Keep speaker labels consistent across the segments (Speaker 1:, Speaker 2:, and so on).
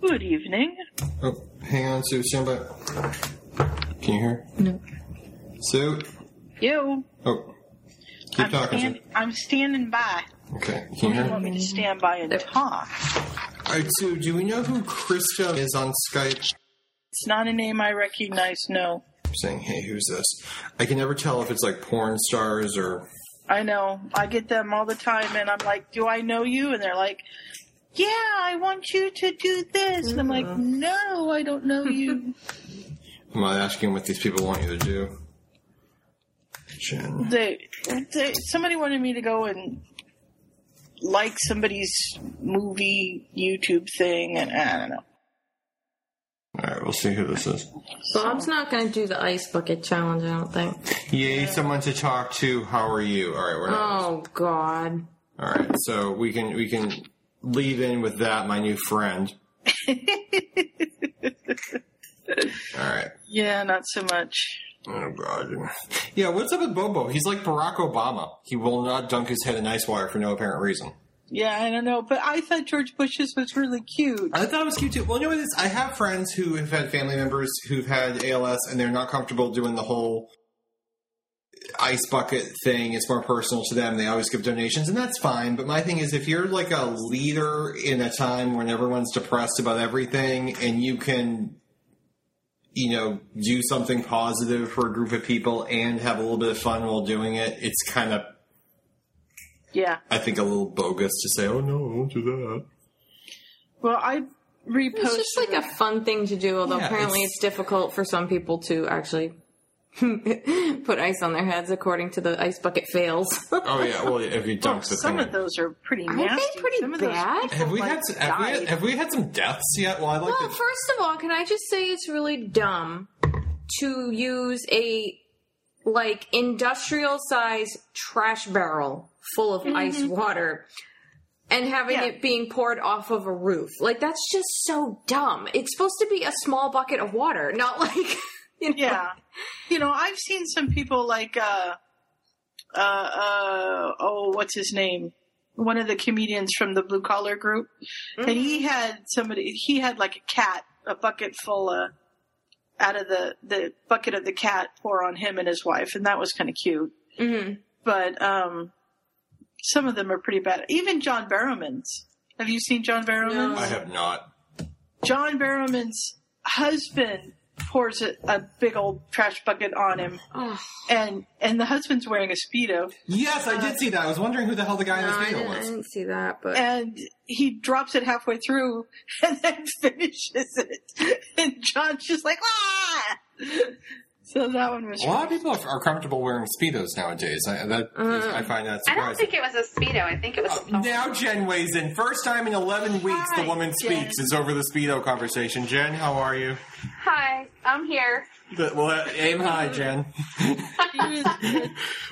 Speaker 1: Good evening.
Speaker 2: Oh, hang on, Sue. Stand by. Can you hear?
Speaker 3: No.
Speaker 2: Sue?
Speaker 1: You.
Speaker 2: Oh. Keep
Speaker 1: I'm,
Speaker 2: talking,
Speaker 1: stand- I'm standing by.
Speaker 2: Sue. Okay. Can you
Speaker 1: You
Speaker 2: hear?
Speaker 1: want me to stand by and talk?
Speaker 2: All right, Sue, do we know who Krista is on Skype?
Speaker 1: It's not a name I recognize, no.
Speaker 2: Saying, hey, who's this? I can never tell if it's like porn stars or.
Speaker 1: I know. I get them all the time, and I'm like, do I know you? And they're like, yeah, I want you to do this. And I'm like, no, I don't know you.
Speaker 2: I'm not asking what these people want you to do. Jen.
Speaker 1: they, they, somebody wanted me to go and like somebody's movie YouTube thing, and I don't know.
Speaker 2: All right, we'll see who this is.
Speaker 3: Bob's not going to do the ice bucket challenge, I don't think.
Speaker 2: Yay, someone to talk to. How are you? All right, we're not.
Speaker 3: Oh, God.
Speaker 2: All right, so we can we can lead in with that, my new friend. All right.
Speaker 1: Yeah, not so much.
Speaker 2: Oh god. Yeah, what's up with Bobo? He's like Barack Obama. He will not dunk his head in ice water for no apparent reason.
Speaker 1: Yeah, I don't know, but I thought George Bush's was really cute.
Speaker 2: I thought it was cute too. Well, you know what it is? I have friends who have had family members who've had ALS and they're not comfortable doing the whole ice bucket thing. It's more personal to them. They always give donations, and that's fine. But my thing is, if you're like a leader in a time when everyone's depressed about everything and you can. You know, do something positive for a group of people and have a little bit of fun while doing it. It's kind of,
Speaker 1: Yeah.
Speaker 2: I think, a little bogus to say, oh no, I won't do that.
Speaker 1: Well, I reposted.
Speaker 3: It's just like a fun thing to do, although
Speaker 2: Yeah,
Speaker 3: apparently
Speaker 2: it's-
Speaker 3: it's... difficult for some people to actually put ice on their heads according to the ice bucket fails.
Speaker 2: Oh, yeah. Well, if you dunk the
Speaker 1: some
Speaker 2: thing.
Speaker 1: of those are pretty
Speaker 3: they
Speaker 1: nasty.
Speaker 3: pretty
Speaker 1: some of those
Speaker 3: bad?
Speaker 1: people,
Speaker 2: Have we,
Speaker 1: like,
Speaker 2: had, some- have, we had,
Speaker 1: died.
Speaker 2: have we had some deaths yet? Well, I like
Speaker 3: Well,
Speaker 2: that.
Speaker 3: first of all, can I just say it's really dumb to use a like industrial size trash barrel full of ice water and having
Speaker 1: Yeah.
Speaker 3: it being poured off of a roof. Like that's just so dumb. It's supposed to be a small bucket of water, not like you know.
Speaker 1: Yeah. You know, I've seen some people like uh uh uh oh, what's his name? One of the comedians from the blue collar group. And he had somebody he had like a cat, a bucket full of out of the the bucket of the cat pour on him and his wife, and that was kind of cute.
Speaker 3: Mhm.
Speaker 1: But um some of them are pretty bad. Even John Barrowman's. Have you seen John Barrowman's?
Speaker 2: I have not.
Speaker 1: John Barrowman's husband pours a, a big old trash bucket on him,
Speaker 3: Ugh.
Speaker 1: and and the husband's wearing a speedo,
Speaker 2: Yes, I did see that. I was wondering who the hell the guy in
Speaker 3: No,
Speaker 2: the
Speaker 3: I,
Speaker 2: video
Speaker 3: didn't, I
Speaker 2: was.
Speaker 3: didn't see that, but
Speaker 1: and he drops it halfway through, and then finishes it, and John's just like ah. So that one was
Speaker 2: A lot of people are, are comfortable wearing speedos nowadays. I, that,
Speaker 3: Mm.
Speaker 2: I find that
Speaker 4: I don't
Speaker 2: surprising.
Speaker 4: think it was a speedo. I think it was. something
Speaker 2: Uh, now Jen weighs in. First time in 11 weeks
Speaker 4: Hi,
Speaker 2: the woman
Speaker 1: Jen.
Speaker 2: speaks is over the speedo conversation. Jen, how are you?
Speaker 4: Hi, I'm here.
Speaker 2: The- well, uh, aim high, Jen.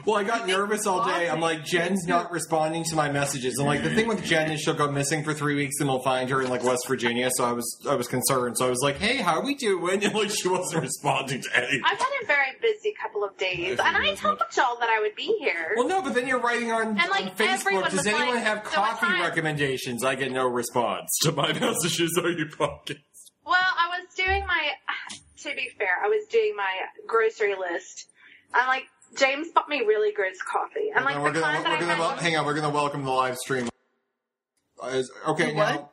Speaker 2: well, I got nervous all day. I'm like, Jen's not responding to my messages. And like, the thing with Jen is she'll go missing for three weeks, and we'll find her in like West Virginia. So I was, I was concerned. So I was like, Hey, how we doing? And like, she wasn't responding to anything.
Speaker 4: I've had a very busy couple of days, and I told y'all that I would be here.
Speaker 2: Well, no, but then you're writing on,
Speaker 4: And, like,
Speaker 2: on
Speaker 4: everyone
Speaker 2: Facebook. Does
Speaker 4: was
Speaker 2: anyone
Speaker 4: like,
Speaker 2: have
Speaker 4: "So what
Speaker 2: coffee
Speaker 4: time?"
Speaker 2: recommendations? I get no response to my messages. Are you fucking?
Speaker 4: Well, I was doing my. To be fair, I was doing my grocery list. I'm like, James bought me really gross coffee, and like
Speaker 2: No, we're
Speaker 4: the
Speaker 2: gonna,
Speaker 4: kind
Speaker 2: we're
Speaker 4: that
Speaker 2: gonna
Speaker 4: I
Speaker 2: wel-
Speaker 4: had.
Speaker 2: hang on. We're gonna welcome the live stream. Uh, is-
Speaker 1: The
Speaker 2: okay, now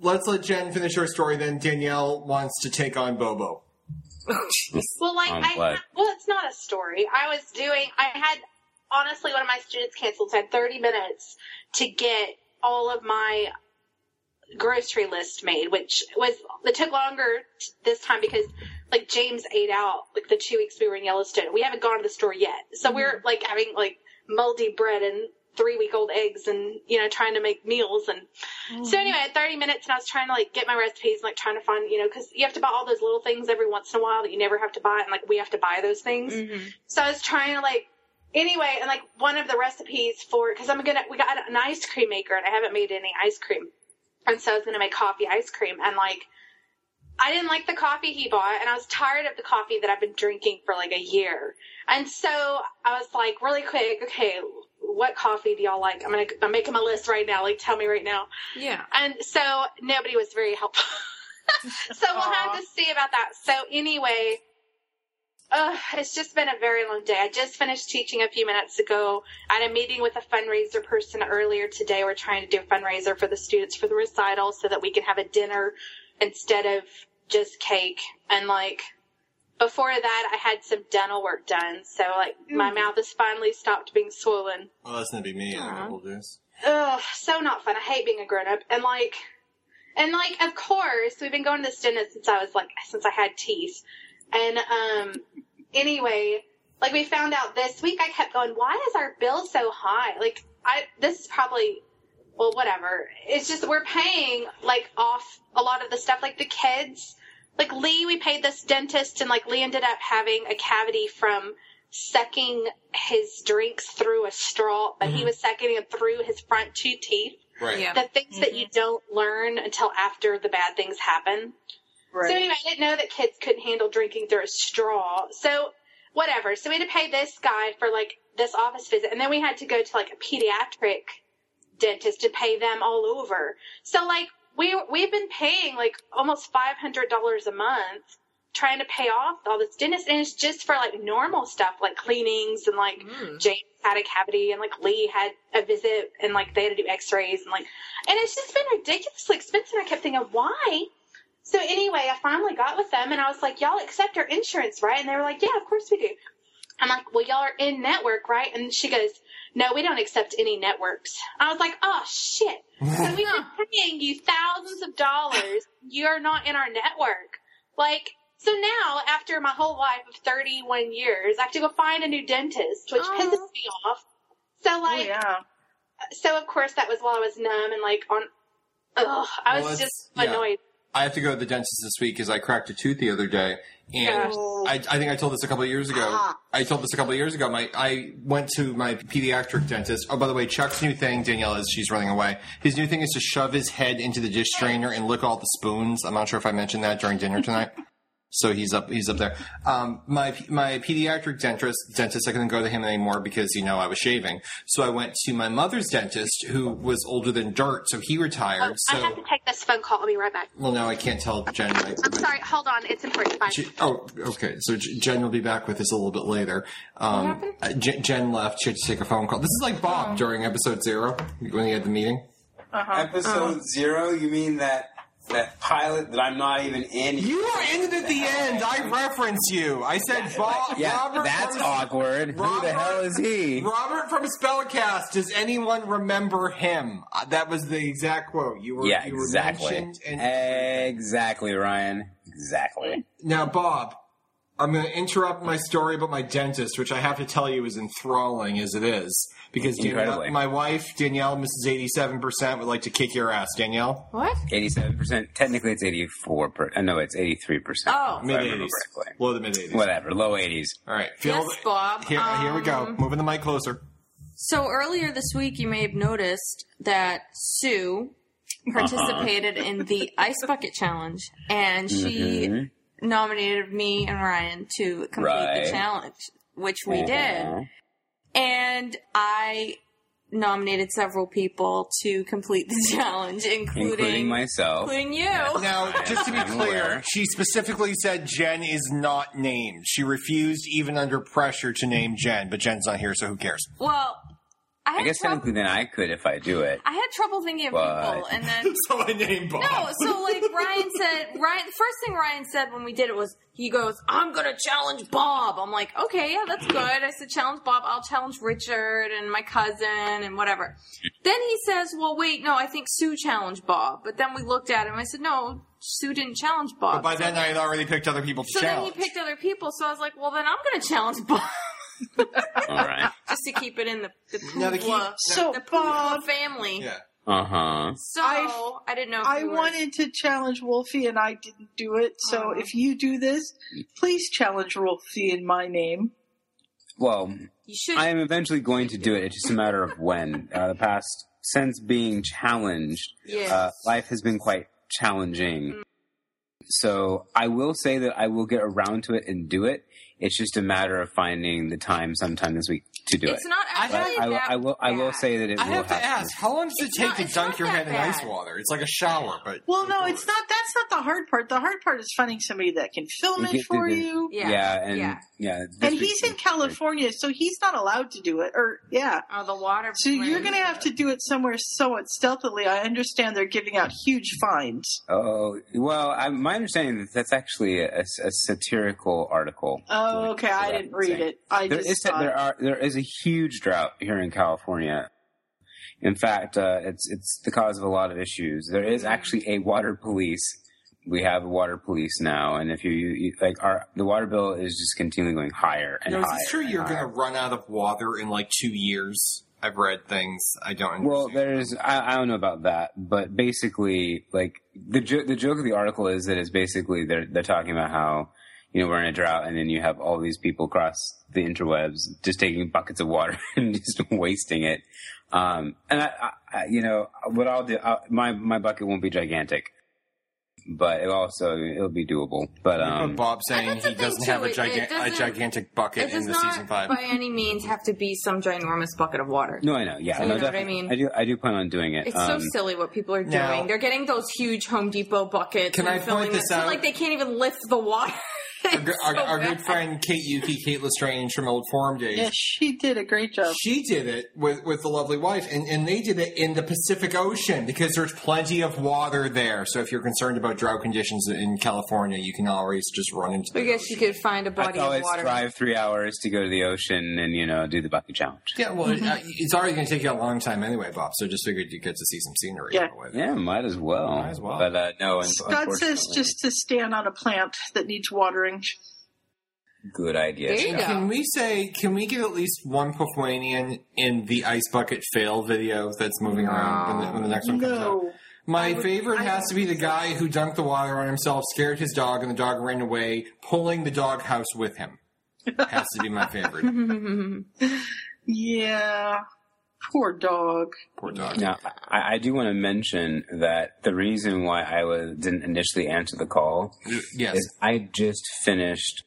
Speaker 2: let's let Jen finish her story. Then Danielle wants to take on Bobo.
Speaker 4: Well, like
Speaker 5: I'm
Speaker 4: I
Speaker 5: glad.
Speaker 4: well, it's not a story. I was doing. I had honestly one of my students canceled. So I had thirty minutes to get all of my grocery list made, which was it took longer t- this time because like James ate out like the two weeks we were in Yellowstone. We haven't gone to the store yet, so we're like having like moldy bread and three week old eggs and you know trying to make meals and so anyway, at 30 minutes, and I was trying to like get my recipes and like trying to find, you know, because you have to buy all those little things every once in a while that you never have to buy, and like we have to buy those
Speaker 3: Mm-hmm.
Speaker 4: things. So I was trying to like, anyway, and like one of the recipes for because I'm gonna we got an ice cream maker and I haven't made any ice cream, and so I was gonna make coffee ice cream and like. I didn't like the coffee he bought, and I was tired of the coffee that I've been drinking for like a year. And so I was like, really quick, okay, what coffee do y'all like? I'm gonna I'm making my list right now. Like, tell me right now.
Speaker 3: Yeah.
Speaker 4: And so nobody was very helpful. so we'll have
Speaker 1: Aw.
Speaker 4: to see about that. So anyway, uh, it's just been a very long day. I just finished teaching a few minutes ago. I had a meeting with a fundraiser person earlier today. We're trying to do a fundraiser for the students for the recital so that we can have a dinner instead of just cake. And like before that, I had some dental work done. So like my mouth has finally stopped being swollen.
Speaker 2: Well, Oh, that's gonna be me in a
Speaker 3: Aw.
Speaker 4: Uh-huh.
Speaker 2: couple of days.
Speaker 4: Ugh, so not fun. I hate being a grown up. And like, and like, of course, we've been going to this dentist since I was like, since I had teeth. And um, anyway, like we found out this week, I kept going, why is our bill so high? Like, I this is probably well, whatever. It's just we're paying like off a lot of the stuff, like the kids. Like Lee, we paid this dentist, and like Lee ended up having a cavity from sucking his drinks through a straw, but he
Speaker 2: Mhm.
Speaker 4: was sucking it through his front two teeth.
Speaker 2: Right.
Speaker 3: Yeah.
Speaker 4: The things that you don't learn until after the bad things happen. So
Speaker 1: Right.
Speaker 4: anyway, I didn't know that kids couldn't handle drinking through a straw. So whatever. So we had to pay this guy for like this office visit, and then we had to go to like a pediatric dentist to pay them all over. So like we we've been paying like almost five hundred dollars a month trying to pay off all this dentist, and it's just for like normal stuff like cleanings and like
Speaker 3: Mm.
Speaker 4: James had a cavity and like Lee had a visit and like they had to do x-rays and like and it's just been ridiculously expensive. I kept thinking, why? So anyway, I finally got with them and I was like, y'all accept our insurance, right? And they were like, yeah, of course we do. I'm like, well, y'all are in network, right? And she goes, no, we don't accept any networks. I was like, oh shit. So we've been paying you thousands of dollars. You're not in our network. Like, so now after my whole life of 31 years, I have to go find a new dentist, which
Speaker 3: Aw.
Speaker 4: pisses me off. So
Speaker 1: Oh,
Speaker 4: like,
Speaker 1: yeah.
Speaker 4: so of course that was while I was numb and like on. Ugh, I
Speaker 2: Well,
Speaker 4: was
Speaker 2: it's-
Speaker 4: just
Speaker 2: yeah.
Speaker 4: annoyed.
Speaker 2: I have to go to the dentist this week because I cracked a tooth the other day, and
Speaker 4: Gosh. Uh-huh.
Speaker 2: I, I think I told this a couple of years ago.
Speaker 1: Ah.
Speaker 2: I told this a couple of years ago. My I went to my pediatric dentist. Oh, by the way, Chuck's new thing, Danielle is she's running away. His new thing is to shove his head into the dish strainer and lick all the spoons. I'm not sure if I mentioned that during dinner tonight. So he's up. He's up there. Um, my my pediatric dentist dentist. I couldn't go to him anymore because you know I was shaving. So I went to my mother's dentist, who was older than dirt. So he retired. so
Speaker 4: Oh, I have to take this phone call. I'll be right back.
Speaker 2: well, now I can't tell Jen. Right,
Speaker 4: I'm sorry. Hold on. It's important. Bye.
Speaker 2: J- oh, okay. So J- Jen will be back with us a little bit later. Um,
Speaker 3: What happened?
Speaker 2: uh, J- Jen left. She had to take a phone call. This is like Bob
Speaker 6: Oh.
Speaker 2: during episode zero when he had the meeting.
Speaker 1: Uh-huh.
Speaker 5: Episode zero? You mean that that pilot that I'm not even in?
Speaker 2: You are in it at the end. I reference you. I said Bob.
Speaker 6: Yeah,
Speaker 2: Robert
Speaker 6: that's
Speaker 2: from,
Speaker 6: awkward. Who
Speaker 2: Robert-
Speaker 6: the hell is he?
Speaker 2: Robert from Spellcast. Does anyone remember him? Uh, that was the exact quote. You were.
Speaker 6: yeah,
Speaker 2: you were
Speaker 6: exactly.
Speaker 2: mentioned and-
Speaker 6: Exactly, Ryan. Exactly.
Speaker 2: Now, Bob, I'm going to interrupt my story about my dentist, which I have to tell you is enthralling as it is, because Danielle,
Speaker 6: Incredibly.
Speaker 2: my wife Danielle, Mrs. 87 percent, would like to kick your ass, Danielle.
Speaker 3: What?
Speaker 6: Eighty-seven percent. Technically, it's eighty-four. Per, uh, no, it's eighty-three percent.
Speaker 3: Oh.
Speaker 6: if I
Speaker 2: Mid
Speaker 6: remember
Speaker 2: 80s,
Speaker 6: correctly.
Speaker 2: low to mid 80s.
Speaker 6: Whatever. Low eighties.
Speaker 2: All right, feel
Speaker 3: Yes, Bob.
Speaker 2: here. here we go.
Speaker 3: Um,
Speaker 2: Moving the mic closer.
Speaker 3: So earlier this week, you may have noticed that Sue participated in the
Speaker 6: Uh-huh.
Speaker 3: Ice Bucket Challenge, and she
Speaker 6: Mhm.
Speaker 3: nominated me and Ryan to complete
Speaker 6: Right.
Speaker 3: the challenge, which we
Speaker 6: Uh-huh.
Speaker 3: did. And I nominated several people to complete the challenge, including
Speaker 6: including myself.
Speaker 3: including you.
Speaker 2: Now, just to be
Speaker 6: I'm
Speaker 2: clear,
Speaker 6: aware.
Speaker 2: she specifically said Jen is not named. She refused, even under pressure, to name Jen. But Jen's not here, so who cares?
Speaker 3: Well, I had
Speaker 6: I guess
Speaker 3: trouble.
Speaker 6: technically, then I could if I do it.
Speaker 3: I had trouble thinking of
Speaker 6: But-
Speaker 3: people, and then
Speaker 2: So I named Bob.
Speaker 3: No, so like Ryan said, Ryan. The first thing Ryan said when we did it was, he goes, "I'm gonna challenge Bob." I'm like, okay, yeah, that's good. I said, challenge Bob. I'll challenge Richard and my cousin and whatever. Then he says, well, wait, no, I think Sue challenged Bob. But then we looked at him. I said, no, Sue didn't challenge Bob.
Speaker 2: But by then, I had already picked other people to
Speaker 3: so then he
Speaker 2: challenge.
Speaker 3: picked other people. So I was like, well, then I'm gonna challenge Bob
Speaker 6: All right.
Speaker 3: just to keep it in the the
Speaker 2: Now, the key-
Speaker 3: Pugla,
Speaker 1: So,
Speaker 3: the Pugla
Speaker 1: Bob,
Speaker 3: family.
Speaker 2: yeah.
Speaker 6: Uh huh.
Speaker 3: So I,
Speaker 1: I-
Speaker 3: didn't know. If
Speaker 1: I
Speaker 3: you were-
Speaker 1: wanted to challenge Wolfie and I didn't do it. So
Speaker 3: Aw.
Speaker 1: if you do this, please challenge Wolfie in my name.
Speaker 6: Well,
Speaker 3: You should.
Speaker 6: I am eventually going to do it. It's just a matter of when. Uh, the past since being challenged,
Speaker 3: yeah.
Speaker 6: uh, life has been quite challenging. So I will say that I will get around to it and do it. It's just a matter of finding the time sometime this week to do
Speaker 3: It's
Speaker 6: it.
Speaker 3: not
Speaker 2: I have-
Speaker 3: actually
Speaker 6: I, will-
Speaker 3: that
Speaker 6: I will. I will
Speaker 3: bad.
Speaker 6: say that it
Speaker 2: I
Speaker 6: will
Speaker 2: have to
Speaker 6: happen.
Speaker 2: ask, how long does it
Speaker 3: It's
Speaker 2: take
Speaker 3: not-
Speaker 2: to
Speaker 3: it's
Speaker 2: dunk
Speaker 3: not
Speaker 2: your
Speaker 3: that
Speaker 2: head in ice
Speaker 3: bad.
Speaker 2: water? It's like a shower, but
Speaker 1: Well, no, it's not. That's not the hard part. The hard part is finding somebody that can film
Speaker 6: You
Speaker 1: it
Speaker 6: get to
Speaker 1: for
Speaker 6: the-
Speaker 1: you.
Speaker 3: Yeah,
Speaker 6: and
Speaker 3: yeah.
Speaker 6: yeah,
Speaker 1: And he's in California, so he's not allowed to do it. Or yeah,
Speaker 3: Oh, the water.
Speaker 1: so you're going to have to do it somewhere somewhat stealthily. I understand they're giving out huge fines.
Speaker 6: Oh well, I, my understanding is that's actually a, a satirical article.
Speaker 1: Oh, okay. I didn't read it. I
Speaker 6: There
Speaker 1: just
Speaker 6: is
Speaker 1: saw
Speaker 6: there
Speaker 1: it.
Speaker 6: are there is a huge drought here in California. In fact, uh, it's it's the cause of a lot of issues. There is
Speaker 2: Mm-hmm.
Speaker 6: actually a water police. We have a water police now, and if you, you you- like, our the water bill is just continually going higher and
Speaker 2: No, is
Speaker 6: higher.
Speaker 2: this true?
Speaker 6: and
Speaker 2: You're
Speaker 6: higher.
Speaker 2: going to run out of water in like two years. I've read things I don't understand.
Speaker 6: Well, there's I, I don't know about that, but basically, like the jo- the joke of the article is that it's basically they're they're talking about how you know we're in a drought, and then you have all these people across the interwebs just taking buckets of water and just wasting it. Um, and I, I, I, you know, what I'll do, I, my my bucket won't be gigantic, but it also it'll be doable. But um,
Speaker 2: Bob saying
Speaker 3: that's the
Speaker 2: he
Speaker 3: thing,
Speaker 2: doesn't have
Speaker 3: too.
Speaker 2: a,
Speaker 3: It-
Speaker 2: giga-
Speaker 3: it doesn't-
Speaker 2: a gigantic
Speaker 3: It
Speaker 2: bucket
Speaker 3: does
Speaker 2: in the
Speaker 3: not,
Speaker 2: season five.
Speaker 3: by any means, have to be some ginormous bucket of water.
Speaker 6: no, I know, yeah,
Speaker 3: You
Speaker 6: no,
Speaker 3: know what I
Speaker 6: definitely.
Speaker 3: mean?
Speaker 6: I do I do plan on doing it.
Speaker 3: It's
Speaker 6: um,
Speaker 3: so silly what people are doing.
Speaker 2: now-
Speaker 3: They're getting those huge Home Depot buckets.
Speaker 2: Can
Speaker 3: and
Speaker 2: I point
Speaker 3: filling
Speaker 2: this
Speaker 3: them,
Speaker 2: out?
Speaker 3: So, like they can't even lift the water.
Speaker 2: Our, good- our,
Speaker 3: So
Speaker 2: our good
Speaker 3: bad.
Speaker 2: friend Kate Yuki, Kate Lestrange from Old Forum Days,
Speaker 1: Yeah, she did a great job.
Speaker 2: she did it with, with the lovely wife, and, and they did it in the Pacific Ocean because there's plenty of water there. So if you're concerned about drought conditions in California, you can always just run into.
Speaker 3: I
Speaker 2: the
Speaker 3: guess you could find a body
Speaker 6: I
Speaker 3: of
Speaker 6: always
Speaker 3: water.
Speaker 6: drive three hours to go to the ocean and you know do the bucket challenge.
Speaker 2: Yeah, well, it- uh, it's already going to take you a long time anyway, Bob. So just figured you get to see some scenery.
Speaker 1: Yeah.
Speaker 2: With it.
Speaker 6: Yeah, might as well.
Speaker 2: Might as well.
Speaker 6: But uh, no, un-
Speaker 1: Scott says
Speaker 6: unfortunately,
Speaker 1: just to stand on a plant that needs watering.
Speaker 6: good idea.
Speaker 3: There you
Speaker 6: Scott.
Speaker 3: go.
Speaker 2: Can we say? Can we get at least one Poflanian in the ice bucket fail video that's moving around when the, when the next one comes out?
Speaker 1: No.
Speaker 2: My
Speaker 1: would-
Speaker 2: favorite
Speaker 1: I
Speaker 2: has
Speaker 1: would-
Speaker 2: to be the guy who dunked the water on himself, scared his dog, and the dog ran away, pulling the dog house with him. Has to be my favorite.
Speaker 3: Oh,
Speaker 1: Yeah. Poor dog.
Speaker 2: Poor dog.
Speaker 6: Now, I, I do want to mention that the reason why I was, didn't initially answer the call
Speaker 2: Yes.
Speaker 6: is I just finished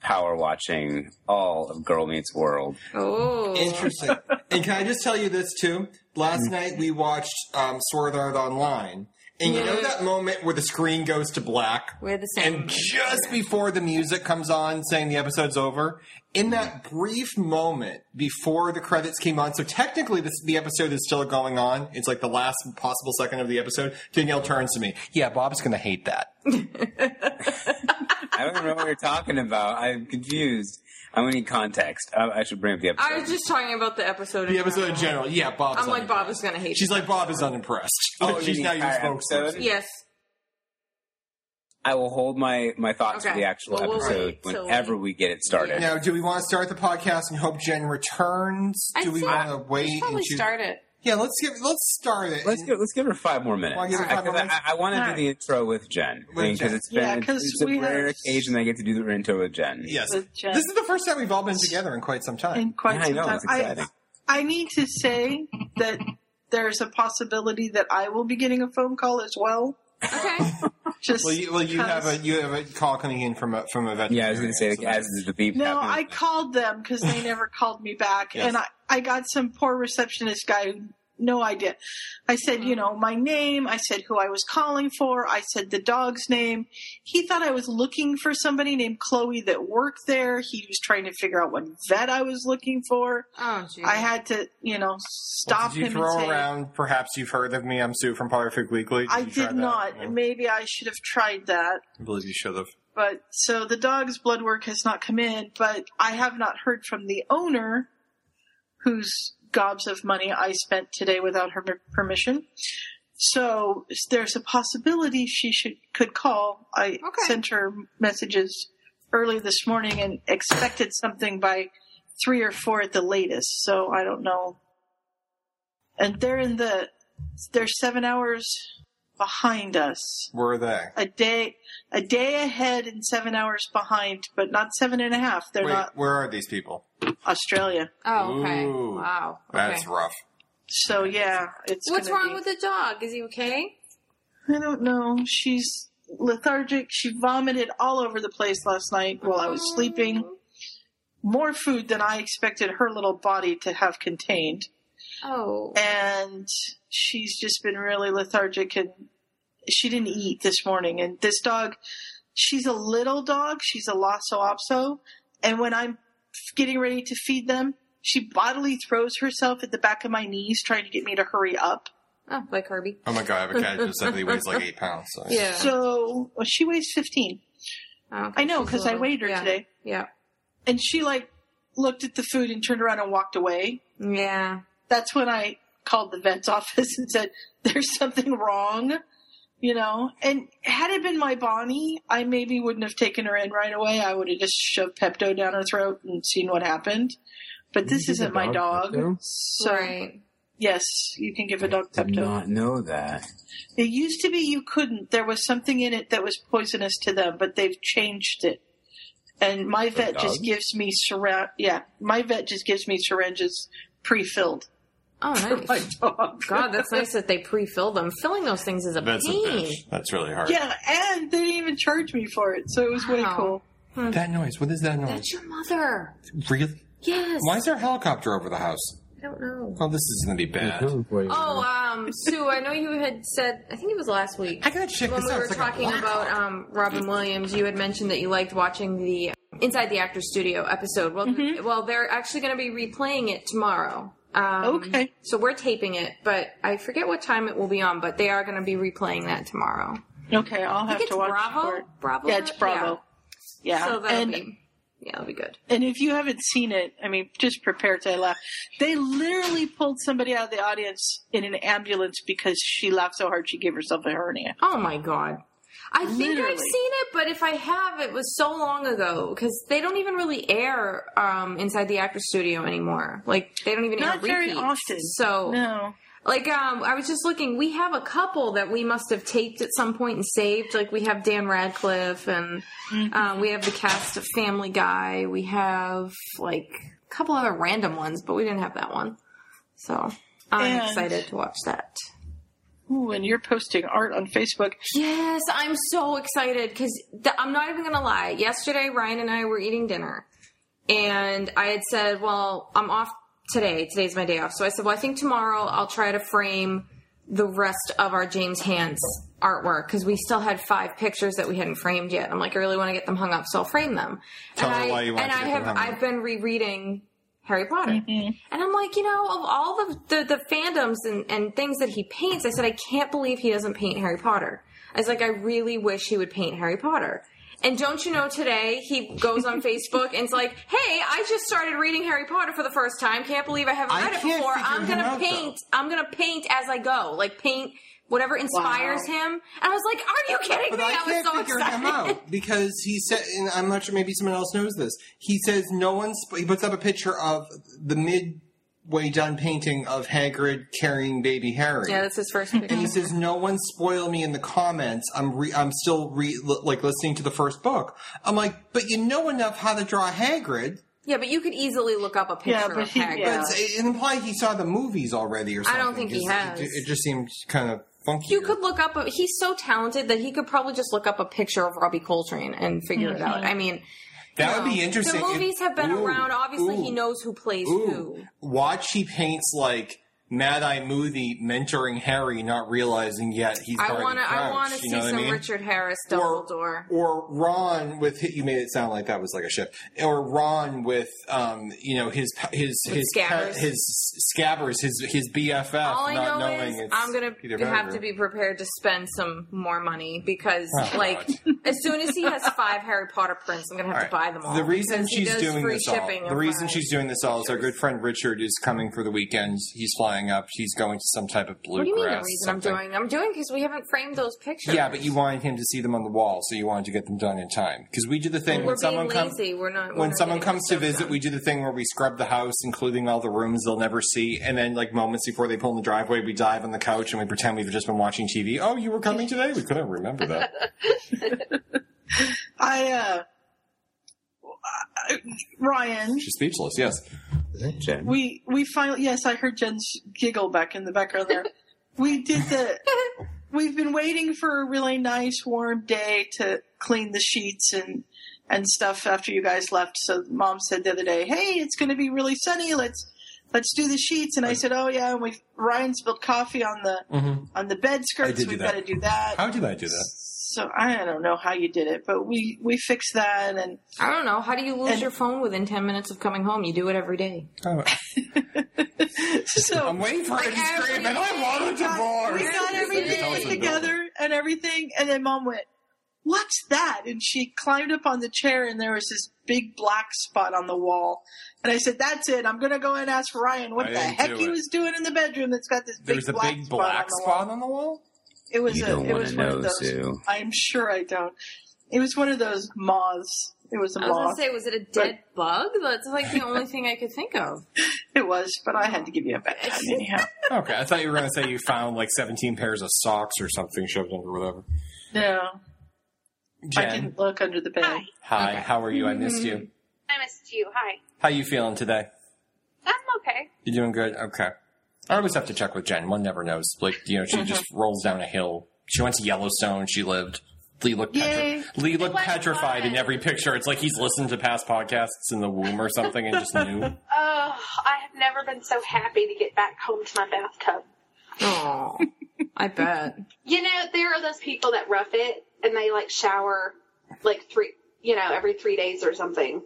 Speaker 6: power watching all of Girl Meets World.
Speaker 3: Oh,
Speaker 2: Interesting. and can I just tell you this too? Last
Speaker 1: Mm.
Speaker 2: night we watched um, Sword Art Online, and you
Speaker 1: Mm-hmm.
Speaker 2: know that moment where the screen goes to black,
Speaker 3: we're the same.
Speaker 2: and just before the music comes on, saying the episode's over. In that brief moment before the credits came on, so technically this, the episode is still going on. It's like the last possible second of the episode. Danielle turns to me. Yeah, Bob's going to hate that.
Speaker 6: I don't even know what you're talking about. I'm confused. I'm going to need context. I, I should bring up the episode.
Speaker 3: I was just talking about the episode.
Speaker 2: The episode in general. Yeah, Bob's.
Speaker 3: I'm like
Speaker 2: unimpressed.
Speaker 3: Bob is gonna hate.
Speaker 2: She's
Speaker 3: it.
Speaker 2: like Bob is unimpressed.
Speaker 6: Oh,
Speaker 2: She's
Speaker 6: the
Speaker 2: now your
Speaker 6: entire
Speaker 2: spokesperson.
Speaker 6: episode?
Speaker 3: yes.
Speaker 6: I will hold my, my thoughts for
Speaker 3: Okay.
Speaker 6: the actual
Speaker 3: Well, we'll
Speaker 6: episode
Speaker 3: wait till
Speaker 6: whenever
Speaker 3: we-
Speaker 6: we get it started.
Speaker 2: Now, do we want to start the podcast and hope Jen returns?
Speaker 3: I
Speaker 2: do we
Speaker 3: think
Speaker 2: want to wait?
Speaker 3: Probably
Speaker 2: and choose-
Speaker 3: start it.
Speaker 2: Yeah, let's give. Let's start it.
Speaker 6: Let's give, let's give her five more minutes.
Speaker 2: Wanna give her
Speaker 6: I-
Speaker 2: five more
Speaker 6: 'cause I-
Speaker 2: minutes?
Speaker 6: I, want to do
Speaker 1: Alright.
Speaker 6: the intro with Jen
Speaker 2: With
Speaker 6: because
Speaker 2: Jen.
Speaker 6: it's been
Speaker 1: Yeah,
Speaker 6: it's,
Speaker 1: 'cause
Speaker 6: it's a
Speaker 1: we
Speaker 6: rare
Speaker 1: have-
Speaker 6: occasion I get to do the intro with Jen.
Speaker 2: yes,
Speaker 1: With Jen.
Speaker 2: this is the first time we've all been together in quite some time.
Speaker 1: in quite
Speaker 6: Yeah, I
Speaker 1: some
Speaker 6: know,
Speaker 1: time.
Speaker 6: it's
Speaker 1: I,
Speaker 6: exciting.
Speaker 1: I need to say that there's a possibility that I will be getting a phone call as well.
Speaker 3: Okay.
Speaker 1: Just
Speaker 2: Well, you, well, you have a
Speaker 1: because-
Speaker 2: you have a call coming in from a from a veteran.
Speaker 6: Yeah, I was going to say like, as is the beep.
Speaker 1: No,
Speaker 6: happening.
Speaker 1: I called them because they never called me back,
Speaker 2: Yes.
Speaker 1: and I I got some poor receptionist guy who no idea. I said, you know, my name. I said who I was calling for. I said the dog's name. He thought I was looking for somebody named Chloe that worked there. He was trying to figure out what vet I was looking for.
Speaker 3: Oh, geez.
Speaker 1: I had to, you know, stop
Speaker 2: Did you
Speaker 1: him
Speaker 2: throw
Speaker 1: and say,
Speaker 2: around? Perhaps you've heard of me. I'm Sue from Perfect Weekly.
Speaker 1: I
Speaker 2: you try
Speaker 1: did
Speaker 2: that?
Speaker 1: not.
Speaker 2: No?
Speaker 1: Maybe I should have tried that.
Speaker 2: I believe you should have.
Speaker 1: But so the dog's blood work has not come in, but I have not heard from the owner whose gobs of money I spent today without her per- permission. So there's a possibility she should could call. I sent her messages early this morning and expected something by three or four at the latest. So I don't know. And they're in the they're seven hours behind us
Speaker 2: Where are they?
Speaker 1: a day a day ahead and seven hours behind, but not seven and a half. They're
Speaker 2: Wait,
Speaker 1: not
Speaker 2: where are these people?
Speaker 1: Australia.
Speaker 3: oh, okay.
Speaker 2: Ooh.
Speaker 3: wow. Okay.
Speaker 2: That's rough.
Speaker 1: So yeah, it's
Speaker 3: What's
Speaker 1: gonna
Speaker 3: wrong
Speaker 1: be-
Speaker 3: with the dog? Is he okay?
Speaker 1: I don't know. She's
Speaker 3: Oh.
Speaker 1: lethargic. She vomited all over the place last night while I was sleeping. more food than I expected her little body to have contained.
Speaker 3: Oh.
Speaker 1: And she's just been really lethargic and she didn't eat this morning. And this dog, she's a little dog. She's a Lhasa Apso. And when I'm getting ready to feed them, she bodily throws herself at the back of my knees trying to get me to hurry up.
Speaker 3: Oh, like Herbie.
Speaker 2: Oh my god, I have a cat just like weighs like eight pounds. So
Speaker 3: Yeah.
Speaker 1: So well, she weighs 15.
Speaker 3: Oh, okay.
Speaker 1: I know
Speaker 3: She's
Speaker 1: because I
Speaker 3: little.
Speaker 1: weighed her
Speaker 3: Yeah.
Speaker 1: today.
Speaker 3: Yeah.
Speaker 1: And she like looked at the food and turned around and walked away.
Speaker 3: Yeah.
Speaker 1: That's when I called the vet's office and said, there's something wrong, you know? And had it been my Bonnie, I maybe wouldn't have taken her in right away. I would have just shoved Pepto down her throat and seen what happened. But this isn't my dog. So
Speaker 3: Right.
Speaker 1: yes, you can give a dog
Speaker 6: Did
Speaker 1: Pepto.
Speaker 6: not know that.
Speaker 1: It used to be you couldn't. There was something in it that was poisonous to them, but they've changed it. And my vet just
Speaker 6: dogs?
Speaker 1: gives me syringe. Yeah, my vet just gives me syringes pre-filled.
Speaker 3: Oh, nice.
Speaker 1: My dog.
Speaker 3: God, that's nice that they pre-fill them. Filling those things is a
Speaker 2: That's a
Speaker 3: pain.
Speaker 2: bitch. That's really hard.
Speaker 1: Yeah, and they didn't even charge me for it, so it was way
Speaker 3: Wow.
Speaker 1: cool.
Speaker 2: That noise. What is that noise?
Speaker 3: That's your mother.
Speaker 2: Really?
Speaker 3: Yes.
Speaker 2: Why is there a helicopter over the house?
Speaker 3: I don't know.
Speaker 2: Oh, this is gonna be bad.
Speaker 3: Oh, um, Sue, I know you had said, I think it was last week.
Speaker 2: I gotta check
Speaker 3: when
Speaker 2: this
Speaker 3: we
Speaker 2: out.
Speaker 3: were
Speaker 2: It's like a
Speaker 3: talking
Speaker 2: black
Speaker 3: about um, Robin Williams, you had mentioned that you liked watching the Inside the Actors Studio episode. Well,
Speaker 1: Mm-hmm.
Speaker 3: well, they're actually going to be replaying it tomorrow. Um,
Speaker 1: Okay.
Speaker 3: So we're taping it, but I forget what time it will be on. But they are going to be replaying that tomorrow.
Speaker 1: Okay, I'll
Speaker 3: I
Speaker 1: have
Speaker 3: think
Speaker 1: to
Speaker 3: it's
Speaker 1: watch
Speaker 3: Bravo.
Speaker 1: for it.
Speaker 3: Bravo.
Speaker 1: Yeah, it's Bravo. Yeah,
Speaker 3: Yeah. So that'll
Speaker 1: and
Speaker 3: be. Yeah, that'll be good.
Speaker 1: and if you haven't seen it, I mean, just prepare to laugh. They literally pulled somebody out of the audience in an ambulance because she laughed so hard she gave herself a hernia.
Speaker 3: Oh my god. I think
Speaker 1: Literally.
Speaker 3: I've seen it, but if I have, it was so long ago because they don't even really air um, inside the actor studio anymore. Like they don't even
Speaker 1: Not
Speaker 3: air
Speaker 1: very
Speaker 3: repeats.
Speaker 1: often.
Speaker 3: So,
Speaker 1: No.
Speaker 3: like, um, I was just looking. We have a couple that we must have taped at some point and saved. Like we have Dan Radcliffe, and
Speaker 1: Mm-hmm.
Speaker 3: um, we have the cast of Family Guy. We have like a couple other random ones, but we didn't have that one. So I'm
Speaker 1: And-
Speaker 3: excited to watch that.
Speaker 1: Ooh, and you're posting art on Facebook.
Speaker 3: Yes, I'm so excited because th- I'm not even gonna lie. Yesterday, Ryan and I were eating dinner, and I had said, "Well, I'm off today. Today's my day off." So I said, "Well, I think tomorrow I'll try to frame the rest of our James Hans artwork because we still had five pictures that we hadn't framed yet." I'm like, "I really want to get them hung up, so I'll frame them."
Speaker 2: Tell
Speaker 3: and
Speaker 2: her
Speaker 3: I,
Speaker 2: why you want
Speaker 3: and
Speaker 2: to
Speaker 3: I
Speaker 2: get them hung
Speaker 3: have
Speaker 2: up.
Speaker 3: I've been rereading Harry Potter. And I'm like, you know, of all the, the, the fandoms and, and things that he paints, I said, I can't believe he doesn't paint Harry Potter. I was like, I really wish he would paint Harry Potter. And don't you know, today he goes on Facebook and it's like, hey, I just started reading Harry Potter for the first time. Can't believe I haven't
Speaker 2: I
Speaker 3: read it
Speaker 2: can't
Speaker 3: before.
Speaker 2: figure
Speaker 3: I'm
Speaker 2: him
Speaker 3: going to
Speaker 2: out, though."
Speaker 3: paint. I'm going to paint as I go. Like, paint whatever inspires
Speaker 1: Wow.
Speaker 3: him. And I was like, are you kidding
Speaker 2: But
Speaker 3: me?
Speaker 2: I
Speaker 3: I, was
Speaker 2: can't
Speaker 3: so
Speaker 2: figure
Speaker 3: excited.
Speaker 2: him out because he said, and I'm not sure. Maybe someone else knows this. He says no one's. He puts up a picture of the midway done painting of Hagrid carrying baby Harry.
Speaker 3: Yeah, that's his first picture.
Speaker 2: and he says, "No one spoil me in the comments. I'm re- I'm still re- li- like listening to the first book. I'm like, but you know enough how to draw Hagrid.
Speaker 3: Yeah, but you could easily look up a picture
Speaker 1: Yeah, but
Speaker 3: of
Speaker 1: he-
Speaker 3: Hagrid.
Speaker 1: yeah.
Speaker 2: But it's- it implied he saw the movies already or
Speaker 3: I
Speaker 2: something.
Speaker 3: don't think he
Speaker 2: It's-
Speaker 3: has.
Speaker 2: It, it just seemed kind of funky.
Speaker 3: You could look up. A, he's so talented that he could probably just look up a picture of Robbie Coltrane and figure it out. I mean,
Speaker 2: that
Speaker 3: you
Speaker 2: would be
Speaker 3: know,
Speaker 2: interesting.
Speaker 3: The movies
Speaker 2: if-
Speaker 3: have been
Speaker 2: Ooh,
Speaker 3: around. Obviously, he
Speaker 2: ooh.
Speaker 3: knows who plays
Speaker 2: Ooh,
Speaker 3: who.
Speaker 2: watch he paints like Mad Eye Moody mentoring Harry, not realizing yet he's.
Speaker 3: I
Speaker 2: Barty
Speaker 3: want to. I
Speaker 2: Crouch,
Speaker 3: want to
Speaker 2: you
Speaker 3: see
Speaker 2: know what I
Speaker 3: some
Speaker 2: mean?
Speaker 3: Richard Harris
Speaker 2: Or-
Speaker 3: Dumbledore.
Speaker 2: Or Ron with you made it sound like that was like a ship. Or Ron with um you know his his
Speaker 3: With
Speaker 2: his
Speaker 3: scabbers.
Speaker 2: his scabbers his his BFF
Speaker 3: All I
Speaker 2: not
Speaker 3: know
Speaker 2: knowing
Speaker 3: is
Speaker 2: it's
Speaker 3: I'm gonna
Speaker 2: Peter
Speaker 3: have
Speaker 2: Pettigrew.
Speaker 3: to be prepared to spend some more money because,
Speaker 2: Oh,
Speaker 3: like,
Speaker 2: God.
Speaker 3: as soon as he has five Harry Potter prints, I'm gonna have to
Speaker 2: All
Speaker 3: buy
Speaker 2: right.
Speaker 3: them all.
Speaker 2: The reason
Speaker 3: because he
Speaker 2: she's
Speaker 3: does
Speaker 2: doing
Speaker 3: free
Speaker 2: this all,
Speaker 3: shipping
Speaker 2: the
Speaker 3: of
Speaker 2: reason
Speaker 3: five.
Speaker 2: she's doing this all is our good friend Richard is coming for the weekend. He's flying up. He's going to some type of bluegrass.
Speaker 3: What do you mean the reason
Speaker 2: something.
Speaker 3: I'm doing? I'm doing because we haven't framed those pictures.
Speaker 2: Yeah, but you wanted him to see them on the wall, so you wanted to get them done in time. Because we do the thing
Speaker 3: We're
Speaker 2: when someone
Speaker 3: being
Speaker 2: comes.
Speaker 3: lazy. We're not. we're
Speaker 2: when
Speaker 3: not
Speaker 2: someone
Speaker 3: getting
Speaker 2: comes to
Speaker 3: stuff
Speaker 2: visit,
Speaker 3: done.
Speaker 2: we do the thing where we scrub the house, including all the rooms they'll never see, and then like moments before they pull in the driveway, we dive on the couch and we pretend we've just been watching TV. Oh, you were coming today? We couldn't remember that.
Speaker 1: I, uh, I- Ryan,
Speaker 2: She's speechless. Yes,
Speaker 6: Jen.
Speaker 1: we, we finally, yes, I heard Jen's giggle back in the background there. we did the, we've been waiting for a really nice warm day to clean the sheets and, and stuff after you guys left. So mom said the other day, "Hey, it's going to be really sunny. Let's let's do the sheets." And I said, "Oh yeah." And we Ryan spilled coffee on the on the bed
Speaker 2: Mm-hmm. I
Speaker 1: skirts.
Speaker 2: did do
Speaker 1: We've
Speaker 2: that.
Speaker 1: got to do that.
Speaker 2: How did I do that?
Speaker 1: so I don't know how you did it, but we we fixed that and
Speaker 3: I don't know. How do you lose
Speaker 1: And-
Speaker 3: your phone within 10 minutes of coming home? You do it every day.
Speaker 2: Oh,
Speaker 1: so
Speaker 2: I'm waiting for her to
Speaker 3: Like
Speaker 2: scream, and I
Speaker 3: everything.
Speaker 2: want a
Speaker 1: we
Speaker 2: divorce.
Speaker 1: got
Speaker 2: Always
Speaker 1: everything
Speaker 2: in the middle.
Speaker 1: together and everything, and then mom went, "What's that?" And she climbed up on the chair, and there was this big black spot on the wall. And I said, "That's it. I'm gonna go and ask Ryan what
Speaker 2: I
Speaker 1: the
Speaker 2: didn't
Speaker 1: heck
Speaker 2: do
Speaker 1: he
Speaker 2: it.
Speaker 1: was doing in the bedroom that's got this
Speaker 2: There's
Speaker 1: big black spot on the wall."
Speaker 2: on the wall.
Speaker 1: It was
Speaker 6: You
Speaker 1: a,
Speaker 6: don't
Speaker 1: it
Speaker 6: wanna
Speaker 1: was one of
Speaker 6: know,
Speaker 1: those.
Speaker 6: Sue.
Speaker 1: I'm sure I don't. It was one of those moths. It was a
Speaker 3: I was going
Speaker 1: moth.
Speaker 3: to say, was it a dead bug? That's like the only thing I could think of.
Speaker 1: it was, but I had to give you a bad time anyhow.
Speaker 2: Okay, I thought you were going to say you found like 17 pairs of socks or something shoved under whatever.
Speaker 1: No, I
Speaker 2: Jen,
Speaker 1: didn't look under the bed.
Speaker 4: Hi.
Speaker 2: hi, how are you? I missed you.
Speaker 4: I missed you. Hi.
Speaker 2: How you feeling today?
Speaker 4: I'm okay.
Speaker 2: You doing good? Okay. I always have to check with Jen. One never knows. Like you know, she just rolls down a hill. She went to Yellowstone. She lived. Lee looked,
Speaker 1: Yay.
Speaker 2: petri- Lee looked
Speaker 4: went
Speaker 2: petrified in
Speaker 4: fun.
Speaker 2: every picture. It's like he's listened to past podcasts in the womb or something and just knew.
Speaker 4: Oh, I have never been so happy to get back home to my bathtub.
Speaker 3: Oh, I bet.
Speaker 4: You know, there are those people that rough it and they like shower like three, you know, every three days or something.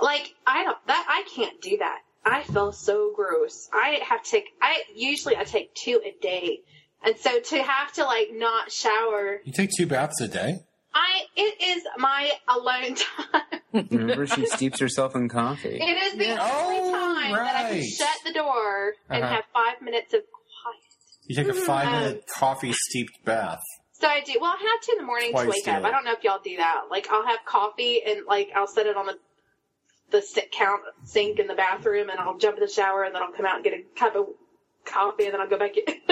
Speaker 4: Like I don't that I can't do that. I feel so gross. I have to take. I usually I take two a day, and so to have to like not shower,
Speaker 2: You take two baths a day.
Speaker 4: I it is my alone time.
Speaker 6: Remember, she steeps herself in coffee.
Speaker 4: It is the
Speaker 2: Oh,
Speaker 4: only time that I can
Speaker 2: right.
Speaker 4: shut the door and
Speaker 2: Uh-huh.
Speaker 4: have five minutes of quiet.
Speaker 2: You take a five minute coffee steeped bath.
Speaker 4: So I do. Well, I have to in the morning
Speaker 2: Twice
Speaker 4: to wake up.
Speaker 2: daily.
Speaker 4: I don't know if y'all do that. Like I'll have coffee and like I'll set it on the the sit count sink in the bathroom, and I'll jump in the shower, and then I'll come out and get a cup of coffee, and then I'll go back in.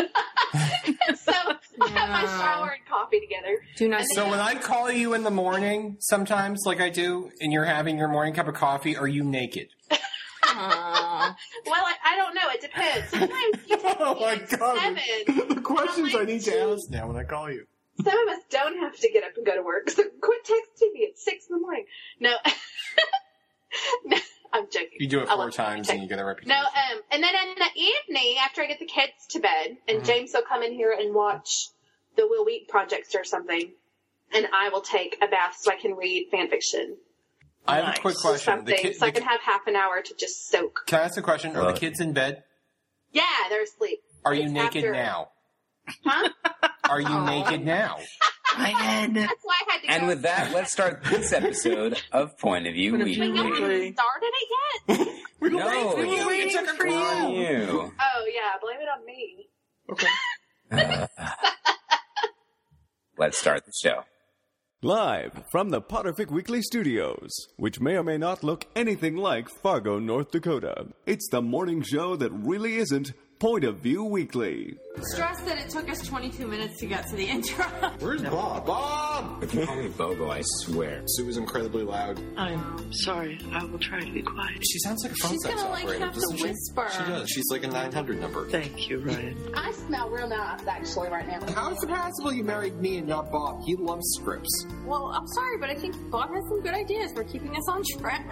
Speaker 4: so I have my
Speaker 3: Yeah.
Speaker 4: shower and coffee together.
Speaker 3: Do not
Speaker 2: So when I call you in the morning, sometimes like I do, and you're having your morning cup of coffee, are you naked?
Speaker 3: Aw.
Speaker 4: Well, I, I don't know. It depends. Sometimes you
Speaker 2: Oh my god!
Speaker 4: seven.
Speaker 2: The questions
Speaker 4: I'm
Speaker 2: I
Speaker 4: like,
Speaker 2: need to ask now when I call you.
Speaker 4: Some of us don't have to get up and go to work. So quit texting me at six in the morning. No, no I'm joking.
Speaker 2: You do it
Speaker 4: I
Speaker 2: four
Speaker 4: love
Speaker 2: times
Speaker 4: texting.
Speaker 2: and you get a
Speaker 4: No,
Speaker 2: reputation.
Speaker 4: um, and then in the evening after I get the kids to bed, and
Speaker 2: Mm-hmm.
Speaker 4: James will come in here and watch the Will Wheat projects or something, and I will take a bath so I can read fan fiction
Speaker 2: I have a quick
Speaker 4: or
Speaker 2: question. The
Speaker 4: something,
Speaker 2: kid,
Speaker 4: so I
Speaker 2: the,
Speaker 4: can have half an hour to just soak.
Speaker 2: can I ask a question? Are
Speaker 6: Love
Speaker 2: the
Speaker 6: it.
Speaker 2: kids in bed?
Speaker 4: Yeah, they're asleep.
Speaker 2: Are you
Speaker 4: It's
Speaker 2: naked
Speaker 4: after-
Speaker 2: now?
Speaker 4: Huh?
Speaker 2: Are you naked now?
Speaker 1: Ryan.
Speaker 4: That's why I had to.
Speaker 6: And
Speaker 4: go.
Speaker 6: with that, let's start this episode of Point of View
Speaker 1: Point of
Speaker 4: But
Speaker 1: View
Speaker 4: y'all
Speaker 6: Weekly.
Speaker 1: Weekly.
Speaker 4: haven't started it yet.
Speaker 2: We were
Speaker 6: No,
Speaker 2: waiting- we were
Speaker 6: you-
Speaker 2: waiting to check
Speaker 1: for
Speaker 2: a
Speaker 6: On
Speaker 2: call.
Speaker 6: you.
Speaker 4: Oh yeah, blame it on me.
Speaker 6: Let's start the show.
Speaker 7: Live from the Potterfic Weekly Studios, which may or may not look anything like Fargo, North Dakota, it's the morning show that really isn't Point of View Weekly.
Speaker 3: Stressed that it took us 22 minutes to get to the intro.
Speaker 2: Where's Bob? Bob!
Speaker 6: Call me Bobo, I swear.
Speaker 2: Sue is incredibly loud.
Speaker 1: I'm sorry. I will try to be quiet.
Speaker 2: She sounds like a phone
Speaker 3: She's
Speaker 2: sex
Speaker 3: gonna, like,
Speaker 2: operator.
Speaker 3: have to
Speaker 2: doesn't she?
Speaker 3: whisper.
Speaker 2: She does. She's like a 900 number.
Speaker 1: Thank you, Ryan.
Speaker 4: I smell real nice actually right now.
Speaker 2: How is it possible you married me and not Bob? He loves scripts.
Speaker 3: Well, I'm sorry, but I think Bob has some good ideas for keeping us on track.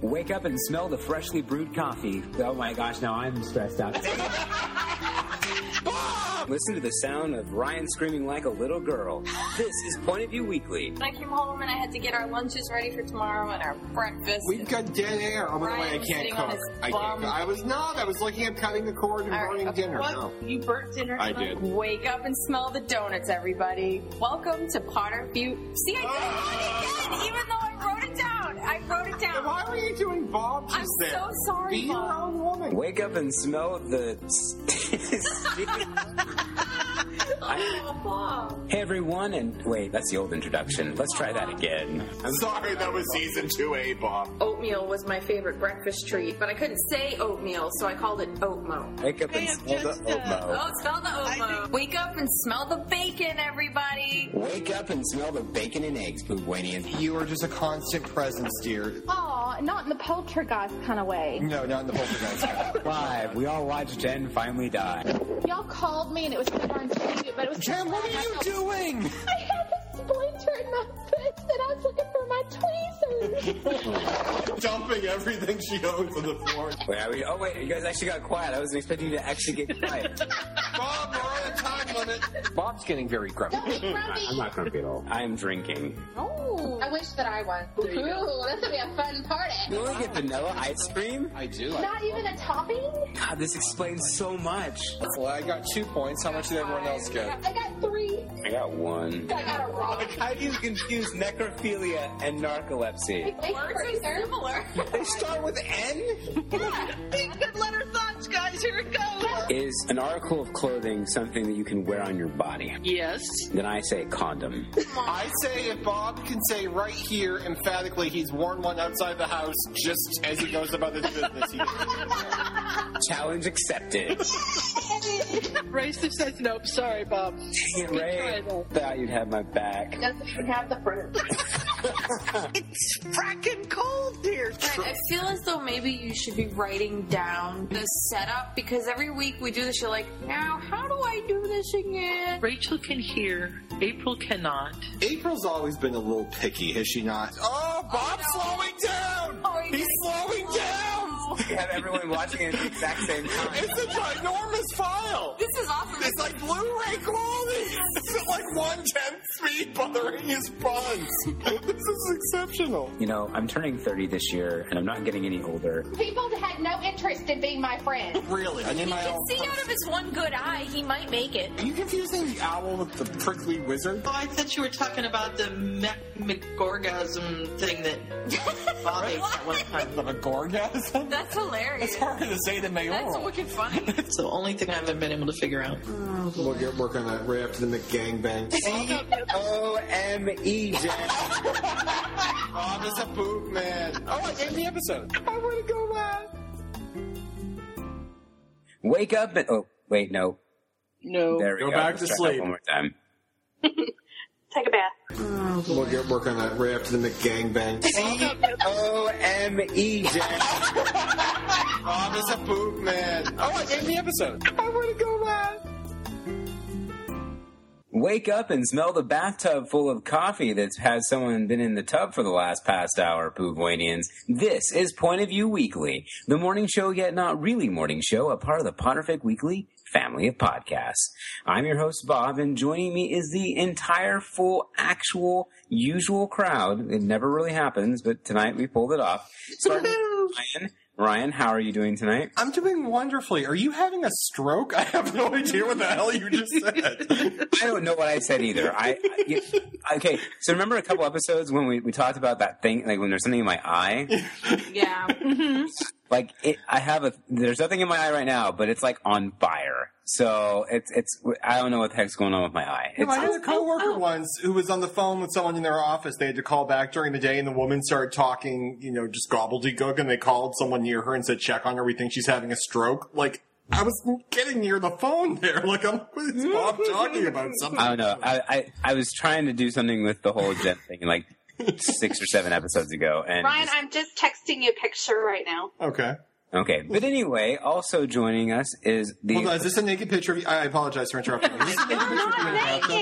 Speaker 6: Wake up and smell the freshly brewed coffee. Oh my gosh, now I'm stressed out. Listen to the sound of Ryan screaming like a little girl. This is Point of View Weekly.
Speaker 3: When I came home and I had to get our lunches ready for tomorrow and our breakfast.
Speaker 2: We've got dead air. Oh, by the way, I
Speaker 3: Ryan
Speaker 2: can't
Speaker 3: sitting
Speaker 2: cook.
Speaker 3: on his
Speaker 2: I can't
Speaker 3: bum.
Speaker 2: cook. I was not. I was looking at cutting the cord and
Speaker 3: All right,
Speaker 2: burning
Speaker 3: okay,
Speaker 2: dinner.
Speaker 3: what?
Speaker 2: No.
Speaker 3: You burnt dinner.
Speaker 2: I did.
Speaker 3: Wake up and smell the donuts, everybody. Welcome to Potter View. See, I did it again, even though I wrote it down. I wrote it
Speaker 2: And
Speaker 3: down.
Speaker 2: Why were you doing Bob just
Speaker 3: I'm
Speaker 2: there?
Speaker 3: so sorry,
Speaker 2: Be your
Speaker 3: Bob.
Speaker 2: own woman.
Speaker 6: Wake up and smell the.
Speaker 3: Oh, Bob.
Speaker 6: hey everyone, and wait, that's the old introduction. Let's try that again.
Speaker 2: I'm sorry, that was season 2A, Bob.
Speaker 3: Oatmeal was my favorite breakfast treat, but I couldn't say oatmeal, so I called it oatmo.
Speaker 6: Wake up and
Speaker 1: I
Speaker 6: smell the
Speaker 1: object to-
Speaker 6: oatmeal.
Speaker 3: Oh, smell the oatmo. Wake up and smell the bacon, everybody.
Speaker 6: Wake up and smell the bacon and eggs, Boobwanian.
Speaker 2: You are just a constant presence, dear.
Speaker 8: Aw, not in the poltergeist kind of way.
Speaker 2: No, not in the poltergeist. kind.
Speaker 6: Live, we all watched Jen finally die.
Speaker 8: Y'all called me and it was so darn cute, but it was.
Speaker 2: Jen, what are you doing?
Speaker 8: I had a splinter in my foot and I was looking for my tweezers.
Speaker 2: dumping everything she owns on the floor.
Speaker 6: Wait, are we, oh wait, you guys actually got quiet. I wasn't expecting you to actually get quiet.
Speaker 2: Bob, we're on a time limit.
Speaker 9: Bob's getting very grumpy.
Speaker 8: Don't be grumpy.
Speaker 6: I'm not grumpy at all. I'm drinking.
Speaker 3: Oh.
Speaker 8: I wish that I was. Ooh, this would be a fun party.
Speaker 6: You want to get vanilla ice cream?
Speaker 9: I do.
Speaker 8: Not even a topping?
Speaker 6: God, this explains so much.
Speaker 9: Well, I got two points. How much did everyone else get?
Speaker 8: I got three.
Speaker 6: I got one.
Speaker 8: I got a rock.
Speaker 6: How do you confuse necrophilia and narcolepsy?
Speaker 8: Words are similar.
Speaker 6: They start with N?
Speaker 1: Big good letter thoughts, guys. Here it goes.
Speaker 6: Is an article of clothing something that you can wear on your body?
Speaker 1: Yes.
Speaker 6: Then I say condom.
Speaker 2: I say if Bob can say right here emphatically he's worn one outside the house just as he goes about his business. He,
Speaker 6: Challenge accepted.
Speaker 1: Racist says nope. Sorry, Bob.
Speaker 6: Dang it, Ray. Thought you'd have my back.
Speaker 8: Doesn't even have the fruit.
Speaker 1: It's fracking cold here.
Speaker 3: I feel as though maybe you should be writing down the setup because every week we do this. You're like, now how do I do this again?
Speaker 1: Rachel can hear. April cannot.
Speaker 2: April's always been a little picky, has she not? Oh, Bob's slowing down!
Speaker 3: Oh, you-
Speaker 2: He's slowing down!
Speaker 6: You have everyone watching it at the exact same time.
Speaker 2: It's a ginormous file!
Speaker 3: This is awesome.
Speaker 2: It's like Blu-ray quality! It's at like one-tenth speed bothering his buns. this is exceptional.
Speaker 6: You know, I'm turning 30 this year, and I'm not getting any older.
Speaker 8: People that had no interest in being my friend.
Speaker 2: Really, I need my own...
Speaker 3: See out of his one good eye, he might make it.
Speaker 2: Are you confusing the owl with the prickly wizard?
Speaker 1: Oh, I thought you were talking about the mech- McGorgasm thing that Bob ate at one time.
Speaker 2: The gorgasm?
Speaker 3: That's hilarious.
Speaker 2: It's harder to say than
Speaker 3: That's
Speaker 2: mayoral.
Speaker 3: wicked funny.
Speaker 1: It's the only thing I haven't been able to figure out.
Speaker 2: We'll get work on that right after the McGangbang.
Speaker 6: O M E J.
Speaker 2: Bob Oh, is a boot man. Oh, I named the episode. I want to go last.
Speaker 6: Wake up and oh wait, no.
Speaker 1: No.
Speaker 6: There we
Speaker 2: Go
Speaker 6: go.
Speaker 2: back to
Speaker 6: try that
Speaker 2: sleep.
Speaker 6: One more time.
Speaker 4: Take a bath.
Speaker 2: We'll get work on that right after the McGangbang.
Speaker 6: O M E J.
Speaker 2: Bob Oh, is a boot man. Oh, I named the episode. I want to go last.
Speaker 6: Wake up and smell the bathtub full of coffee that's has someone been in the tub for the last past hour, Poovanians. This is Point of View Weekly, the morning show yet not really morning show, a part of the Potterfic Weekly family of podcasts. I'm your host, Bob, and joining me is the entire full, actual, usual crowd. It never really happens, but tonight we pulled it off. Starting
Speaker 1: Oh,
Speaker 6: with Ryan. Ryan, how are you doing tonight?
Speaker 2: I'm doing wonderfully. Are you having a stroke? I have no idea what the hell you just said.
Speaker 6: I don't know what I said either. I, I- you- okay. So remember a couple episodes when we, we talked about that thing, like when there's something in my eye.
Speaker 3: yeah.
Speaker 6: Like it, I have a there's nothing in my eye right now, but it's like on fire. So it's it's I don't know what the heck's going on with my eye.
Speaker 2: No, I
Speaker 6: It's,
Speaker 2: had a coworker once who was on the phone with someone in their office. They had to call back during the day, and the woman started talking, you know, just gobbledygook. And they called someone near her and said, "Check on her. We think she's having a stroke." Like I was getting near the phone there. Like I'm, is Bob talking about something?
Speaker 6: I don't know. I, I I was trying to do something with the whole jet thing like six or seven episodes ago, and
Speaker 4: Ryan, I'm just texting you a picture right now.
Speaker 2: Okay.
Speaker 6: okay. But anyway, also joining us is the
Speaker 2: Hold on. Is this a naked picture of you? I I apologize for interrupting. Is this a naked picture of you in the
Speaker 4: Naked!
Speaker 2: bathtub?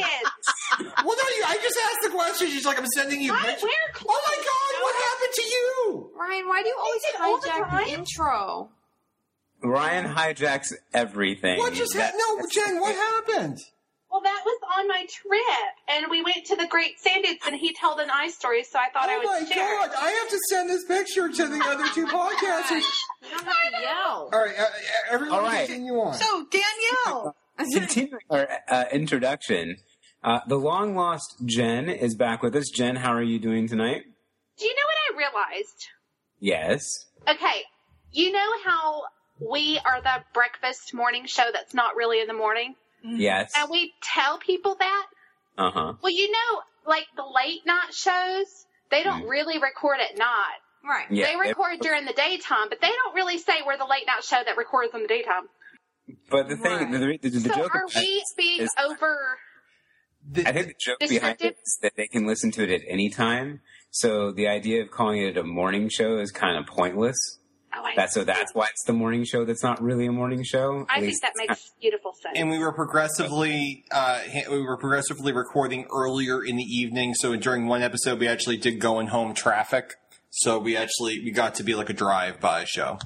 Speaker 2: Well, no, you, I just asked the question. She's like, I'm sending you.
Speaker 4: Why
Speaker 2: pictures.
Speaker 4: wear clothes?
Speaker 2: Oh my god! What happened to you?
Speaker 3: Ryan, why do you always
Speaker 4: did all the
Speaker 3: hijack the
Speaker 4: time?
Speaker 3: intro?
Speaker 6: Ryan hijacks everything.
Speaker 2: What just happened? No, Jen. What happened?
Speaker 4: Well, that was on my trip, and we went to the Great Sand Dunes, and he told an eye story, so I thought I
Speaker 2: Oh my
Speaker 4: would share.
Speaker 2: god! I have to send this picture to the other two podcasters.
Speaker 3: You don't have to yell.
Speaker 2: All right, uh, everyone,
Speaker 6: All right.
Speaker 2: continue on.
Speaker 1: So, Danielle.
Speaker 6: continuing our uh, introduction, uh, the long lost Jen is back with us. Jen, how are you doing tonight?
Speaker 4: Do you know what I realized?
Speaker 6: Yes.
Speaker 4: Okay, you know how we are the breakfast morning show that's not really in the morning,
Speaker 6: Yes.
Speaker 4: Mm-hmm. and we tell people that?
Speaker 6: Uh huh.
Speaker 4: Well, you know, like the late night shows, they don't really record at night.
Speaker 3: Right.
Speaker 6: Mm. Yeah.
Speaker 4: they record during the daytime, but they don't really say we're the late night show that records in the daytime.
Speaker 6: But the thing, the, the, the,
Speaker 4: so
Speaker 6: joke
Speaker 4: are
Speaker 6: about
Speaker 4: we
Speaker 6: it
Speaker 4: being
Speaker 6: is-
Speaker 4: over?
Speaker 6: I think the joke behind it
Speaker 4: Descriptive?
Speaker 6: is that they can listen to it at any time. So the idea of calling it a morning show is kind of pointless.
Speaker 4: Oh, I,
Speaker 6: That's so that's why it's the morning show. That's not really a morning show.
Speaker 4: I
Speaker 6: At
Speaker 4: think
Speaker 6: least
Speaker 4: that
Speaker 6: it's
Speaker 4: makes beautiful sense.
Speaker 2: and we were progressively uh, ha- we were progressively recording earlier in the evening. So during one episode, we actually did going home traffic. So we actually we got to be like a drive-by show.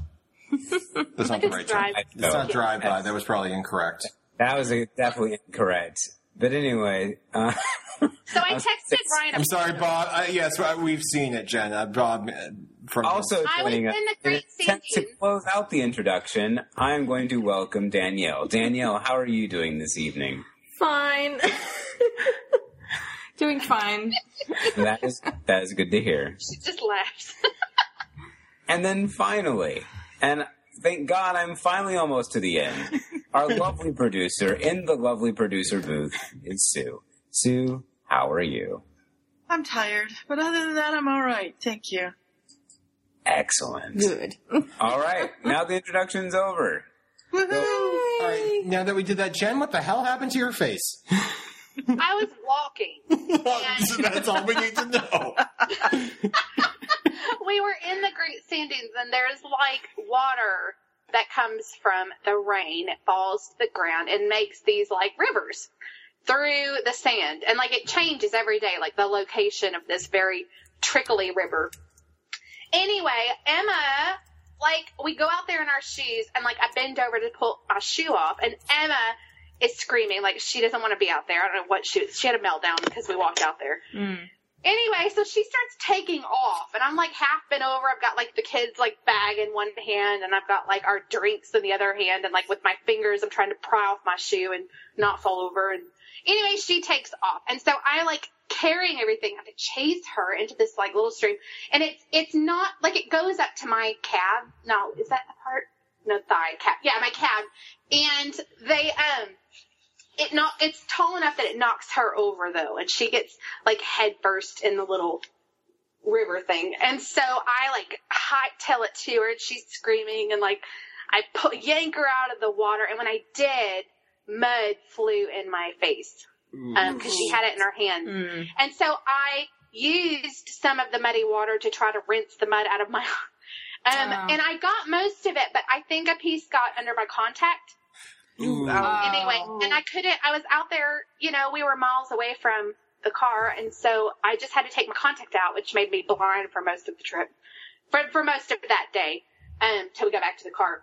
Speaker 2: That's not the right term.
Speaker 4: drive.
Speaker 6: I
Speaker 2: It's
Speaker 6: know.
Speaker 2: not drive-by. That was probably incorrect.
Speaker 6: That was uh, definitely incorrect. But anyway, uh,
Speaker 4: So I texted Brian.
Speaker 2: I'm sorry, Bob. Uh, yes, uh, we've seen it, Jen. Uh, Bob uh, from
Speaker 6: also
Speaker 4: I was
Speaker 6: joining us
Speaker 4: in the Great
Speaker 6: an attempt to
Speaker 4: Sandune.
Speaker 6: close out the introduction, I am going to welcome Danielle. Danielle, how are you doing this evening?
Speaker 3: Fine. Doing fine.
Speaker 6: That is that is good to hear.
Speaker 4: She just laughs.
Speaker 6: And then finally, and thank God I'm finally almost to the end. Our lovely producer in the lovely producer booth is Sue. Sue, how are you?
Speaker 1: I'm tired, but other than that, I'm all right. Thank you.
Speaker 6: Excellent.
Speaker 3: Good.
Speaker 6: All right, now the introduction's over.
Speaker 1: Woohoo!
Speaker 2: All right, now that we did that, Jen, what the hell happened to your face?
Speaker 4: I was walking.
Speaker 2: That's all we need to know.
Speaker 4: we were in the Great Sand Dunes, and there's like water that comes from the rain, it falls to the ground, and makes these like rivers through the sand. And like it changes every day, like the location of this very trickly river. Anyway, Emma, like we go out there in our shoes, and like I bend over to pull my shoe off, and Emma is screaming like she doesn't want to be out there. I don't know what shoes. She had a meltdown because we walked out there. Anyway, so she starts taking off, and I'm like half bent over. I've got like the kids' like bag in one hand, and I've got like our drinks in the other hand, and like with my fingers, I'm trying to pry off my shoe and not fall over. And anyway, she takes off, and so I like carrying everything. I have to chase her into this like little stream, and it's it's not like it goes up to my cab. No, is that the part? No thigh cab. Yeah, my cab, and they um it not it's tall enough that it knocks her over though and she gets like head first in the little river thing and so i like hightail it to her and she's screaming and like i pu- yank her out of the water and when i did mud flew in my face because she had it in her hand and so i used some of the muddy water to try to rinse the mud out of my um,
Speaker 3: Wow.
Speaker 4: and i got most of it but i think a piece got under my contact
Speaker 2: Ooh.
Speaker 4: anyway, and I couldn't. I was out there, you know, we were miles away from the car, and so I just had to take my contact out, which made me blind for most of the trip, for for most of that day, um, till we got back to the car.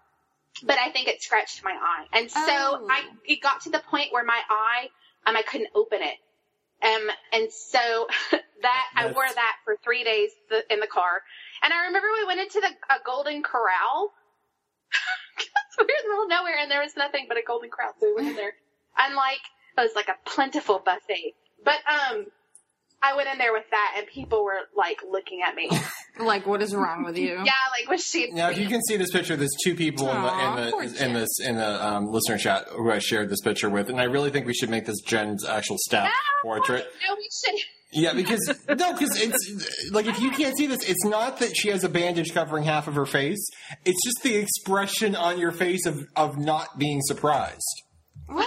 Speaker 4: But I think it scratched my eye, and so
Speaker 3: Oh.
Speaker 4: I it got to the point where my eye, um, I couldn't open it, um, and so that I
Speaker 2: That's-
Speaker 4: wore that for three days th- in the car, and I remember we went into the a Golden Corral. 'Cause we were in the middle of nowhere, and there was nothing but a Golden Corral, so we went in there, and like it was like a plentiful buffet. But um, I went in there with that, and people were like looking at me. yeah,
Speaker 3: Like, what is wrong with you?
Speaker 4: like was she?
Speaker 2: Now, if you can see this picture, there's two people
Speaker 3: Aw,
Speaker 2: in the
Speaker 3: poor
Speaker 2: in the in this in the um, listener chat who I shared this picture with, and I really think we should make this Jen's actual staff
Speaker 3: Ah,
Speaker 4: No,
Speaker 2: portrait.
Speaker 4: No, we should.
Speaker 2: Yeah, because no, because it's like if you can't see this, it's not that she has a bandage covering half of her face. It's just the expression on your face of of not being surprised.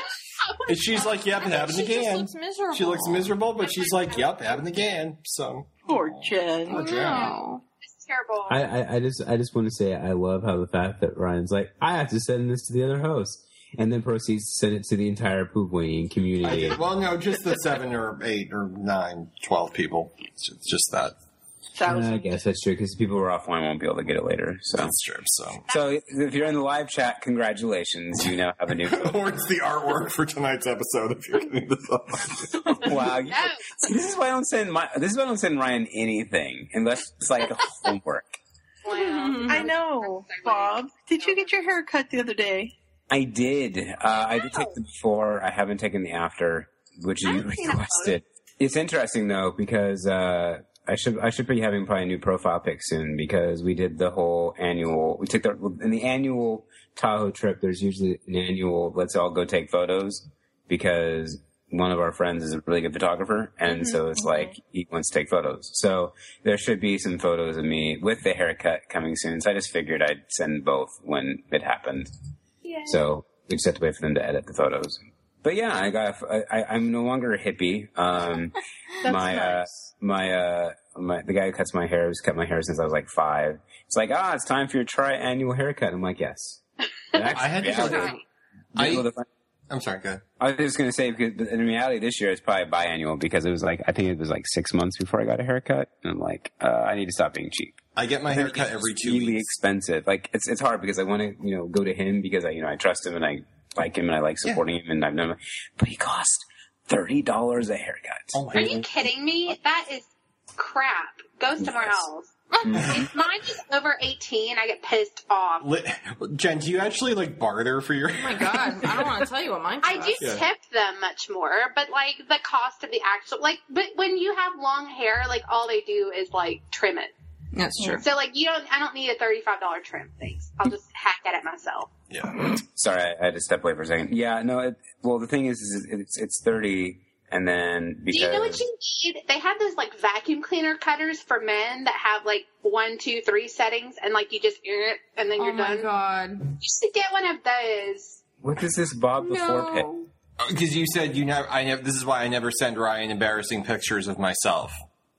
Speaker 3: What?
Speaker 2: And she's like, "Yep, it happened
Speaker 3: She just
Speaker 2: again."
Speaker 3: looks miserable.
Speaker 2: She looks miserable, but she's like, "Yep, it happened again." So
Speaker 1: Poor Jen.
Speaker 2: Oh, Jen.
Speaker 3: No.
Speaker 4: It's terrible.
Speaker 6: I, I, I just I just want to say I love how the fact that Ryan's like I have to send this to the other host and then proceeds to send it to the entire Pugwayan
Speaker 2: I
Speaker 6: community.
Speaker 2: did- well, no, just the seven or eight or nine, twelve people. It's ju- just that.
Speaker 6: I
Speaker 1: Thousand.
Speaker 6: guess that's true because people who are offline won't be able to get it later. So
Speaker 2: That's true. So,
Speaker 6: so if you're in the live chat, congratulations, you now have a new.
Speaker 2: or it's the artwork for tonight's episode. If you're getting this up.
Speaker 6: wow, Uh, you-
Speaker 4: no.
Speaker 6: See, this is why I don't send my this is why I don't send Ryan anything unless it's like homework.
Speaker 4: Wow.
Speaker 1: I know, Bob. Did you get your hair cut the other day?
Speaker 6: I did. Uh, I did take the before. I haven't taken the after, which you
Speaker 4: seen that photo.
Speaker 6: requested. It's interesting though because uh, I should I should be having probably a new profile pic soon because we did the whole annual. We took the in the annual Tahoe trip. There's usually an annual. Let's all go take photos because one of our friends is a really good photographer, and so it's like he wants to take photos. So there should be some photos of me with the haircut coming soon. So I just figured I'd send both when it happened. So we just have to wait for them to edit the photos. But yeah, I got. I, I, I'm no longer a hippie. Um,
Speaker 1: That's
Speaker 6: my
Speaker 1: nice.
Speaker 6: uh, my uh, my the guy who cuts my hair has cut my hair since I was like five. It's like ah, it's time for your tri-annual haircut. I'm like yes.
Speaker 2: I had to go
Speaker 6: I,
Speaker 2: I, I'm sorry, go ahead.
Speaker 6: I was just going to say because in reality this year it's probably biannual because it was like I think it was like six months before I got a haircut, and I'm like, uh, I need to stop being cheap.
Speaker 2: I get my haircut every
Speaker 6: It's
Speaker 2: two
Speaker 6: really
Speaker 2: weeks.
Speaker 6: expensive. Like it's it's hard because I want to you know go to him because I you know I trust him and I like him and I like supporting him and I've known him, but he cost thirty dollars a haircut.
Speaker 2: Oh
Speaker 4: Are
Speaker 2: my
Speaker 4: you kidding me? That is crap. Go somewhere
Speaker 6: Yes.
Speaker 4: else. if mine is over 18, I get pissed off.
Speaker 2: Li- Jen, do you actually like barter for your?
Speaker 3: Oh my god, I don't want to tell you what mine
Speaker 4: I
Speaker 3: costs.
Speaker 4: do tip them much more, but like the cost of the actual, like, but when you have long hair, like all they do is like trim it.
Speaker 3: That's true.
Speaker 4: So like you don't, I don't need a thirty-five dollar trim. Thanks. I'll just hack at it myself.
Speaker 2: Yeah.
Speaker 6: Sorry, I, I had to step away for a second. Yeah, no. It, well, the thing is, is it- it's it's thirty, and then because
Speaker 4: Do you know what you need? They have those like vacuum cleaner cutters for men that have like one, two, three settings, and like you just air it, and then
Speaker 3: Oh
Speaker 4: you're
Speaker 3: my
Speaker 4: done.
Speaker 3: god.
Speaker 4: You should get one of those.
Speaker 6: what is this Bob before pick?
Speaker 3: No.
Speaker 2: Because Oh, you said you never. I never. This is why I never send Ryan embarrassing pictures of myself.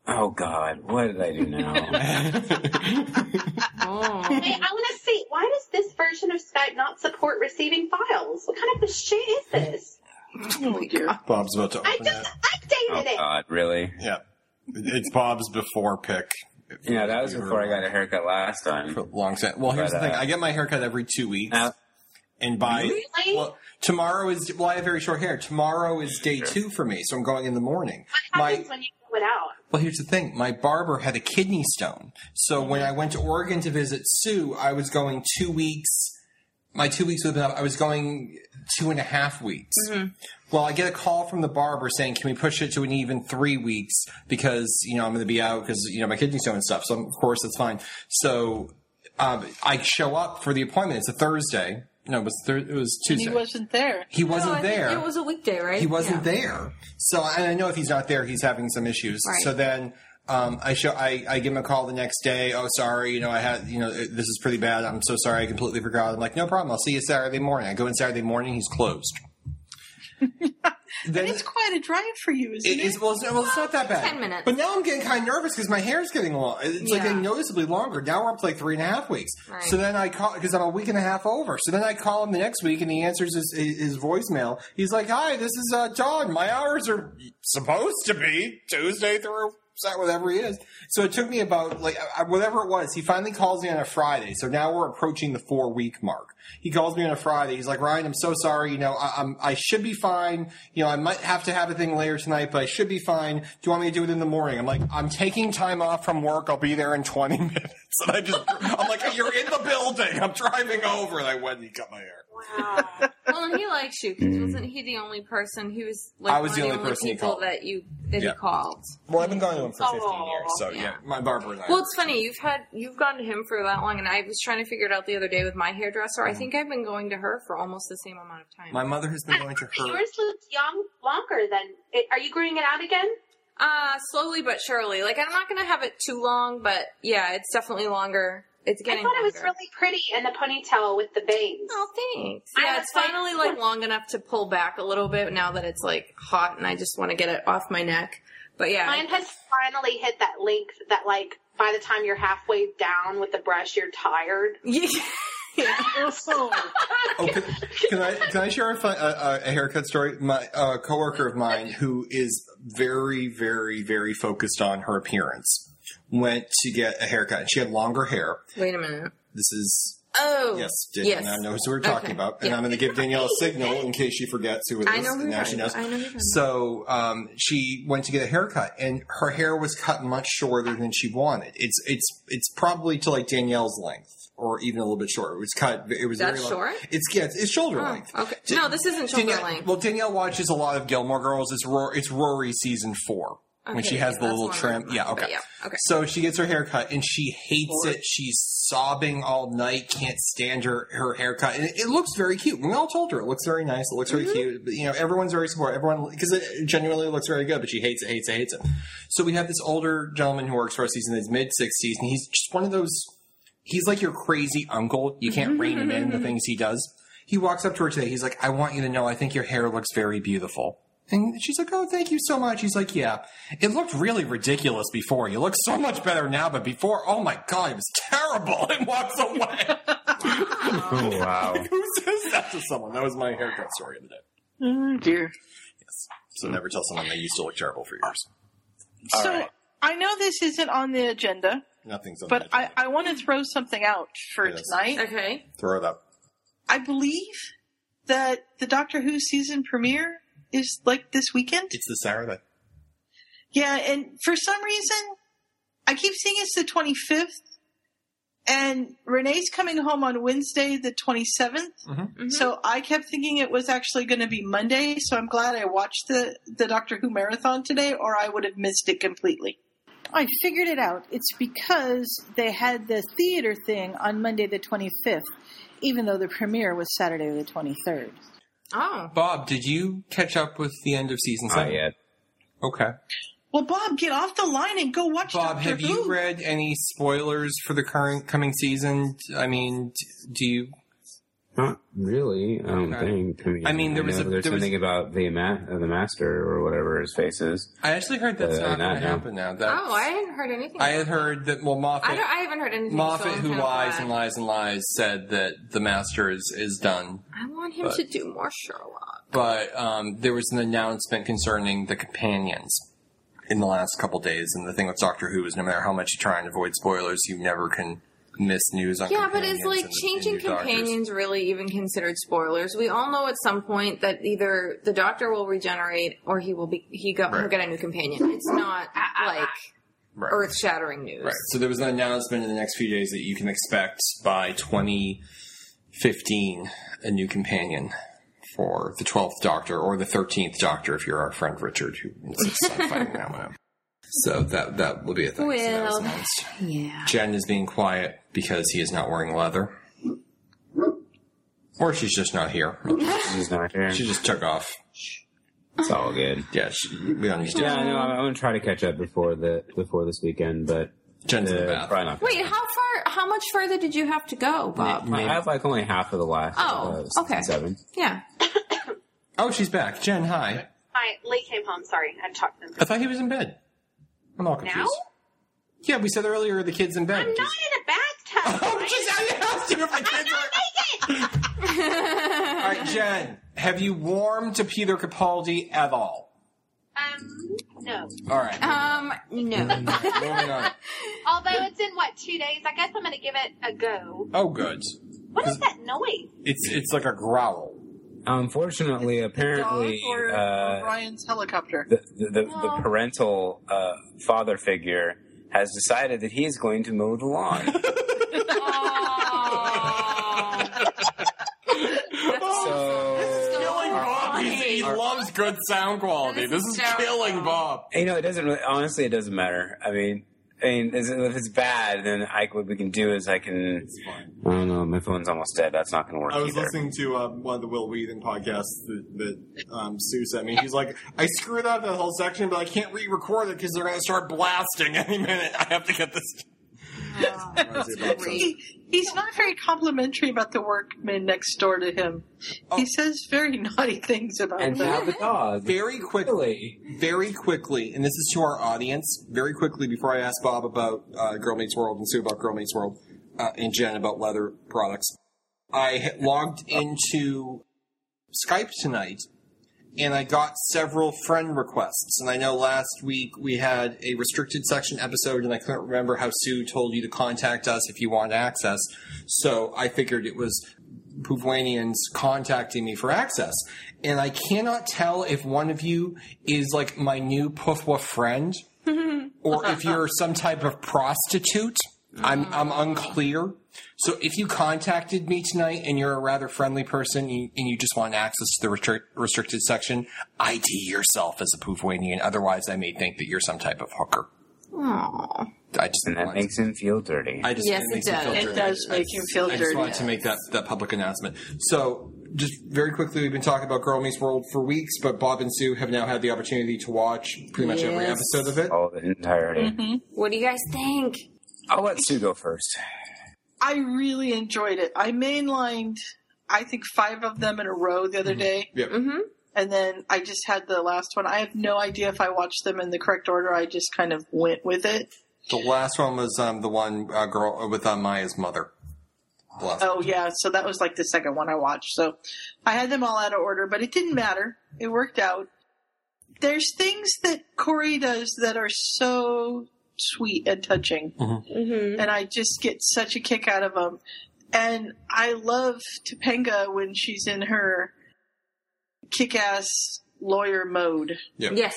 Speaker 6: Oh God, what did I do now?
Speaker 3: Oh.
Speaker 4: Wait, I want to see why does this version of Skype not support receiving files? What kind of shit is this?
Speaker 1: Oh,
Speaker 2: Bob's about to
Speaker 4: I
Speaker 2: open
Speaker 4: just
Speaker 2: it.
Speaker 6: oh
Speaker 4: updated it.
Speaker 6: God, really?
Speaker 2: Yeah. It's Bob's before pick.
Speaker 6: Yeah, that was before I got a haircut last time.
Speaker 2: For a long time. Well, here's
Speaker 6: But,
Speaker 2: the thing.
Speaker 6: uh,
Speaker 2: I get my haircut every two weeks,
Speaker 6: Now-
Speaker 2: and by
Speaker 4: Really?
Speaker 2: well, tomorrow is well, I have very short hair. Tomorrow is day two for me, so I'm going in the morning.
Speaker 4: What
Speaker 2: My
Speaker 4: happens when you blow it out?
Speaker 2: Well, here's the thing. My barber had a kidney stone. So when I went to Oregon to visit Sue, I was going two weeks. My two weeks would have been up. I was going two and a half weeks. Well, I get a call from the barber saying, can we push it to an even three weeks because, you know, I'm going to be out because, you know, my kidney stone and stuff. So, of course, that's fine. So um, I show up for the appointment. It's a Thursday. No, it was, thir- it was Tuesday.
Speaker 1: He wasn't there.
Speaker 2: He
Speaker 3: No,
Speaker 2: wasn't
Speaker 3: I think
Speaker 2: there
Speaker 3: It was a weekday, right?
Speaker 2: he wasn't there. So and I know if he's not there, he's having some issues.
Speaker 3: Right.
Speaker 2: So then um, I show I, I give him a call the next day. Oh, sorry, you know I had you know this is pretty bad. I'm so sorry. I completely forgot. I'm like, no problem. I'll see you Saturday morning. I go in Saturday morning. He's closed. then
Speaker 1: It's quite a drive for you, isn't
Speaker 2: it
Speaker 1: it?
Speaker 2: is well, it's- well, it's not that bad.
Speaker 3: 10 minutes.
Speaker 2: But now I'm getting kind of nervous because my hair's getting long. It's like
Speaker 3: Yeah.
Speaker 2: getting noticeably longer. Now we're up to like three and a half weeks.
Speaker 3: Right.
Speaker 2: So then I call because I'm a week and a half over. So then I call him the next week and he answers his, his voicemail. He's like, "Hi, this is uh, John. My hours are supposed to be Tuesday through." Sat whatever he is. So it took me about like uh, whatever it was. He finally calls me on a Friday. So now we're approaching the four week mark. He calls me on a Friday. He's like, Ryan, I'm so sorry. You know, I, I'm I should be fine. You know, I might have to have a thing later tonight, but I should be fine. Do you want me to do it in the morning? I'm like, I'm taking time off from work. I'll be there in 20 minutes. And I just, I'm like, you're in the building. I'm driving over. And I went and he cut my hair.
Speaker 4: Wow.
Speaker 3: Well, and he likes you because wasn't he the only person? He was like
Speaker 2: I was
Speaker 3: one
Speaker 2: the
Speaker 3: of
Speaker 2: only person he
Speaker 3: people
Speaker 2: called.
Speaker 3: that you that
Speaker 2: Yeah.
Speaker 3: he called.
Speaker 2: Well, I've been going to him for 15
Speaker 4: Aw.
Speaker 2: years. So yeah,
Speaker 3: Yeah.
Speaker 2: my barber and I.
Speaker 3: Oh, Well, it's funny you've had you've gone to him for that long, and I was trying to figure it out the other day with my hairdresser. I think I've been going to her for almost the same amount of time.
Speaker 2: Mm-hmm. my mother has been going to her.
Speaker 4: Yours looks young, longer than. It, are you growing it out again?
Speaker 3: uh slowly but surely. Like I'm not gonna have it too long, but yeah, it's definitely longer. It's
Speaker 4: I
Speaker 3: getting.
Speaker 4: thought it was
Speaker 3: longer.
Speaker 4: really pretty in the ponytail with the bangs.
Speaker 3: Oh, thanks.
Speaker 4: I
Speaker 3: Yeah,
Speaker 4: was
Speaker 3: it's
Speaker 4: like-
Speaker 3: finally like long enough to pull back a little bit now that it's like hot and I just want to get it off my neck. But yeah,
Speaker 4: Mine has finally hit that length that like by the time you're halfway down with the brush, you're tired.
Speaker 3: yeah,
Speaker 2: Oh, can, can I can I share a, fun, a, a haircut story? My uh, coworker of mine, who is very, very, very focused on her appearance, went to get a haircut, and she had longer hair.
Speaker 3: Wait a minute.
Speaker 2: This is
Speaker 3: Oh,
Speaker 2: yes,
Speaker 3: yes.
Speaker 2: yes. now knows who we're talking
Speaker 3: Okay.
Speaker 2: about, and
Speaker 3: Yeah.
Speaker 2: I'm going to give Danielle a signal in case she forgets who it is.
Speaker 3: I know who
Speaker 2: and now
Speaker 3: you're
Speaker 2: she
Speaker 3: talking
Speaker 2: knows.
Speaker 3: about. I know who you're talking
Speaker 2: So um, she went to get a haircut, and her hair was cut much shorter than she wanted. It's it's it's probably to like Danielle's length. Or even a little bit shorter. It was cut. It was
Speaker 3: That's
Speaker 2: very long.
Speaker 3: short?
Speaker 2: It's yeah. It's, it's shoulder length.
Speaker 3: Oh, okay.
Speaker 2: Da-
Speaker 3: No, this isn't shoulder
Speaker 2: Danielle-
Speaker 3: length.
Speaker 2: Well, Danielle watches a lot of Gilmore Girls. It's Rory, it's Rory season four when
Speaker 3: Okay,
Speaker 2: she has
Speaker 3: yeah,
Speaker 2: the
Speaker 3: that's
Speaker 2: little
Speaker 3: one
Speaker 2: trim.
Speaker 3: I'm
Speaker 2: Yeah,
Speaker 3: talking
Speaker 2: okay.
Speaker 3: about. Yeah, okay.
Speaker 2: So she gets her haircut and she hates it. She's sobbing all night. Can't stand her her haircut. And it, it looks very cute. We all told her it looks very nice. It looks very cute. But, you know, everyone's very supportive. Everyone because it genuinely looks very good. But she hates it. Hates it. Hates it. So we have this older gentleman who works for us. He's in his mid sixties, and he's just one of those he's like your crazy uncle. You can't rein him in the things he does. He walks up to her today. He's like, I want you to know I think your hair looks very beautiful. And she's like, Oh, thank you so much. He's like, Yeah. It looked really ridiculous before. You look so much better now, but before, oh my God, it was terrible. And walks away.
Speaker 6: Oh wow.
Speaker 2: Who says that to someone? That was my haircut story of the day.
Speaker 1: Oh dear.
Speaker 10: So never tell someone they used to look terrible for years.
Speaker 1: so
Speaker 11: right.
Speaker 1: I know this isn't on the agenda,
Speaker 10: Nothing's on
Speaker 1: but
Speaker 10: the
Speaker 1: I,
Speaker 10: agenda.
Speaker 1: I want to throw something out for
Speaker 10: Yes.
Speaker 1: tonight.
Speaker 3: Okay.
Speaker 10: throw it up.
Speaker 1: I believe that the Doctor Who season premiere is like this weekend.
Speaker 10: It's the Saturday.
Speaker 1: Yeah, and for some reason, I keep seeing it's the 25th, and Renee's coming home on Wednesday, the 27th.
Speaker 2: Mm-hmm.
Speaker 1: So I kept thinking it was actually going to be Monday. So I'm glad I watched the, the Doctor Who marathon today, or I would have missed it completely.
Speaker 12: I figured it out. It's because they had the theater thing on Monday the 25th, even though the premiere was Saturday the 23rd.
Speaker 3: Oh.
Speaker 2: Bob, did you catch up with the end of season
Speaker 6: Not
Speaker 2: seven?
Speaker 10: uh,
Speaker 6: yet.
Speaker 2: Okay.
Speaker 1: Well, Bob, get off the line and go watch
Speaker 2: Bob,
Speaker 1: Doctor
Speaker 2: have
Speaker 1: Who.
Speaker 2: you read any spoilers for the current coming season? I mean, d- do you?
Speaker 6: Not really. I don't
Speaker 2: Okay.
Speaker 6: think. I mean,
Speaker 2: I mean, there was
Speaker 6: know
Speaker 2: a-
Speaker 6: there's
Speaker 2: there was-
Speaker 6: something about the ma- uh, the master or whatever his face is.
Speaker 2: I actually heard that's
Speaker 6: Uh,
Speaker 2: not
Speaker 6: not
Speaker 2: going to
Speaker 6: now.
Speaker 2: happen now. That's,
Speaker 3: Oh, I hadn't heard anything.
Speaker 2: I had heard that. Well, Moffat.
Speaker 3: I, don't, I haven't heard anything.
Speaker 2: Moffat,
Speaker 3: so I'm
Speaker 2: who
Speaker 3: kinda
Speaker 2: lies
Speaker 3: glad.
Speaker 2: and lies and lies, said that the master is, is done.
Speaker 3: I want him to do more Sherlock.
Speaker 2: But um, there was an announcement concerning the companions in the last couple days, and the thing with Doctor Who is no matter how much you try and avoid spoilers, you never can miss news on.
Speaker 3: Yeah, but is
Speaker 2: companions
Speaker 3: like
Speaker 2: and- and
Speaker 3: changing
Speaker 2: new doctors.
Speaker 3: companions really even considered spoilers? We all know at some point that either the doctor will regenerate or he will be he got he'll
Speaker 2: Right.
Speaker 3: get a new companion. It's not like
Speaker 2: Right.
Speaker 3: earth shattering news.
Speaker 2: Right. So there was an announcement in the next few days that you can expect by 2015 a new companion for the 12th Doctor or the 13th Doctor if you're our friend Richard who insists on finding that one out. So that that will be a thing. So that was
Speaker 3: Well.
Speaker 2: announced.
Speaker 3: Yeah.
Speaker 2: Jen is being quiet because he is not wearing leather. Or she's just not here.
Speaker 6: She's not here.
Speaker 2: She just took off.
Speaker 6: It's all good.
Speaker 2: Yeah, she, we don't need to.
Speaker 6: Yeah, I know. I'm gonna try to catch up before the before this weekend, but
Speaker 2: Jen's in the
Speaker 6: uh,
Speaker 2: bath.
Speaker 6: probably not.
Speaker 3: Wait, how far? How much further did you have to go, Bob?
Speaker 6: I have like only half of the last.
Speaker 3: Oh,
Speaker 6: uh, season
Speaker 3: okay.
Speaker 6: Seven.
Speaker 3: Yeah.
Speaker 2: Oh, she's back. Jen, hi.
Speaker 4: Hi, Lee came home. Sorry, I talked to him.
Speaker 2: I thought he was in bed. I'm all confused.
Speaker 4: Now?
Speaker 2: Yeah, we said earlier the kid's in bed. Oh,
Speaker 4: I'm not in
Speaker 2: Just-
Speaker 4: a bathtub.
Speaker 2: I'm just I asked you if my kids are. All right, Jen, have you warmed to Peter Capaldi at all?
Speaker 4: Um, no.
Speaker 2: All right,
Speaker 3: Um. No.
Speaker 2: moving on.
Speaker 4: Although it's in what two days, I guess I'm going to give it a go.
Speaker 2: Oh, good.
Speaker 4: What is that noise?
Speaker 2: It's it's like a growl.
Speaker 6: Unfortunately, apparently,
Speaker 1: Dog or, or
Speaker 6: uh,
Speaker 1: Ryan's helicopter.
Speaker 6: the, the, the, the parental uh, father figure has decided that he is going to mow the lawn.
Speaker 3: Oh,
Speaker 6: so
Speaker 2: Killing Bob. He's- he loves good sound quality.
Speaker 3: This is terrible.
Speaker 2: Bob.
Speaker 6: you know, it doesn't really. Honestly, it doesn't matter. I mean. I mean, is it- if it's bad, then I, what we can do is I can. I don't know. My phone's almost dead. That's not going to work
Speaker 10: I was
Speaker 6: either.
Speaker 10: listening to uh, one of the Will Wheaton podcasts that, that um, Sue sent me. He's like, I screwed up that whole section, but I can't re-record it because they're going to start blasting any minute. I have to get this.
Speaker 1: He, he's not very complimentary about the workmen next door to him. He says very naughty things about
Speaker 6: And
Speaker 1: them.
Speaker 6: now the dog.
Speaker 2: Very quickly, very quickly, and this is to our audience. Very quickly, before I ask Bob about uh, Girl Meets World and Sue about Girl Meets World uh, and Jen about leather products, I ha- logged into Skype tonight and I got several friend requests. And I know last week we had a restricted section episode, and I couldn't remember how Sue told you to contact us if you want access. So I figured it was Puvlanians contacting me for access. And I cannot tell if one of you is like my new Pufwa friend or if you're some type of prostitute. I'm I'm unclear. So if you contacted me tonight and you're a rather friendly person and you, and you just want access to the restrict, restricted section, ID yourself as a Puvwanian. Otherwise, I may think that you're some type of hooker.
Speaker 3: Aw.
Speaker 2: I just
Speaker 6: And that
Speaker 2: want-
Speaker 6: makes him feel dirty.
Speaker 2: I just
Speaker 3: Yes,
Speaker 2: it
Speaker 3: it
Speaker 2: makes me
Speaker 3: does.
Speaker 2: feel
Speaker 3: It
Speaker 2: dirty.
Speaker 1: It does make him feel
Speaker 2: I just
Speaker 1: dirty.
Speaker 2: wanted to make that, that public announcement. So, just very quickly, we've been talking about Girl Meets World for weeks, but Bob and Sue have now had the opportunity to watch pretty much every
Speaker 3: Yes.
Speaker 2: episode of it.
Speaker 6: All the entirety.
Speaker 3: What do you guys think?
Speaker 6: I'll let Sue go first.
Speaker 1: I really enjoyed it. I mainlined, I think, five of them in a row the other
Speaker 6: Mm-hmm.
Speaker 1: day.
Speaker 2: Yep.
Speaker 1: And then I just had the last one. I have no idea if I watched them in the correct order. I just kind of went with it.
Speaker 2: The last one was um, the one uh, girl with uh, Maya's mother. Blossom.
Speaker 1: Oh yeah, so that was like the second one I watched. So I had them all out of order, but it didn't matter. It worked out. There's things that Corey does that are so sweet and touching, and I just get such a kick out of them. And I love Topanga when she's in her kick-ass lawyer mode.
Speaker 3: Yes.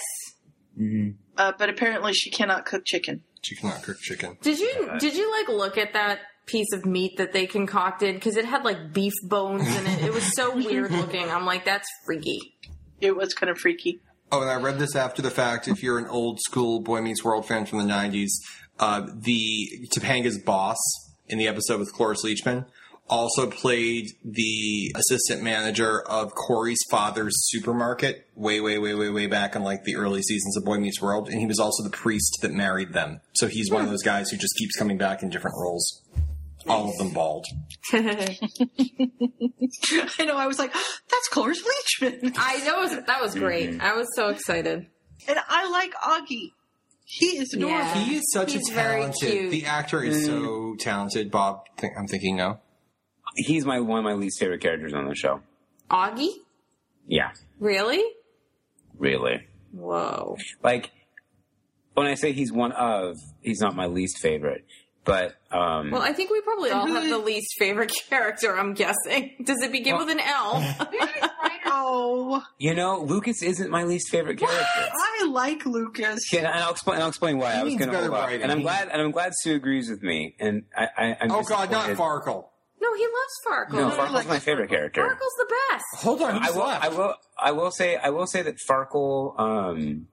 Speaker 1: Uh, but apparently, she cannot cook chicken.
Speaker 2: She cannot cook chicken.
Speaker 3: Did you did you like look at that piece of meat that they concocted because it had like beef bones in it? It was so weird looking. I'm like, that's freaky.
Speaker 1: It was kind of freaky.
Speaker 2: Oh, and I read this after the fact. If you're an old school Boy Meets World fan from the 90s, uh, the Topanga's boss in the episode with Cloris Leachman also played the assistant manager of Corey's father's supermarket way, way, way, way, way back in like the early seasons of Boy Meets World. And he was also the priest that married them. So he's
Speaker 3: Hmm.
Speaker 2: one of those guys who just keeps coming back in different roles. All of them bald.
Speaker 1: I know. I was like, that's Cloris Leachman.
Speaker 3: I that was that was great. I was so excited.
Speaker 1: And I like Augie. He is adorable.
Speaker 3: Yeah.
Speaker 2: He is such
Speaker 3: He's
Speaker 2: a
Speaker 3: very
Speaker 2: talented. Mm.
Speaker 3: cute.
Speaker 2: The actor is so talented. Bob, think, I'm thinking no.
Speaker 6: He's my one of my least favorite characters on the show.
Speaker 3: Augie?
Speaker 6: Yeah,
Speaker 3: Really?
Speaker 6: really.
Speaker 3: Whoa.
Speaker 6: Like when I say he's one of, he's not my least favorite, but um,
Speaker 3: Well, I think we probably all have the least favorite character, I'm guessing. Does it begin with an L?
Speaker 1: Oh,
Speaker 6: you know, Lucas isn't my least favorite character.
Speaker 1: I like Lucas.
Speaker 6: Yeah, and I'll explain. I'll explain why I was
Speaker 2: needs
Speaker 6: going to
Speaker 2: better
Speaker 6: hold off.
Speaker 2: writing.
Speaker 6: And I'm
Speaker 2: He-
Speaker 6: glad. And I'm glad Sue agrees with me. And I, I I'm
Speaker 2: Oh
Speaker 6: just
Speaker 2: God, not
Speaker 6: disappointed.
Speaker 2: Farkle.
Speaker 3: no, he loves Farkle.
Speaker 6: No,
Speaker 1: I
Speaker 6: Farkle's
Speaker 1: like
Speaker 6: my favorite character.
Speaker 3: Farkle's the best.
Speaker 2: Hold on,
Speaker 6: I
Speaker 2: who's
Speaker 6: will,
Speaker 2: left?
Speaker 6: I will. I will say. I will say that Farkle. Um,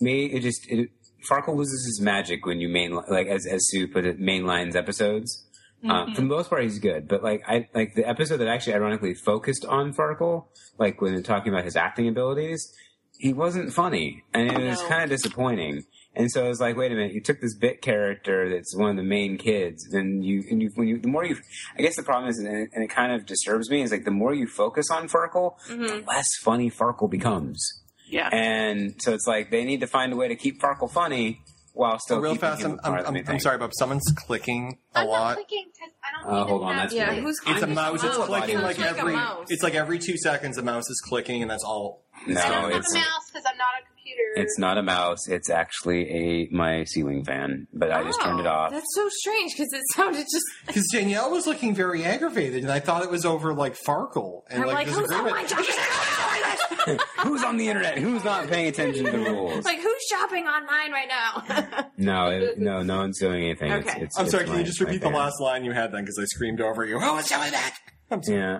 Speaker 6: may it just it, Farkle loses his magic when you main like as as Sue put it mainlines episodes. Uh, for the most part, he's good, but like I like the episode that actually ironically focused on Farkle, like when they're talking about his acting abilities, he wasn't funny, and it was
Speaker 1: No.
Speaker 6: kind of disappointing. And so I was like, wait a minute, you took this bit character that's one of the main kids, then you and you when you the more you, I guess the problem is, and it, and it kind of disturbs me, is like the more you focus on Farkle, the less funny Farkle becomes.
Speaker 1: Yeah.
Speaker 6: And so it's like they need to find a way to keep Farkle funny while still
Speaker 2: real
Speaker 6: keeping
Speaker 2: fast.
Speaker 6: him
Speaker 2: I'm,
Speaker 6: a part
Speaker 2: I'm,
Speaker 6: of the main
Speaker 2: I'm, I'm
Speaker 6: thing.
Speaker 2: sorry, Bob. Someone's clicking a
Speaker 4: I'm not
Speaker 2: lot.
Speaker 4: clicking because I don't
Speaker 6: Uh,
Speaker 4: need
Speaker 6: hold on, that's
Speaker 3: Yeah,
Speaker 6: me.
Speaker 3: who's
Speaker 2: It's a
Speaker 3: who's
Speaker 2: mouse. Oh, It's
Speaker 6: mouse.
Speaker 2: clicking
Speaker 6: Sounds
Speaker 2: like,
Speaker 6: like a
Speaker 2: every.
Speaker 3: mouse.
Speaker 2: It's like every two seconds, a mouse is clicking, and that's all.
Speaker 6: No,
Speaker 4: I don't have
Speaker 6: it's-
Speaker 4: a mouse because I'm not a computer.
Speaker 6: It's not a mouse. It's actually a my ceiling fan, but I just turned it
Speaker 3: Oh,
Speaker 6: off.
Speaker 3: That's so strange because it sounded just.
Speaker 2: Because Danielle was looking very aggravated, and I thought it was over like Farkle and
Speaker 3: I'm
Speaker 2: like
Speaker 3: like, who's on my
Speaker 2: disagreement.
Speaker 3: job?
Speaker 6: Who's on the internet? Who's not paying attention to the rules?
Speaker 3: like, who's shopping online right now?
Speaker 6: No, it, no, no one's doing anything. It's,
Speaker 3: Okay.
Speaker 6: it's,
Speaker 2: I'm
Speaker 6: it's
Speaker 2: sorry. Can
Speaker 6: my-
Speaker 2: you just
Speaker 6: my
Speaker 2: repeat the
Speaker 6: fan.
Speaker 2: last line you had then? Because I screamed over you. Oh, it's doing that. I'm sorry.
Speaker 6: Yeah.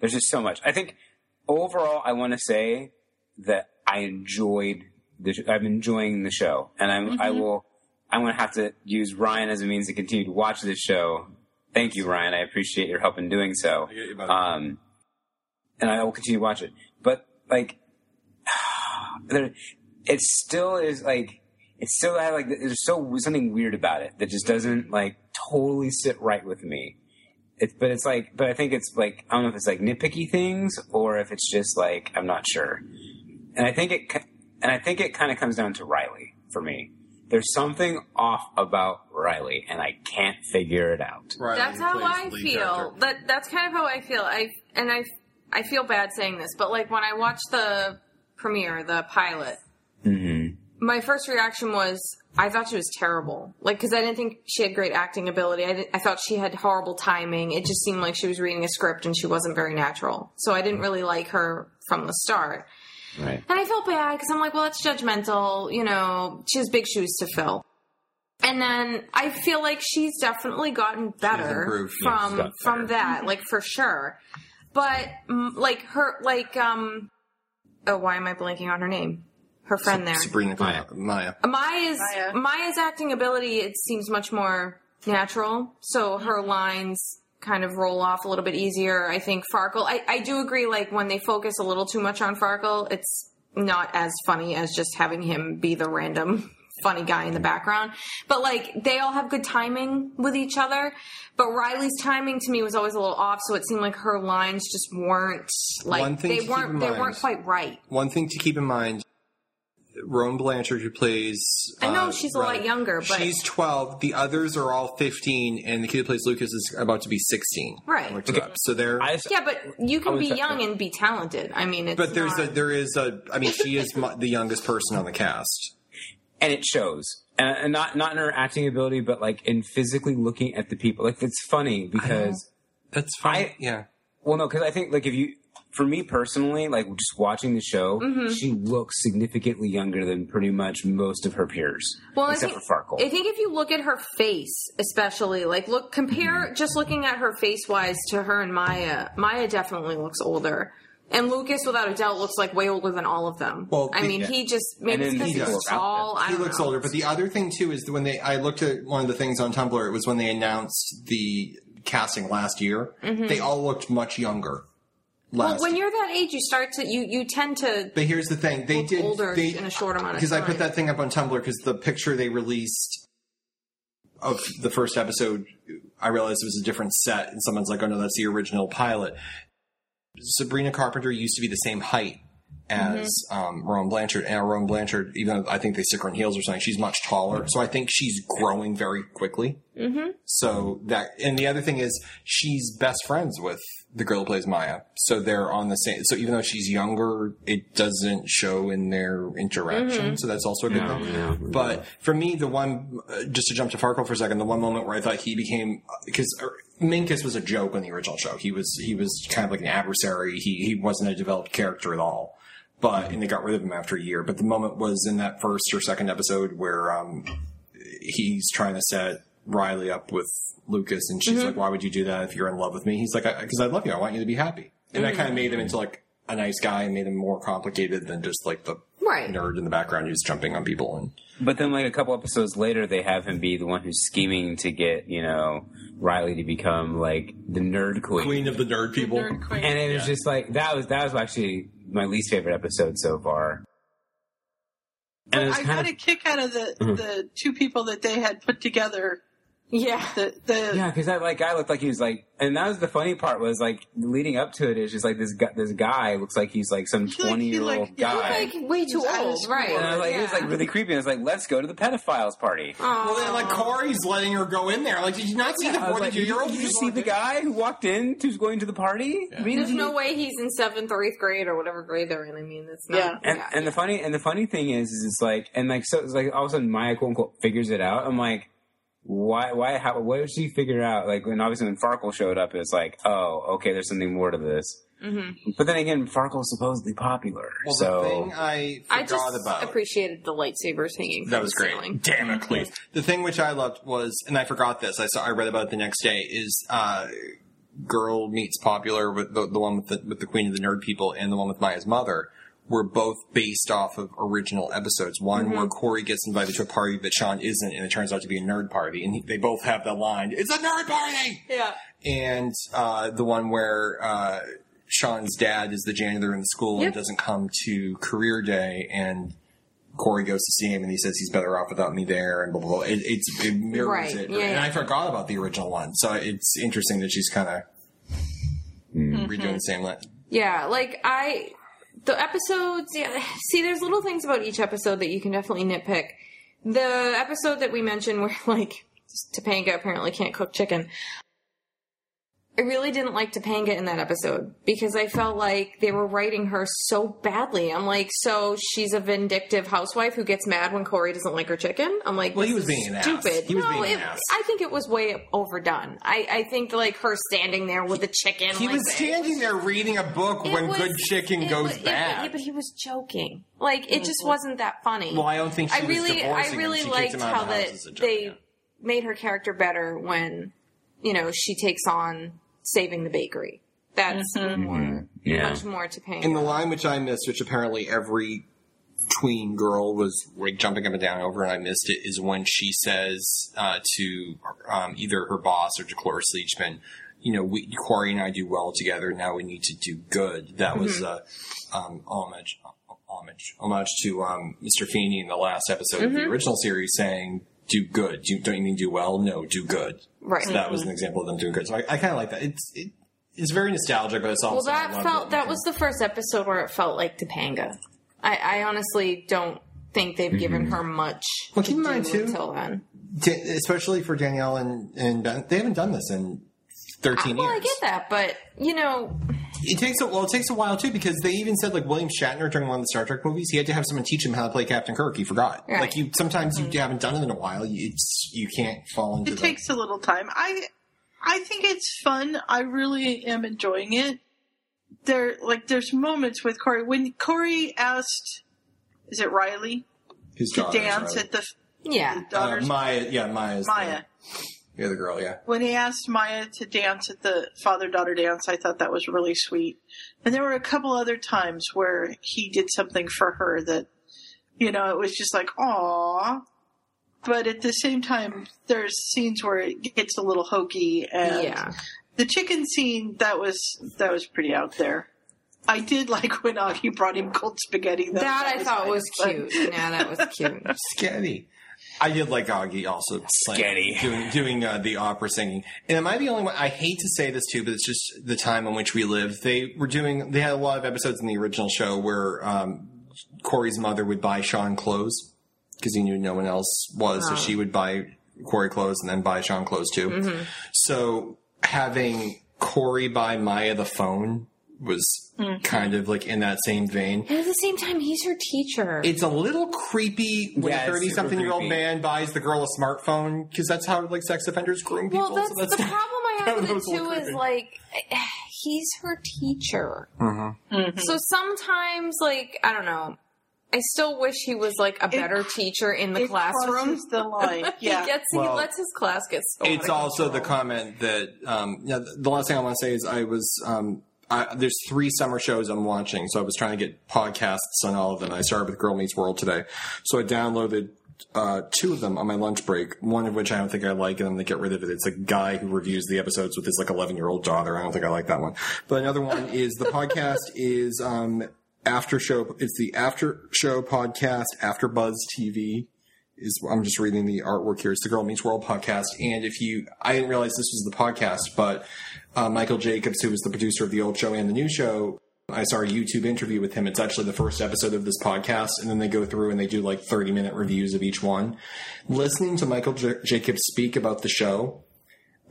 Speaker 6: There's just so much. I think overall, I want to say that I enjoyed the. Sh- I'm enjoying the show, and I'm. I will. I'm going to have to use Ryan as a means to continue to watch this show. Thank you, Ryan. I appreciate your help in doing so.
Speaker 2: I get you, buddy.
Speaker 6: Um, and I will continue to watch it. But like, there, it still is like it's still I like there's so something weird about it that just doesn't like totally sit right with me. It's but it's like but I think it's like I don't know if it's like nitpicky things or if it's just like I'm not sure. And I think it ki- and I think it kind of comes down to Riley for me. There's something off about Riley, and I can't figure it out.
Speaker 2: Riley,
Speaker 3: that's
Speaker 2: who
Speaker 3: how
Speaker 2: plays
Speaker 3: I
Speaker 2: the lead
Speaker 3: feel.
Speaker 2: character.
Speaker 3: That that's kind of how I feel. I and I I feel bad saying this, but like when I watched the premiere, the pilot,
Speaker 6: Mm-hmm.
Speaker 3: my first reaction was I thought she was terrible. Like because I didn't think she had great acting ability. I didn't, I thought she had horrible timing. It just seemed like she was reading a script and she wasn't very natural. So I didn't really like her from the start.
Speaker 6: Right.
Speaker 3: And I felt bad because I'm like, well, it's judgmental. You know, she has big shoes to fill. And then I feel like she's definitely gotten better
Speaker 2: improved. Yeah,
Speaker 3: from
Speaker 6: gotten
Speaker 3: from that, like for sure. But mm, like her, like um, oh, why am I blanking on her name? Her friend there,
Speaker 2: Sabrina Maya. Maya.
Speaker 3: Maya's
Speaker 1: Maya.
Speaker 3: Maya's acting ability. It seems much more natural, so her lines kind of roll off a little bit easier. I think Farkle. I, I do agree. Like when they focus a little too much on Farkle, it's not as funny as just having him be the random funny guy in the background. But like they all have good timing with each other. But Riley's timing to me was always a little off, so it seemed like her lines just weren't like
Speaker 2: One thing
Speaker 3: they
Speaker 2: to keep in
Speaker 3: weren't they
Speaker 2: mind-
Speaker 3: weren't quite right.
Speaker 2: One thing to keep in mind Roan Blanchard, who plays.
Speaker 3: I know
Speaker 2: uh,
Speaker 3: she's a lot
Speaker 2: Riley.
Speaker 3: younger, but-
Speaker 2: she's twelve. The others are all fifteen, and the kid who plays Lucas is about to be sixteen.
Speaker 3: Right.
Speaker 2: I looked it up. So there,
Speaker 5: I just,
Speaker 3: Yeah, but you
Speaker 5: I
Speaker 3: can
Speaker 5: was
Speaker 3: be
Speaker 5: that-
Speaker 3: young and be talented. I mean, it's
Speaker 2: but there's
Speaker 3: not-
Speaker 2: a there is a. I mean, she is mu the youngest person on the cast.
Speaker 6: and it shows. And, and not not in her acting ability, but like in physically looking at the people. Like it's funny because
Speaker 2: That's
Speaker 6: fine.
Speaker 2: yeah.
Speaker 6: well, no, because I think like if you, for me personally, like just watching the show,
Speaker 3: Mm-hmm.
Speaker 6: she looks significantly younger than pretty much most of her peers,
Speaker 3: Well,
Speaker 6: except
Speaker 3: I think,
Speaker 6: for Farkle.
Speaker 3: I think if you look at her face, especially, like look compare
Speaker 2: Mm-hmm.
Speaker 3: just looking at her face wise to her and Maya. Maya definitely looks older, and Lucas, without a doubt, looks like way older than all of them.
Speaker 2: Well,
Speaker 3: I
Speaker 2: the-
Speaker 3: mean, he just maybe
Speaker 6: And
Speaker 3: it's
Speaker 6: then
Speaker 3: because
Speaker 6: he
Speaker 3: he's
Speaker 6: looks out
Speaker 3: tall. I
Speaker 2: He
Speaker 3: don't
Speaker 2: looks
Speaker 3: know.
Speaker 2: older, but the other thing too is when they I looked at one of the things on Tumblr. It was when they announced the casting last year. They all looked much younger. Last
Speaker 3: Mm-hmm. Well, when you're that age, you start to you you tend to
Speaker 2: But here's the thing: they
Speaker 3: look
Speaker 2: did
Speaker 3: older
Speaker 2: they,
Speaker 3: in a short amount of
Speaker 2: because I put
Speaker 3: time.
Speaker 2: that thing up on Tumblr because the picture they released of the first episode, I realized it was a different set, and someone's like, "Oh no, that's the original pilot." Sabrina Carpenter used to be the same height as um, Rowan Blanchard, and Rowan Blanchard, even though I think they stick her in heels or something, she's much taller, so I think she's growing very quickly. Mm-hmm. So that, and the other thing is, she's best friends with the girl who plays Maya, so they're on the same. So even though she's younger, it doesn't show in their interaction. So that's also a good thing. But for me, the one uh, just to jump to Farkle for a second, the one moment where I thought he became because Minkus was a joke on the original show. He was he was kind of like an adversary. He he wasn't a developed character at all. But and they got rid of him after a year. But the moment was in that first or second episode where um, he's trying to set Riley up with Lucas, and
Speaker 6: Mm-hmm.
Speaker 2: she's like, "Why would you do that if you're in love with me?" He's like, "Because I, love you. I want you to be happy." And
Speaker 6: Mm-hmm.
Speaker 2: that kind of made him into like a nice guy and made him more complicated than just like the
Speaker 3: Right.
Speaker 2: nerd in the background who's jumping on people and.
Speaker 6: But then, like a couple episodes later, they have him be the one who's scheming to get you know Riley to become like the nerd queen,
Speaker 2: queen of the nerd people.
Speaker 1: Nerd queen.
Speaker 6: and it was just like that was that was actually my least favorite episode so far. And it was
Speaker 1: I
Speaker 6: kind
Speaker 1: got
Speaker 6: of
Speaker 1: a kick out of the
Speaker 6: Mm-hmm.
Speaker 1: the two people that they had put together.
Speaker 3: yeah.
Speaker 1: The the
Speaker 6: yeah, because that like guy looked like he was like, and that was the funny part was like leading up to it is just like this guy, this guy looks like he's like some
Speaker 1: He like-
Speaker 6: twenty
Speaker 1: he
Speaker 6: year old
Speaker 1: like- he
Speaker 6: guy.
Speaker 3: like way too
Speaker 1: out of
Speaker 3: old,
Speaker 1: school.
Speaker 3: right?
Speaker 6: and I was like, it was
Speaker 3: Yeah.
Speaker 6: like really creepy. And I was like, let's go to the pedophiles party.
Speaker 2: Well, then, like Corey's letting her go in there. Like, did you not see
Speaker 6: Oh, I
Speaker 2: the
Speaker 6: was like, did you,
Speaker 2: forty-two-year-old?
Speaker 6: did you see the guy who walked in who's going to the party? I mean,
Speaker 3: There's no way he's in seventh or eighth grade or whatever grade they're in. I mean, it's not.
Speaker 1: Yeah.
Speaker 6: and, and the funny and the funny thing is, is it's like and like so it's like all of a sudden Maya quote unquote figures it out. I'm like, why why how what did she figure out? Like when obviously when Farkle showed up, it's like, oh okay, there's something more to this. But then again, Farkle's supposedly popular,
Speaker 2: Well,
Speaker 6: so
Speaker 2: the thing uh, I forgot
Speaker 3: I just
Speaker 2: about.
Speaker 3: appreciated the lightsabers hanging.
Speaker 2: that
Speaker 3: from
Speaker 2: was
Speaker 3: the
Speaker 2: great.
Speaker 3: ceiling.
Speaker 2: Damocles. The thing which I loved was, and I forgot this. I saw, I read about it the next day. Is uh, girl meets popular with the, the one with the with the queen of the nerd people and the one with Maya's mother were both based off of original episodes. One where Corey gets invited to a party that Sean isn't, and it turns out to be a nerd party, and he, they both have that line, "It's a nerd party."
Speaker 3: Yeah.
Speaker 2: and uh, the one where uh, Sean's dad is the janitor in the school
Speaker 3: Yep.
Speaker 2: and doesn't come to career day, and Corey goes to see him, and he says he's better off without me there, and blah blah. blah. It, it's it mirrors
Speaker 3: Right,
Speaker 2: it,
Speaker 3: yeah,
Speaker 2: and
Speaker 3: yeah.
Speaker 2: I forgot about the original one, so it's interesting that she's kind of redoing the same line.
Speaker 3: Yeah, like I, the episodes. Yeah, see, there's little things about each episode that you can definitely nitpick. The episode that we mentioned where like Topanga apparently can't cook chicken. I really didn't like Topanga in that episode because I felt like they were writing her so badly. I'm like, so she's a vindictive housewife who gets mad when Corey doesn't like her chicken. I'm like,
Speaker 2: Well, he
Speaker 3: this
Speaker 2: was
Speaker 3: is
Speaker 2: being an ass.
Speaker 3: stupid.
Speaker 2: He was
Speaker 3: no,
Speaker 2: being an
Speaker 3: it-
Speaker 2: ass.
Speaker 3: I think it was way overdone. I, I think like her standing there with the chicken.
Speaker 2: He
Speaker 3: like
Speaker 2: was
Speaker 3: this.
Speaker 2: standing there reading a book
Speaker 3: It
Speaker 2: when
Speaker 3: was-
Speaker 2: good chicken
Speaker 3: it
Speaker 2: goes
Speaker 3: was- it-
Speaker 2: bad.
Speaker 3: yeah, but he was joking. Like it just wasn't that funny.
Speaker 2: well, I don't think she
Speaker 3: I
Speaker 2: was
Speaker 3: really, I
Speaker 2: divorcing him.
Speaker 3: really
Speaker 2: She kicked
Speaker 3: liked
Speaker 2: him out
Speaker 3: how
Speaker 2: of the house
Speaker 3: that
Speaker 2: as a joke,
Speaker 3: they
Speaker 2: yeah.
Speaker 3: made her character better when you know she takes on saving the bakery. That's more,
Speaker 6: yeah.
Speaker 3: much more to pay.
Speaker 2: And the line which I missed, which apparently every tween girl was like jumping up and down over, and I missed it, is when she says uh, to um, either her boss or to Cloris Leachman, you know, we, Corey and I do well together. Now we need to do good. That was uh, um, homage, homage, homage to um, Mr. Feeney in the last episode of the original series, saying, "Do good. Do, don't you mean do well? No, do good."
Speaker 3: Right.
Speaker 2: So that was an example of them doing good. So I, I kind of like that. It's it, it's very nostalgic, but it's also
Speaker 3: well,
Speaker 2: I
Speaker 3: that
Speaker 2: love
Speaker 3: felt
Speaker 2: it.
Speaker 3: that was the first episode where it felt like Topanga. I, I honestly don't think they've given her much
Speaker 2: Well,
Speaker 3: to
Speaker 2: keep in mind,
Speaker 3: do
Speaker 2: too-
Speaker 3: until then.
Speaker 2: Da- especially for Danielle and and Ben. They haven't done this in
Speaker 3: I,
Speaker 2: thirteen
Speaker 3: well, I
Speaker 2: years.
Speaker 3: get that, but you know,
Speaker 2: It takes a well, it takes a while too because they even said like William Shatner during one of the Star Trek movies, he had to have someone teach him how to play Captain Kirk. He forgot.
Speaker 3: Right.
Speaker 2: Like you, sometimes you haven't done it in a while. You, it's you can't fall into
Speaker 1: Mm-hmm. It
Speaker 2: the-
Speaker 1: takes a little time. I I think it's fun. I really am enjoying it. There like there's moments with Corey when Corey asked is it Riley
Speaker 2: his
Speaker 1: to
Speaker 2: daughter's
Speaker 1: dance
Speaker 2: rather.
Speaker 1: at the f-
Speaker 3: yeah,
Speaker 2: uh,
Speaker 1: daughter's
Speaker 2: Maya. Yeah, Maya's
Speaker 1: Maya.
Speaker 2: The, yeah, the girl. Yeah,
Speaker 1: When he asked Maya to dance at the father daughter dance, I thought that was really sweet. And there were a couple other times where he did something for her that, you know, it was just like, aw. But at the same time, there's scenes where it gets a little hokey and
Speaker 3: yeah.
Speaker 1: the chicken scene that was that was pretty out there. I did like when Augie brought him cold spaghetti. though.
Speaker 3: That I thought was
Speaker 1: nice,
Speaker 3: cute. Yeah, that was cute.
Speaker 2: Sketty. I did like Augie also like,
Speaker 6: Sketty.
Speaker 2: doing doing uh, the opera singing. And am I the only one? I hate to say this too, but it's just the time in which we live. They were doing. They had a lot of episodes in the original show where um, Corey's mother would buy Sean clothes because he knew no one else was, so she would buy Corey clothes and then buy Sean clothes too. So having Corey buy Maya the phone was kind of like in that same vein.
Speaker 3: And at the same time, he's her teacher.
Speaker 2: It's a little creepy when a
Speaker 6: Yeah, it's
Speaker 2: thirty-something-year-old
Speaker 6: super creepy.
Speaker 2: man buys the girl a smartphone because that's how like sex offenders groom people.
Speaker 3: well, that's,
Speaker 2: so
Speaker 3: the problem I
Speaker 2: that
Speaker 3: have with
Speaker 2: was a
Speaker 3: it
Speaker 2: little
Speaker 3: too is
Speaker 2: creepy.
Speaker 3: like he's her teacher. So sometimes, like I don't know, I still wish he was like a better teacher in the
Speaker 1: It
Speaker 3: classroom.
Speaker 1: crosses the line. Yeah.
Speaker 3: he gets
Speaker 2: Well,
Speaker 3: he lets his class get Oh, so.
Speaker 2: It's
Speaker 3: out of
Speaker 2: also the
Speaker 3: control.
Speaker 2: comment that um, yeah, the- the last thing I want to say is I was um, I, there's three summer shows I'm watching, so I was trying to get podcasts on all of them. I started with Girl Meets World today, so I downloaded uh, two of them on my lunch break. One of which I don't think I like, and I'm gonna get rid of it. It's a guy who reviews the episodes with his like 11 year old daughter. I don't think I like that one. But another one is the podcast is um, after show. It's the after show podcast after Buzz TV is I'm just reading the artwork here. It's the Girl Meets World podcast, and if you, I didn't realize this was the podcast, but uh, Michael Jacobs, who was the producer of the old show and the new show, I saw a YouTube interview with him. It's actually the first episode of this podcast, and then they go through and they do like 30 minute reviews of each one. Listening to Michael J- Jacobs speak about the show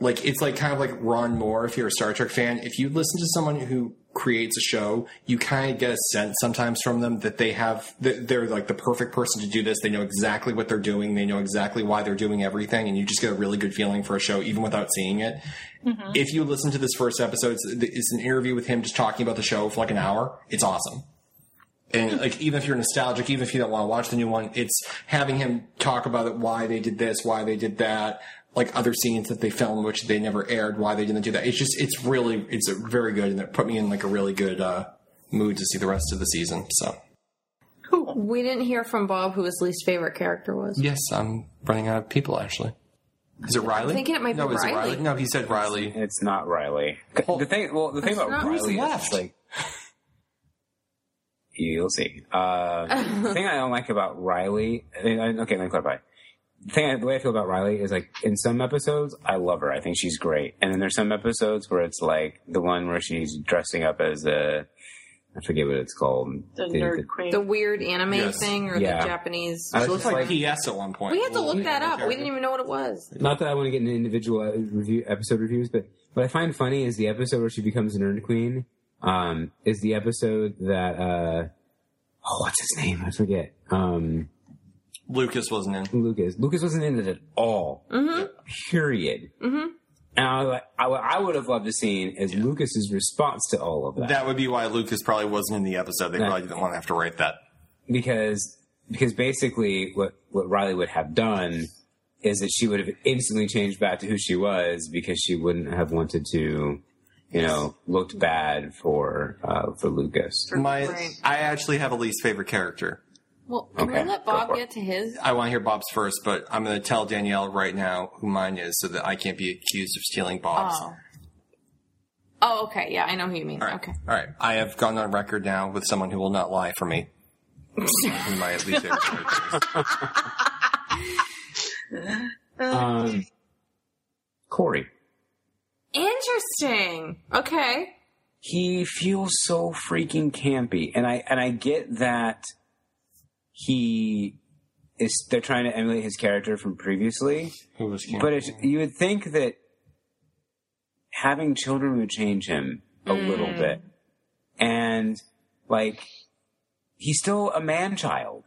Speaker 2: like it's like kind of like Ron Moore if you're a Star Trek fan. If you listen to someone who creates a show, you kind of get a sense sometimes from them that they have that they're like the perfect person to do this. They know exactly what they're doing. They know exactly why they're doing everything, and you just get a really good feeling for a show even without seeing it. If you listen to this first episode, it's, it's an interview with him just talking about the show for like an hour. It's awesome. And like, even if you're nostalgic, even if you don't want to watch the new one, it's having him talk about it, why they did this, why they did that, like other scenes that they filmed which they never aired, why they didn't do that. It's just, it's really, it's a very good, and it put me in like a really good uh, mood to see the rest of the season. So
Speaker 1: Cool.
Speaker 3: We didn't hear from Bob who his least favorite character was.
Speaker 2: yes, I'm running out of people actually. Is it Riley?
Speaker 3: thinking it might
Speaker 2: no,
Speaker 3: be
Speaker 2: is it
Speaker 3: Riley.
Speaker 2: No, he said Riley.
Speaker 6: It's not Riley. the thing, well, the thing about
Speaker 3: not-
Speaker 6: Riley
Speaker 2: left?
Speaker 6: is like you'll see. Uh, the thing I don't like about Riley, I mean, I- okay, let me clarify. The thing, I, the way I feel about Riley is like in some episodes I love her, I think she's great, and then there's some episodes where it's like the one where she's dressing up as a, I forget what it's called,
Speaker 1: The
Speaker 6: The-
Speaker 1: nerd
Speaker 6: the-
Speaker 1: queen.
Speaker 3: The weird anime
Speaker 2: Yes.
Speaker 3: thing or
Speaker 6: Yeah.
Speaker 3: the Japanese.
Speaker 6: I was
Speaker 2: It looks
Speaker 6: just
Speaker 2: like,
Speaker 6: like-
Speaker 2: PS at one point.
Speaker 3: we had to look that up.
Speaker 2: okay.
Speaker 3: We didn't even know what it was.
Speaker 6: Not that I want to get into individual uh, review episode reviews, but what I find funny is the episode where she becomes a nerd queen. Um, is the episode that uh, oh, what's his name? I forget. Um,
Speaker 2: Lucas wasn't in.
Speaker 6: Lucas. Lucas wasn't in it at all. Period. Mm-hmm. And I was like, I, what I would have loved to have seen is Lucas's response to all of that,
Speaker 2: That would be why Lucas probably wasn't in the episode. They
Speaker 6: Yeah.
Speaker 2: probably didn't want to have to write that.
Speaker 6: because because basically what what Riley would have done is that she would have instantly changed back to who she was because she wouldn't have wanted to, you know, looked bad for uh, for Lucas.
Speaker 2: My,
Speaker 3: Right.
Speaker 2: I actually have a least favorite character.
Speaker 3: Well, can
Speaker 6: Okay,
Speaker 3: we let
Speaker 6: go
Speaker 3: Bob
Speaker 6: for it.
Speaker 3: get to his?
Speaker 2: I want to hear Bob's first, but I'm going to tell Danielle right now who mine is so that I can't be accused of stealing Bob's.
Speaker 3: Oh. Oh, okay. Yeah, I know who you mean.
Speaker 2: All right.
Speaker 3: Okay.
Speaker 2: All right. I have gone on record now with someone who will not lie for me. Who my least favorite character is.
Speaker 6: Um, Corey.
Speaker 3: Interesting. Okay.
Speaker 6: he feels so freaking campy and i and i get that he is they're trying to emulate his character from previously.
Speaker 2: Who was Cameron?
Speaker 6: But it's, you would think that having children would change him a little bit. And like, he's still a man child.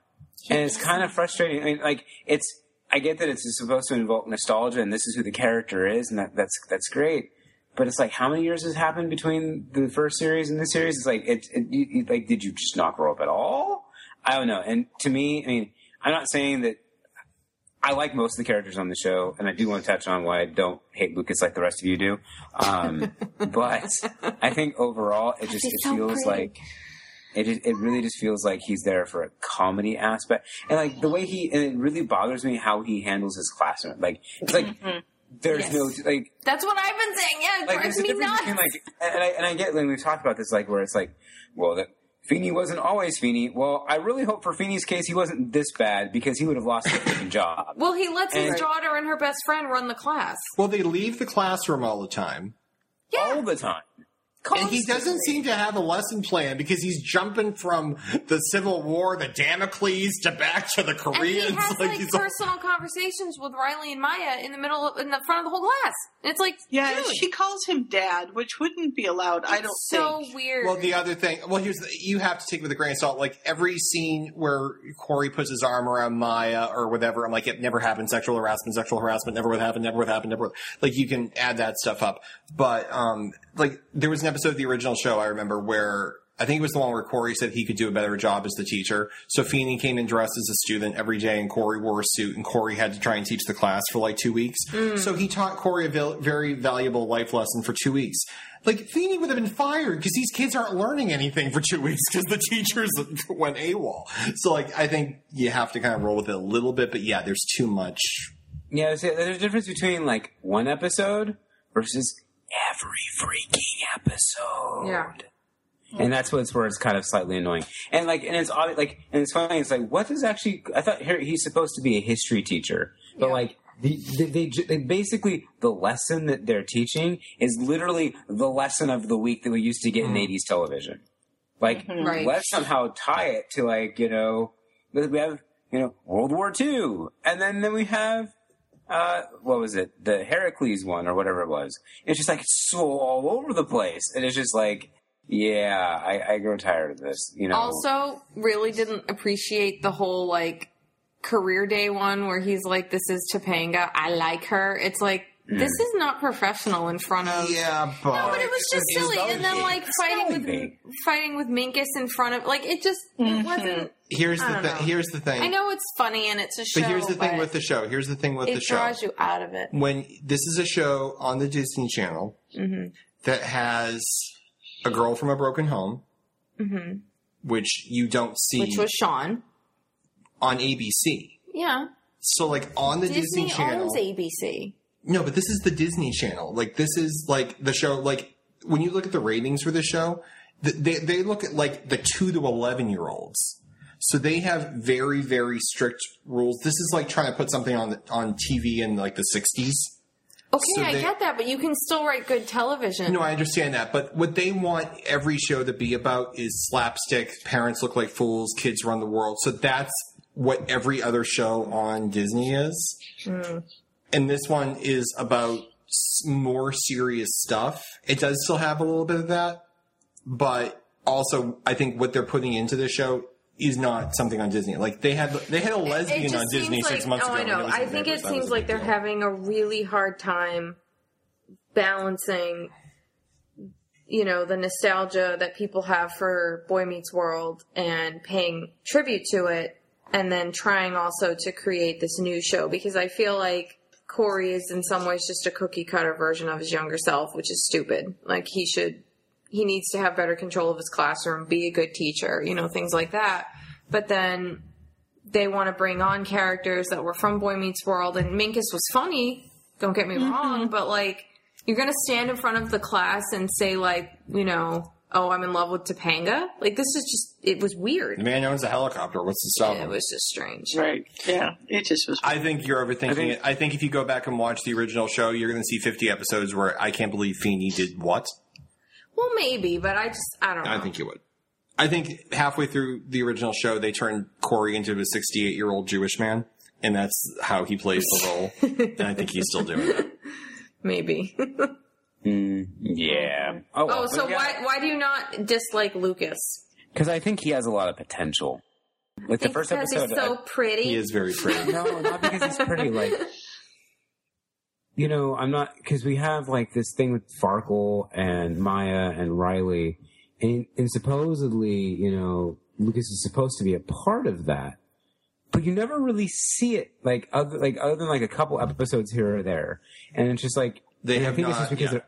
Speaker 6: And it's kind of frustrating. I mean, like, it's, I get that it's supposed to invoke nostalgia and this is who the character is and that, that's, that's great. But it's like, how many years has happened between the first series and this series? It's like, it, it, you, you- like, did you just not grow up at all? I don't know. And to me, I mean, I'm not saying that I like most of the characters on the show, and I do want to touch on why I don't hate Lucas like the rest of you do. Um, but I think overall, it just it feels like it. Just, it really just feels like he's there for a comedy aspect, and like the way he and it really bothers me how he handles his classroom. Like it's like there's
Speaker 3: Yes.
Speaker 6: no like
Speaker 3: That's what I've been saying. Yeah, it
Speaker 6: like
Speaker 3: drives
Speaker 6: there's a
Speaker 3: me
Speaker 6: difference
Speaker 3: nuts.
Speaker 6: between like and I, and I get when we talked about this like where it's like well that Feeney wasn't always Feeney. Well, I really hope for Feeney's case he wasn't this bad because he would have lost his freaking job.
Speaker 3: well, he lets his
Speaker 6: And-
Speaker 3: daughter and her best friend run the class.
Speaker 2: Well, they leave the classroom all the time.
Speaker 6: all the time.
Speaker 2: And he doesn't seem to have a lesson plan because he's jumping from the Civil War, the Damocles, to back to the
Speaker 3: And he
Speaker 2: Koreans.
Speaker 3: has like,
Speaker 2: he's all-
Speaker 3: personal conversations with Riley and Maya in the middle, of, in the front of the whole class. And it's like,
Speaker 1: Yeah,
Speaker 3: dude,
Speaker 1: she calls him dad, which wouldn't be allowed. I don't
Speaker 3: so
Speaker 1: think.
Speaker 3: weird.
Speaker 2: Well, the other thing, well, here's the, you have to take it with a grain of salt. Like every scene where Corey puts his arm around Maya or whatever, I'm like, it never happened. Sexual harassment, sexual harassment, never would happen, never would happen, never. Would, like you can add that stuff up, but um, like there was an episode of the original show I remember where. I think it was the one where Corey said he could do a better job as the teacher. So Feeney came in dressed as a student every day, and Corey wore a suit, and Corey had to try and teach the class for like two weeks. So he taught Corey a vel- very valuable life lesson for two weeks. Like Feeney would have been fired because these kids aren't learning anything for two weeks because the teachers went AWOL. So like I think you have to kind of roll with it a little bit, but yeah, there's too much.
Speaker 6: Yeah, there's, there's a difference between like one episode versus every freaking episode.
Speaker 3: Yeah.
Speaker 6: And that's what's where it's kind of slightly annoying. And like, and it's odd, like, and it's funny. It's like, what is actually? I thought here he's supposed to be a history teacher, but like, the, they, they, ju- they basically the lesson that they're teaching is literally the lesson of the week that we used to get in '80s television. Like,
Speaker 3: Mm-hmm. Right.
Speaker 6: let's somehow tie it to like you know we have you know World War II, and then then we have uh, what was it the Heracles one or whatever it was. It's just like it's so all over the place, and it's just like yeah, I, I grow tired of this. You know,
Speaker 3: also really didn't appreciate the whole like career day one where he's like, "This is Topanga. I like her." It's like this is not professional in front of.
Speaker 2: Hmm. Yeah, but,
Speaker 3: No, but it was just
Speaker 6: It's
Speaker 3: silly, and then like fighting with
Speaker 6: validating.
Speaker 3: fighting with Minkus in front of like it just it wasn't.
Speaker 2: here's
Speaker 3: I
Speaker 2: the
Speaker 3: don't know.
Speaker 2: thing. Here's the thing.
Speaker 3: I know it's funny and it's a show,
Speaker 2: but here's the thing
Speaker 3: but
Speaker 2: with the show. Here's the thing with
Speaker 3: it
Speaker 2: the show.
Speaker 3: draws you out of it.
Speaker 2: when this is a show on the Disney Channel
Speaker 3: Mm-hmm.
Speaker 2: that has a girl from a broken home, which you don't see
Speaker 3: Mm-hmm. Which was Sean.
Speaker 2: on ABC.
Speaker 3: Yeah,
Speaker 2: So, like on the Disney,
Speaker 3: Disney
Speaker 2: Channel,
Speaker 3: owns ABC.
Speaker 2: no, but this is the Disney Channel. Like this is like the show. Like when you look at the ratings for the show, th- they they look at like the two to eleven year olds. So they have very very strict rules. This is like trying to put something on on TV in like the sixties.
Speaker 3: Okay,
Speaker 2: So
Speaker 3: I
Speaker 2: they-
Speaker 3: get that, but you can still write good television.
Speaker 2: No, I understand that, but what they want every show to be about is slapstick. Parents look like fools. Kids run the world. So that's what every other show on Disney is,
Speaker 3: Hmm.
Speaker 2: and this one is about s- more serious stuff. It does still have a little bit of that, but also I think what they're putting into the show is not something on Disney. Like they had they had a lesbian
Speaker 3: it just
Speaker 2: on Disney
Speaker 3: seems
Speaker 2: six
Speaker 3: like,
Speaker 2: months
Speaker 3: oh,
Speaker 2: ago.
Speaker 3: I
Speaker 2: and
Speaker 3: know.
Speaker 2: was in
Speaker 3: I
Speaker 2: the
Speaker 3: think
Speaker 2: papers.
Speaker 3: it
Speaker 2: That was
Speaker 3: seems
Speaker 2: a
Speaker 3: like
Speaker 2: big
Speaker 3: they're
Speaker 2: deal.
Speaker 3: having a really hard time balancing, you know, the nostalgia that people have for Boy Meets World and paying tribute to it, and then trying also to create this new show because I feel like. Corey is in some ways just a cookie cutter version of his younger self, which is stupid. Like he should he needs to have better control of his classroom, be a good teacher, you know, things like that. But then they want to bring on characters that were from Boy Meets World, and Minkus was funny, don't get me wrong, but like, you're going to stand in front of the class and say, like, you know, oh, I'm in love with Topanga? Like, this is just, it was
Speaker 2: the
Speaker 3: weird.
Speaker 2: man owns a helicopter. What's the stop?
Speaker 3: It
Speaker 2: him?
Speaker 3: was just strange.
Speaker 1: Right. Yeah. It just was.
Speaker 2: I think you're overthinking
Speaker 6: think-
Speaker 2: it. I think if you go back and watch the original show, you're going to see 50 episodes where I can't believe Feeney did what.
Speaker 3: Well, maybe, but I just, I don't know.
Speaker 2: I think you would. I think halfway through the original show, they turned Corey into a 68 year old Jewish man, and that's how he plays the role. and I think he's still doing that.
Speaker 3: Maybe.
Speaker 6: Mm, yeah. Oh,
Speaker 3: oh, so why why do you not dislike Lucas?
Speaker 6: Because I think he has a lot of potential. Like the first
Speaker 3: because
Speaker 6: episode,
Speaker 3: he's so pretty.
Speaker 2: He is very
Speaker 6: I-
Speaker 2: pretty.
Speaker 6: no, not because he's pretty. Like, you know, I'm not because we have like this thing with Farkle and Maya and Riley, and and supposedly, you know, Lucas is supposed to be a part of that, but you never really see it. Like other like other than like a couple episodes here or there, and it's just like
Speaker 2: They
Speaker 6: and I
Speaker 2: have
Speaker 6: think it's
Speaker 2: not-
Speaker 6: just because
Speaker 2: yeah.
Speaker 6: they're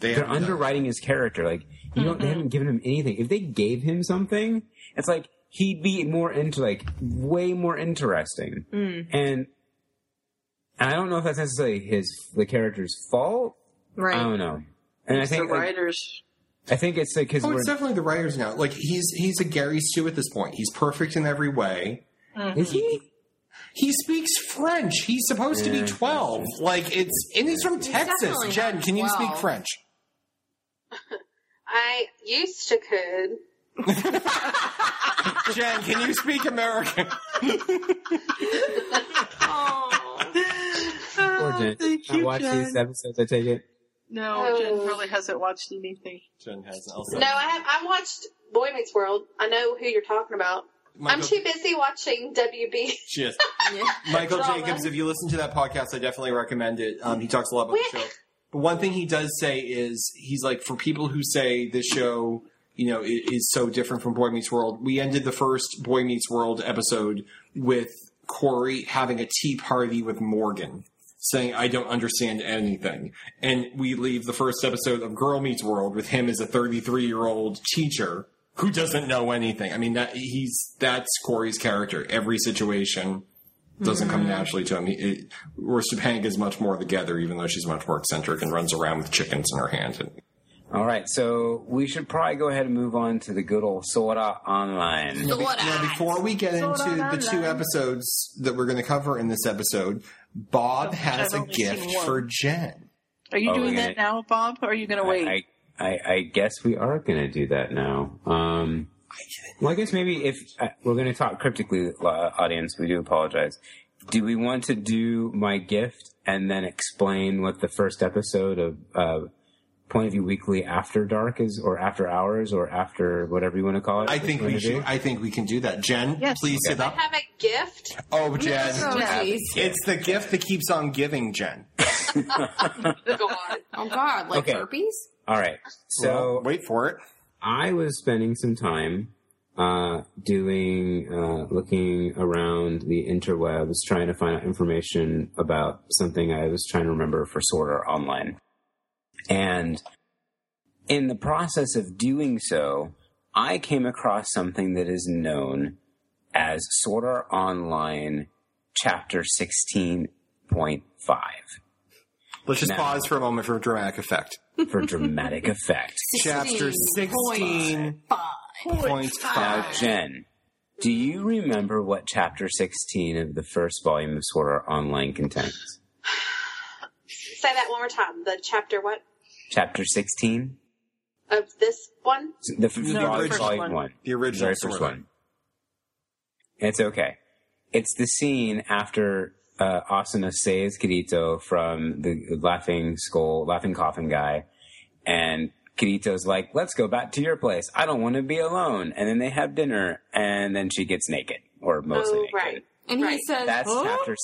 Speaker 6: they're underwriting his character. Like you don't, they haven't given him anything. If they gave him something, it's like he'd be more into like way more interesting. And I don't know if that's necessarily his the character's fault.
Speaker 3: right.
Speaker 6: I don't know. And I
Speaker 1: the
Speaker 6: think like,
Speaker 1: writers.
Speaker 6: I think it's like because
Speaker 2: Oh,
Speaker 6: we're
Speaker 2: it's definitely the writers now. Like he's he's a Gary Stu at this point. He's perfect in every way.
Speaker 6: is he
Speaker 2: He speaks French. He's supposed to
Speaker 6: Yeah.
Speaker 2: be twelve. Like it's and he's from Texas.
Speaker 3: definitely
Speaker 2: Jen,
Speaker 3: not
Speaker 2: can you speak
Speaker 3: 12.
Speaker 2: French?
Speaker 4: I used to could.
Speaker 2: Jen, can you speak American?
Speaker 3: Oh.
Speaker 6: or
Speaker 1: Oh,
Speaker 6: did
Speaker 1: thank
Speaker 6: not
Speaker 1: you,
Speaker 6: watch
Speaker 1: Jen.
Speaker 6: these episodes? I take it.
Speaker 1: No,
Speaker 3: Oh.
Speaker 1: Jen probably hasn't watched anything.
Speaker 2: Jen has
Speaker 4: No, I have. I watched Boy Meets World. I know who you're talking about. I'm too busy watching WB.
Speaker 2: She is.
Speaker 3: Oh,
Speaker 2: Michael Jacobs, if you listen to that podcast, I definitely recommend it. Um, he talks a lot about the
Speaker 4: Wait.
Speaker 2: show. But one thing he does say is he's like, for people who say this show, you know, i- is, so different from Boy Meets World, we ended the first Boy Meets World episode with Corey having a tea party with Morgan. Saying I don't understand anything, and we leave the first episode of Girl Meets World with him as a 33 year old teacher who doesn't know anything. I mean, that he's that's Corey's character. Every situation, doesn't come naturally to him. He, it, whereas Topanga is much more together, even though she's much more eccentric and runs around with chickens in her hand. And,
Speaker 6: All right, so we should probably go ahead and move on to the good old Sora Online.
Speaker 3: Sora.
Speaker 2: Now, before we get into the two episodes that we're going to cover in this episode, Bob has a
Speaker 1: only seen
Speaker 2: gift
Speaker 1: one.
Speaker 2: for Jen.
Speaker 1: Are you
Speaker 6: Oh,
Speaker 1: doing
Speaker 6: yeah.
Speaker 1: that now, Bob? Or are you going to wait?
Speaker 6: I, I, I guess we are going to do that now. Um, well, I guess maybe if uh, we're going to talk cryptically, uh, audience, we do apologize. Do we want to do my gift and then explain what the first episode of uh, Point of View Weekly After Dark is, or After Hours, or after whatever you want to call it?
Speaker 2: I
Speaker 6: is
Speaker 2: think
Speaker 6: going
Speaker 2: we
Speaker 6: to do?
Speaker 2: should. I think we can do that. Jen,
Speaker 1: Yes.
Speaker 2: please sit
Speaker 4: I
Speaker 2: up.
Speaker 4: have a gift.
Speaker 2: Oh, Jen,
Speaker 3: Oh, jeez.
Speaker 2: it's the gift that keeps on giving, Jen.
Speaker 4: God.
Speaker 3: Oh, God. Like
Speaker 6: Okay.
Speaker 3: herpes?
Speaker 6: All right. So
Speaker 2: Well, wait for it.
Speaker 6: I was spending some time uh, doing, uh, looking around the interwebs, trying to find out information about something I was trying to remember for Sword Art Online. And in the process of doing so, I came across something that is known as Sword Art Online Chapter 16.5
Speaker 2: Let's just
Speaker 6: Now.
Speaker 2: pause for a moment for dramatic effect.
Speaker 6: for dramatic effect.
Speaker 2: Chapter sixteen point five.
Speaker 6: Now, Jen, do you remember what chapter 16 of the first volume of Sword Art Online contains?
Speaker 4: Say that one more time. The chapter what
Speaker 6: Chapter 16?
Speaker 4: of this one?
Speaker 6: The f- volume,
Speaker 2: first
Speaker 6: volume
Speaker 1: one.
Speaker 6: one.
Speaker 2: The original
Speaker 6: Very first
Speaker 2: Sword Art.
Speaker 6: one. It's okay. It's the scene after uh, Asuna saves Kirito from the laughing skull, laughing coffin guy, and Kirito's like, let's go back to your place. I don't want to be alone. And then they have dinner, and then she gets naked, or mostly
Speaker 4: Oh,
Speaker 6: naked.
Speaker 4: right.
Speaker 3: And
Speaker 4: Right.
Speaker 3: he says,
Speaker 6: That's
Speaker 3: "Huh?"
Speaker 6: chapter.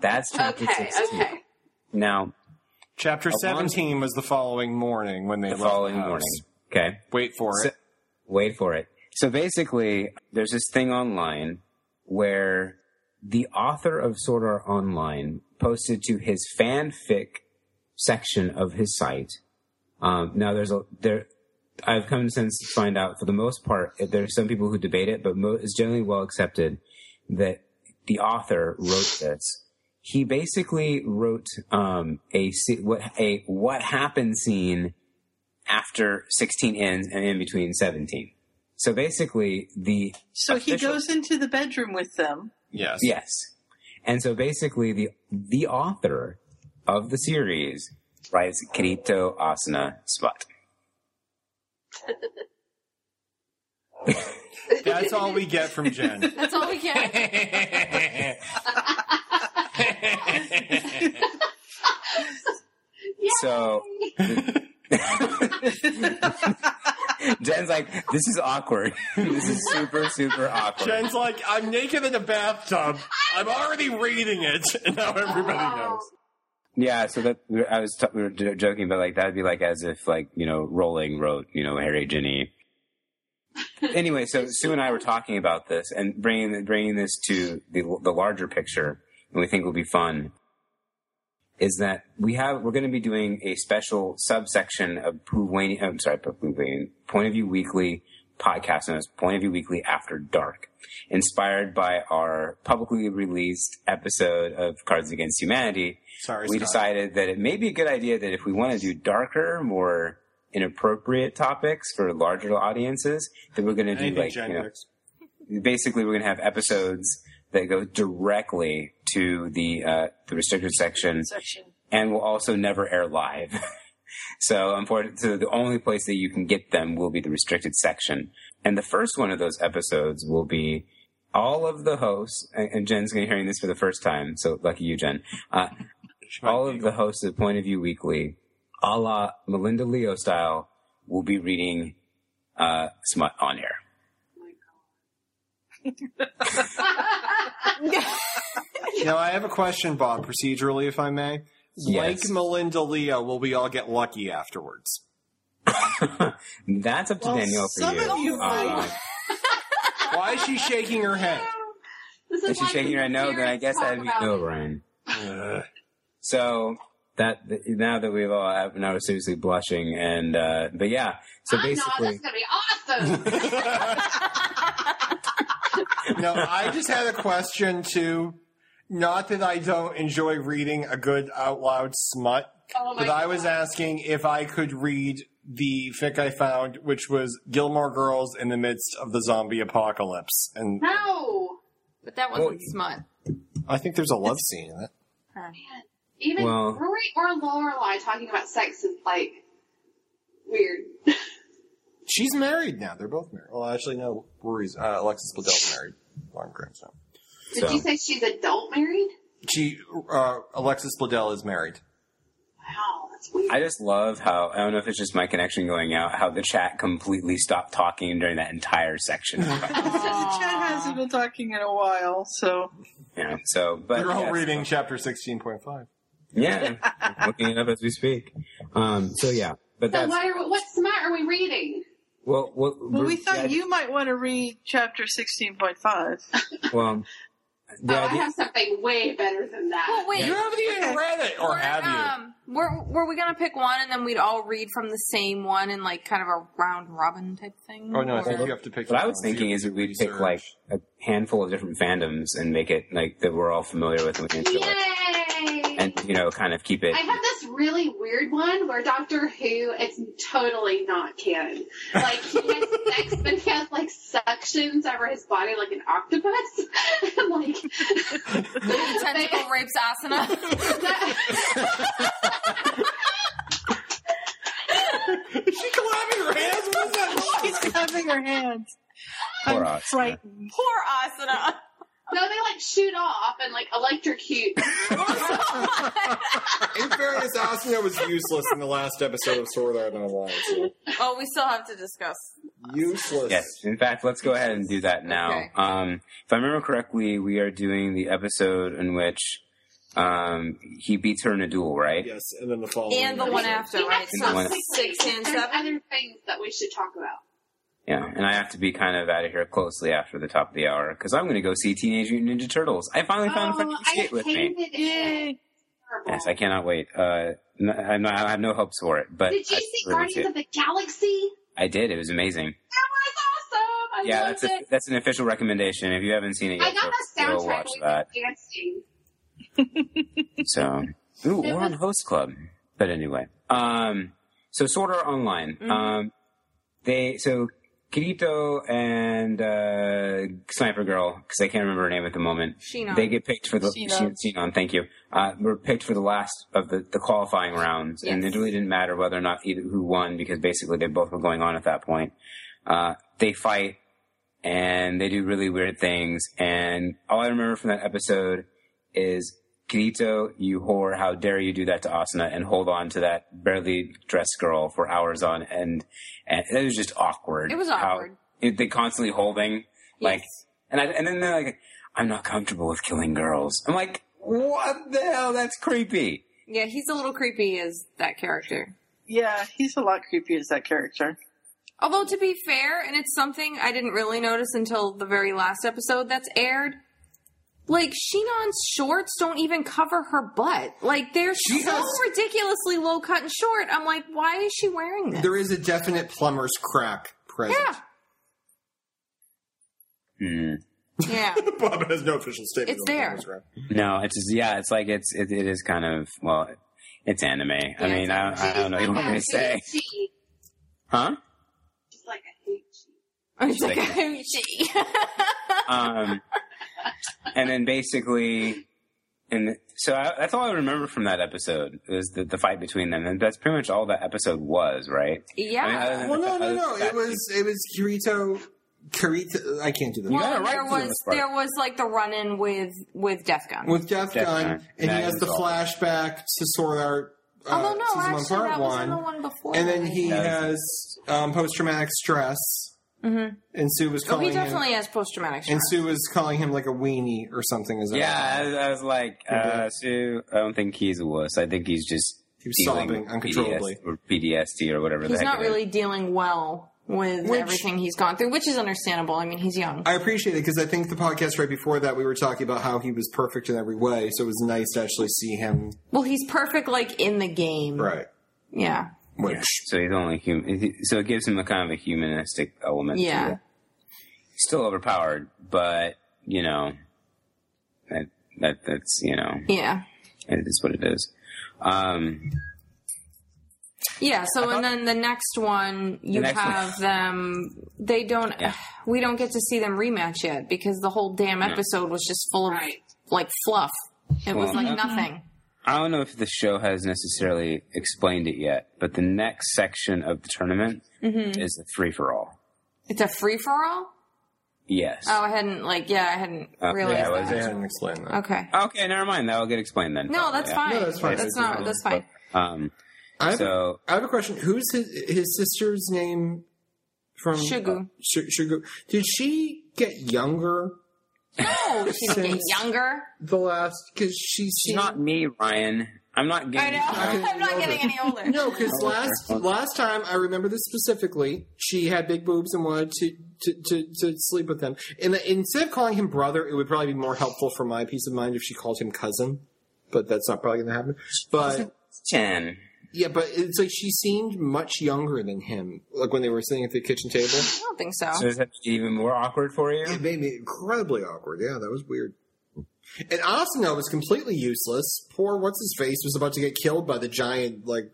Speaker 6: That's chapter
Speaker 4: Oh. Okay,
Speaker 6: sixteen.
Speaker 4: okay.
Speaker 6: Now
Speaker 2: Chapter
Speaker 6: one-
Speaker 2: 17 was the following morning when they
Speaker 6: the
Speaker 2: left
Speaker 6: following
Speaker 2: the house.
Speaker 6: morning. Okay,
Speaker 2: Wait for
Speaker 6: So-
Speaker 2: it.
Speaker 6: wait for it. So basically, there's this thing online where the author of Sword Art Online posted to his fanfic section of his site. Um, now there's a there. I've come since to find out, for the most part, there's some people who debate it, but mo- it's generally well accepted that the author wrote this. He basically wrote um, a se- what a what happened scene after 16 ends and in between 17. So basically, the
Speaker 1: so he
Speaker 6: official-
Speaker 1: goes into the bedroom with them.
Speaker 2: Yes.
Speaker 6: Yes. And so basically, the the author of the series writes Kirito Asuna Spot.
Speaker 13: That's all we get from Jen.
Speaker 3: That's all we get.
Speaker 6: So Jen's like, this is awkward. this is super, super awkward.
Speaker 14: Jen's like, I'm naked in a bathtub. I'm already reading it, and now everybody knows.
Speaker 6: yeah, so that I was t- we were j- joking, but like that'd be like as if like you know Rowling wrote you know Harry Ginny. anyway, so Sue and I were talking about this and bringing bringing this to the the larger picture, and we think will be fun. Is that we have we're going to be doing a special subsection of Puvani, I'm sorry, Puvani, Point of View Weekly podcast known as Point of View Weekly After Dark, inspired by our publicly released episode of Cards Against Humanity.
Speaker 13: Sorry,
Speaker 6: we
Speaker 13: Scott.
Speaker 6: decided that it may be a good idea that if we want to do darker, more inappropriate topics for larger audiences, that we're going to do
Speaker 14: Anything
Speaker 6: like you know,
Speaker 14: gendered.
Speaker 6: basically we're going to have episodes that go directly to the uh, the restricted section,
Speaker 1: section.
Speaker 6: and will also never air live. so, unfortunately, so the only place that you can get them will be the restricted section. And the first one of those episodes will be all of the hosts, and, and Jen's going to be hearing this for the first time. So, lucky you, Jen. Uh, all of the hosts of Point of View Weekly, a la Melinda Leo style, will be reading uh, smut on air.
Speaker 2: Now, I have a question, Bob, procedurally, if I may.
Speaker 6: Yes.
Speaker 2: Like Melinda Leo, will we all get lucky afterwards?
Speaker 6: That's up to
Speaker 1: Well,
Speaker 6: Danielle for
Speaker 1: some
Speaker 6: you.
Speaker 1: of you
Speaker 6: Uh,
Speaker 2: Why is she shaking her head?
Speaker 4: This
Speaker 6: if she's
Speaker 4: like
Speaker 6: shaking her head no, then I guess
Speaker 4: talk
Speaker 6: that'd be
Speaker 4: about-
Speaker 6: no, Ryan. So that th- now that we've all have, now we're seriously blushing, and uh, but yeah, so
Speaker 4: I know, this
Speaker 6: basically,
Speaker 4: is gonna be awesome.
Speaker 2: No, I just had a question, too. Not that I don't enjoy reading a good out loud smut,
Speaker 4: Oh my
Speaker 2: but I was asking if I could read the fic I found, which was Gilmore Girls in the Midst of the Zombie Apocalypse. And
Speaker 4: no,
Speaker 3: But that wasn't smut.
Speaker 2: I think there's a love scene in it.
Speaker 4: even
Speaker 6: Well-
Speaker 4: Rory or Lorelai talking about sex is like weird.
Speaker 2: She's married now. They're both married. Well, actually, no. Rory's, uh, Alexis Bledell's married. Long Grimm's now.
Speaker 4: Did
Speaker 6: So-
Speaker 4: you say she's adult married?
Speaker 2: She, uh, Alexis Bledel is married.
Speaker 4: Wow, that's weird.
Speaker 6: I just love how I don't know if it's just my connection going out, how the chat completely stopped talking during that entire section.
Speaker 1: The chat hasn't been talking in a while, so
Speaker 6: yeah, so but
Speaker 2: They're all
Speaker 6: yes.
Speaker 2: reading chapter 16.5.
Speaker 6: Yeah, I'm looking it up as we speak. Um, so yeah, but
Speaker 4: so
Speaker 6: that's
Speaker 4: why are, what smut are we reading?
Speaker 6: well. Well,
Speaker 1: well,
Speaker 6: we're-
Speaker 1: we thought
Speaker 6: yeah,
Speaker 1: you might want to read chapter sixteen point five.
Speaker 6: Well, the
Speaker 4: oh, I
Speaker 6: idea-
Speaker 4: have something way better than that.
Speaker 3: Well, wait.
Speaker 2: You haven't even read it, or
Speaker 3: We're,
Speaker 2: have you?
Speaker 3: um, were, were we gonna pick one and then we'd all read from the same one in like kind of a round robin type thing?
Speaker 2: Oh, no, I
Speaker 3: Or-
Speaker 2: think you have to pick
Speaker 6: What I
Speaker 2: your
Speaker 6: was
Speaker 2: own.
Speaker 6: thinking
Speaker 2: You
Speaker 6: is
Speaker 2: have
Speaker 6: that
Speaker 2: to
Speaker 6: we'd pick
Speaker 2: research.
Speaker 6: like a handful of different fandoms and make it like that we're all familiar with and we can enjoy it.
Speaker 4: Yay!
Speaker 6: and you know kind of keep it.
Speaker 4: I have this really weird one where Doctor Who it's totally not canon. Like he has sex, but he has like suctions over his body like an octopus. And, like
Speaker 3: Tentacle rapes Asana.
Speaker 2: Is she clapping her hands? What is that?
Speaker 1: She's clapping her hands.
Speaker 6: Poor
Speaker 1: I'm
Speaker 6: Oscar.
Speaker 1: frightened.
Speaker 3: Poor Asana.
Speaker 4: no, they like shoot off and like electrocute.
Speaker 2: In fairness, Asuna was useless in the last episode of Sword Art Online. So.
Speaker 3: Oh, we still have to discuss.
Speaker 2: Useless.
Speaker 6: yes. In fact, let's go ahead and do that now.
Speaker 3: Okay.
Speaker 6: Um, if I remember correctly, we are doing the episode in which um, he beats her in a duel, right?
Speaker 2: Yes, and then the following.
Speaker 3: And the one
Speaker 2: episode.
Speaker 3: after, right?
Speaker 6: And the
Speaker 3: So
Speaker 6: one-
Speaker 3: six and
Speaker 4: There's
Speaker 3: seven.
Speaker 4: other things that we should talk about.
Speaker 6: Yeah. And I have to be kind of out of here closely after the top of the hour because I'm going to go see Teenage Mutant Ninja Turtles. I finally found a friend
Speaker 4: oh,
Speaker 6: to
Speaker 4: I
Speaker 6: see it with me.
Speaker 4: hated it.
Speaker 6: Yes, I cannot wait. Uh, n- I'm not, I have no hopes for it, but
Speaker 4: Did you
Speaker 6: I
Speaker 4: see
Speaker 6: really want to
Speaker 4: Guardians of the Galaxy?
Speaker 6: I did. It was amazing.
Speaker 4: That was awesome. I
Speaker 6: yeah,
Speaker 4: loved
Speaker 6: that's a,
Speaker 4: it.
Speaker 6: that's an official recommendation. If you haven't seen it
Speaker 4: I
Speaker 6: yet,
Speaker 4: got
Speaker 6: folks,
Speaker 4: the
Speaker 6: go
Speaker 4: soundtrack
Speaker 6: watch
Speaker 4: with
Speaker 6: that.
Speaker 4: the dancing.
Speaker 6: So, ooh,
Speaker 4: It
Speaker 6: we're on
Speaker 4: was-
Speaker 6: Host Club. But anyway, um, so Sword Art Online. Um, they so Kirito and uh, Sniper Girl because I can't remember her name at the moment.
Speaker 3: Shinon.
Speaker 6: They get picked for the
Speaker 1: Shinon.
Speaker 6: Shin- Shinon. Thank you. Uh, were picked for the last of the, the qualifying rounds, and
Speaker 3: Yes.
Speaker 6: it really didn't matter whether or not either who won because basically they both were going on at that point. Uh, they fight and they do really weird things. And all I remember from that episode is Kirito, you whore, how dare you do that to Asuna and hold on to that barely dressed girl for hours on end. And it was just awkward.
Speaker 3: It was
Speaker 6: How-
Speaker 3: awkward.
Speaker 6: it, they constantly holding, like,
Speaker 3: Yes.
Speaker 6: and I, and then they're like, I'm not comfortable with killing girls. I'm like, what the hell? That's creepy.
Speaker 3: Yeah, he's a little creepy as that character.
Speaker 1: Yeah, he's a lot creepier as that character.
Speaker 3: Although to be fair, and it's something I didn't really notice until the very last episode that's aired. Like Sheenon's shorts don't even cover her butt. Like they're so ridiculously low cut and short. I'm like, why is she wearing this?
Speaker 2: There is a definite plumber's crack present.
Speaker 3: yeah,
Speaker 6: Hmm.
Speaker 3: yeah.
Speaker 15: Bob has no official statement.
Speaker 3: It's
Speaker 15: on the
Speaker 3: there.
Speaker 15: Thomas Graham.
Speaker 6: No, it's just, yeah, it's like it's it, it is kind of well, it's anime. I mean, I, I don't know what I'm to say,
Speaker 4: She,
Speaker 6: huh?
Speaker 4: she's like, I hate you.
Speaker 3: It's like,
Speaker 6: Like-
Speaker 3: oh, she.
Speaker 6: Um, and then basically, and so I, that's all I remember from that episode is the, the fight between them, and that's pretty much all that episode was, right?
Speaker 3: yeah.
Speaker 6: I mean, other than
Speaker 2: Well,
Speaker 6: the-
Speaker 2: no, no,
Speaker 6: other
Speaker 2: no.
Speaker 6: than
Speaker 2: It was it was Kirito. Kirito. I can't do that.
Speaker 6: got
Speaker 3: well,
Speaker 6: it right
Speaker 3: there
Speaker 6: for the
Speaker 3: was
Speaker 6: most part.
Speaker 3: there was like the run in with with Death Gun.
Speaker 2: With Death,
Speaker 6: Death
Speaker 2: Gun,
Speaker 6: Gun.
Speaker 2: and he
Speaker 6: That
Speaker 2: has the
Speaker 6: is all.
Speaker 2: flashback to Sword Art. Uh,
Speaker 3: Although no,
Speaker 2: season one,
Speaker 3: actually
Speaker 2: part
Speaker 3: that was in the
Speaker 2: one.
Speaker 3: one before.
Speaker 2: and then
Speaker 3: that.
Speaker 2: he
Speaker 6: That
Speaker 2: has um, post traumatic stress.
Speaker 3: Mhm.
Speaker 2: And Sue was
Speaker 3: Oh,
Speaker 2: calling
Speaker 3: he
Speaker 2: him.
Speaker 3: definitely has post traumatic stress.
Speaker 2: And Sue was calling him like a weenie or something. Is that
Speaker 6: Yeah, I, was- I was like, uh, Sue, I don't think he's a wuss. I think he's just
Speaker 2: Mm-hmm. He was
Speaker 6: dealing
Speaker 2: sobbing
Speaker 6: with
Speaker 2: uncontrollably.
Speaker 6: PDS or PDSD or whatever.
Speaker 3: He's
Speaker 6: the heck
Speaker 3: not
Speaker 6: it is.
Speaker 3: really dealing well with
Speaker 2: Which-
Speaker 3: everything he's gone through, which is understandable. I mean, he's young.
Speaker 2: I appreciate it because I think the podcast right before that we were talking about how he was perfect in every way, so it was nice to actually see him.
Speaker 3: well, he's perfect, like in the game. Yeah.
Speaker 2: Which
Speaker 6: So he's only human. So it gives him a kind of a humanistic element.
Speaker 3: Yeah.
Speaker 6: To it. He's still overpowered, but you know, that that that's you know,
Speaker 3: Yeah.
Speaker 6: it is what it is. Um,
Speaker 3: Yeah. So, and then the next one, you
Speaker 6: next one.
Speaker 3: have them. They don't.
Speaker 6: Yeah.
Speaker 3: We don't get to see them rematch yet because the whole damn episode was just full of
Speaker 4: Right.
Speaker 3: like fluff. It was
Speaker 6: Well,
Speaker 3: like
Speaker 6: Mhm.
Speaker 3: nothing.
Speaker 6: I don't know if the show has necessarily explained it yet, but the next section of the tournament
Speaker 3: Mm-hmm.
Speaker 6: is the free for all.
Speaker 3: It's a free for all.
Speaker 6: Yes.
Speaker 3: Oh, I hadn't like. Yeah, I hadn't
Speaker 6: Okay,
Speaker 3: realized
Speaker 6: I was
Speaker 3: that.
Speaker 6: there.
Speaker 2: didn't explain that.
Speaker 3: Okay.
Speaker 6: Okay, never mind. That will get explained then.
Speaker 3: No, that's
Speaker 6: Yeah.
Speaker 3: fine.
Speaker 2: No, that's fine.
Speaker 3: That's not. That's fine.
Speaker 6: Um,
Speaker 2: I have,
Speaker 6: so
Speaker 2: I have a question. Who's his, his sister's name from uh,
Speaker 3: Shugu.
Speaker 2: Sh- Shugu. Did she get younger
Speaker 3: No, she's getting
Speaker 2: Since-
Speaker 3: younger.
Speaker 2: the last? Because she's
Speaker 6: it's not me, Ryan. I'm not
Speaker 3: I
Speaker 6: getting.
Speaker 3: know. I'm not getting any older.
Speaker 2: No, because last last time I remember this specifically, she had big boobs and wanted to to, to, to sleep with him. And instead of calling him brother, it would probably be more helpful for my peace of mind if she called him cousin. But that's not probably going to happen. But
Speaker 6: Chen.
Speaker 2: yeah, but it's like she seemed much younger than him. Like when they were sitting at the kitchen table,
Speaker 3: I don't think so.
Speaker 6: So is that even more awkward for you?
Speaker 2: it made me incredibly awkward. Yeah, that was weird. And Asuna was completely useless. Poor what's his face was about to get killed by the giant like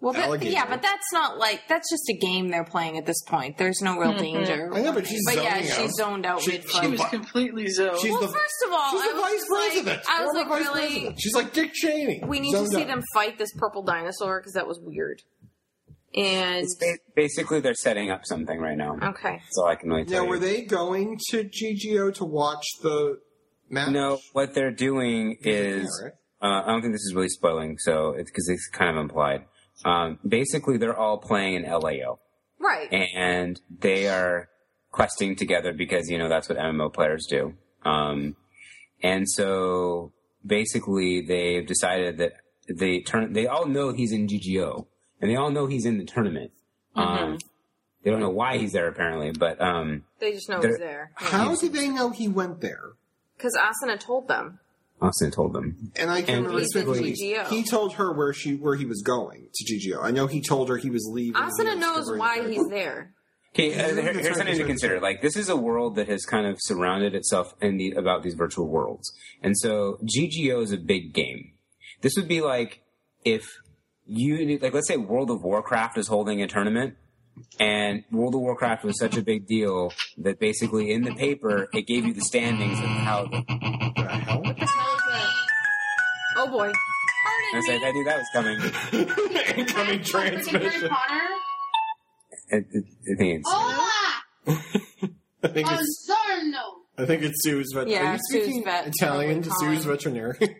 Speaker 3: Well, that,
Speaker 2: alligator.
Speaker 3: yeah, but that's not like that's just a game they're playing at this point. There's no real danger.
Speaker 2: I know, Oh but she's
Speaker 3: But yeah,
Speaker 2: zoning out.
Speaker 3: she's zoned out
Speaker 2: She-
Speaker 3: mid-fight.
Speaker 1: He was completely zoned.
Speaker 2: She's
Speaker 3: well,
Speaker 2: the
Speaker 3: first of all,
Speaker 2: She's
Speaker 3: I
Speaker 2: the
Speaker 3: was
Speaker 2: vice
Speaker 3: just like-
Speaker 2: president.
Speaker 3: I was
Speaker 2: Former
Speaker 3: like,
Speaker 2: vice
Speaker 3: really,
Speaker 2: president. She's like Dick Cheney.
Speaker 3: we need to
Speaker 2: Zoned
Speaker 3: see
Speaker 2: out.
Speaker 3: them fight this purple dinosaur because that was weird. And
Speaker 6: It's ba- basically they're setting up something right now.
Speaker 3: okay,
Speaker 6: That's all I can really tell
Speaker 2: Now, were
Speaker 6: you.
Speaker 2: they going to GGO to watch the match?
Speaker 6: no, what they're doing is
Speaker 2: Yeah, right.
Speaker 6: uh, I don't think this is really spoiling, so it's because it's kind of implied. Um, basically, they're all playing in LAO,
Speaker 3: right?
Speaker 6: and they are questing together because you know that's what MMO players do. Um, and so basically, they've decided that they turn. They all know he's in GGO, and they all know he's in the tournament. Um, they don't know why he's there apparently, but um,
Speaker 3: they just know
Speaker 6: they're-
Speaker 3: he's there
Speaker 2: How did they know he went there?
Speaker 3: because Asuna told them.
Speaker 6: Austin told them.
Speaker 2: And I can
Speaker 6: And
Speaker 2: remember
Speaker 6: he's
Speaker 3: in
Speaker 2: specifically,
Speaker 3: GGO.
Speaker 2: he told her where she where he was going to GGO. I know he told her he was leaving. He
Speaker 3: Asuna
Speaker 2: was
Speaker 3: knows
Speaker 2: covering
Speaker 3: why
Speaker 2: the-
Speaker 3: he's there.
Speaker 6: Okay, uh, here-
Speaker 2: That's right,
Speaker 6: here's something
Speaker 2: that's
Speaker 6: to
Speaker 2: right.
Speaker 6: consider. Like, this is a world that has kind of surrounded itself in the about these virtual worlds, and so GGO is a big game. This would be like if you like, let's say World of Warcraft is holding a tournament, and World of Warcraft was such a big deal that basically in the paper it gave you the standings of how.
Speaker 3: What the hell is that? Oh boy!
Speaker 6: I, said, I knew that was coming.
Speaker 15: Incoming
Speaker 4: Freaking Harry
Speaker 15: transmission.
Speaker 4: Potter.
Speaker 6: I, I think it's-
Speaker 4: Hola!
Speaker 2: I think it's
Speaker 8: Anzorno.
Speaker 2: I think it's Sue's vet.
Speaker 3: Yeah,
Speaker 2: Are you
Speaker 3: Sue's
Speaker 2: speaking
Speaker 3: vet
Speaker 2: Italian to
Speaker 3: probably
Speaker 2: Sue's
Speaker 3: calling.
Speaker 2: veterinarian.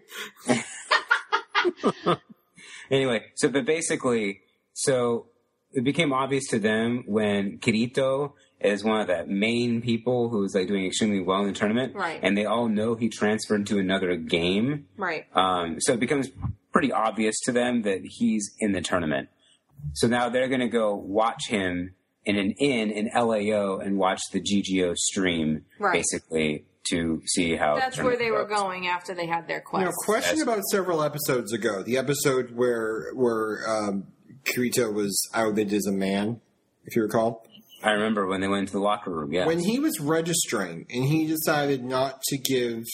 Speaker 6: anyway, so but basically, so it became obvious to them when Kirito is one of the main people who's like doing extremely well in the tournament,
Speaker 3: Right.
Speaker 6: And they all know he transferred to another game,
Speaker 3: Right.
Speaker 6: um, so it becomes pretty obvious to them that he's in the tournament. So now they're going to go watch him in an inn in LAO and watch the GGO stream,
Speaker 3: Right.
Speaker 6: basically, to see
Speaker 2: Oh,
Speaker 6: how. the
Speaker 3: That's where
Speaker 6: tournament
Speaker 3: they were
Speaker 6: goes.
Speaker 3: going after they had their quest.
Speaker 2: Now, question about several episodes ago. The episode where where um, Kirito was outed as a man, if you recall.
Speaker 6: I remember when they went to the locker room. Yeah.
Speaker 2: When he was registering and he decided not to give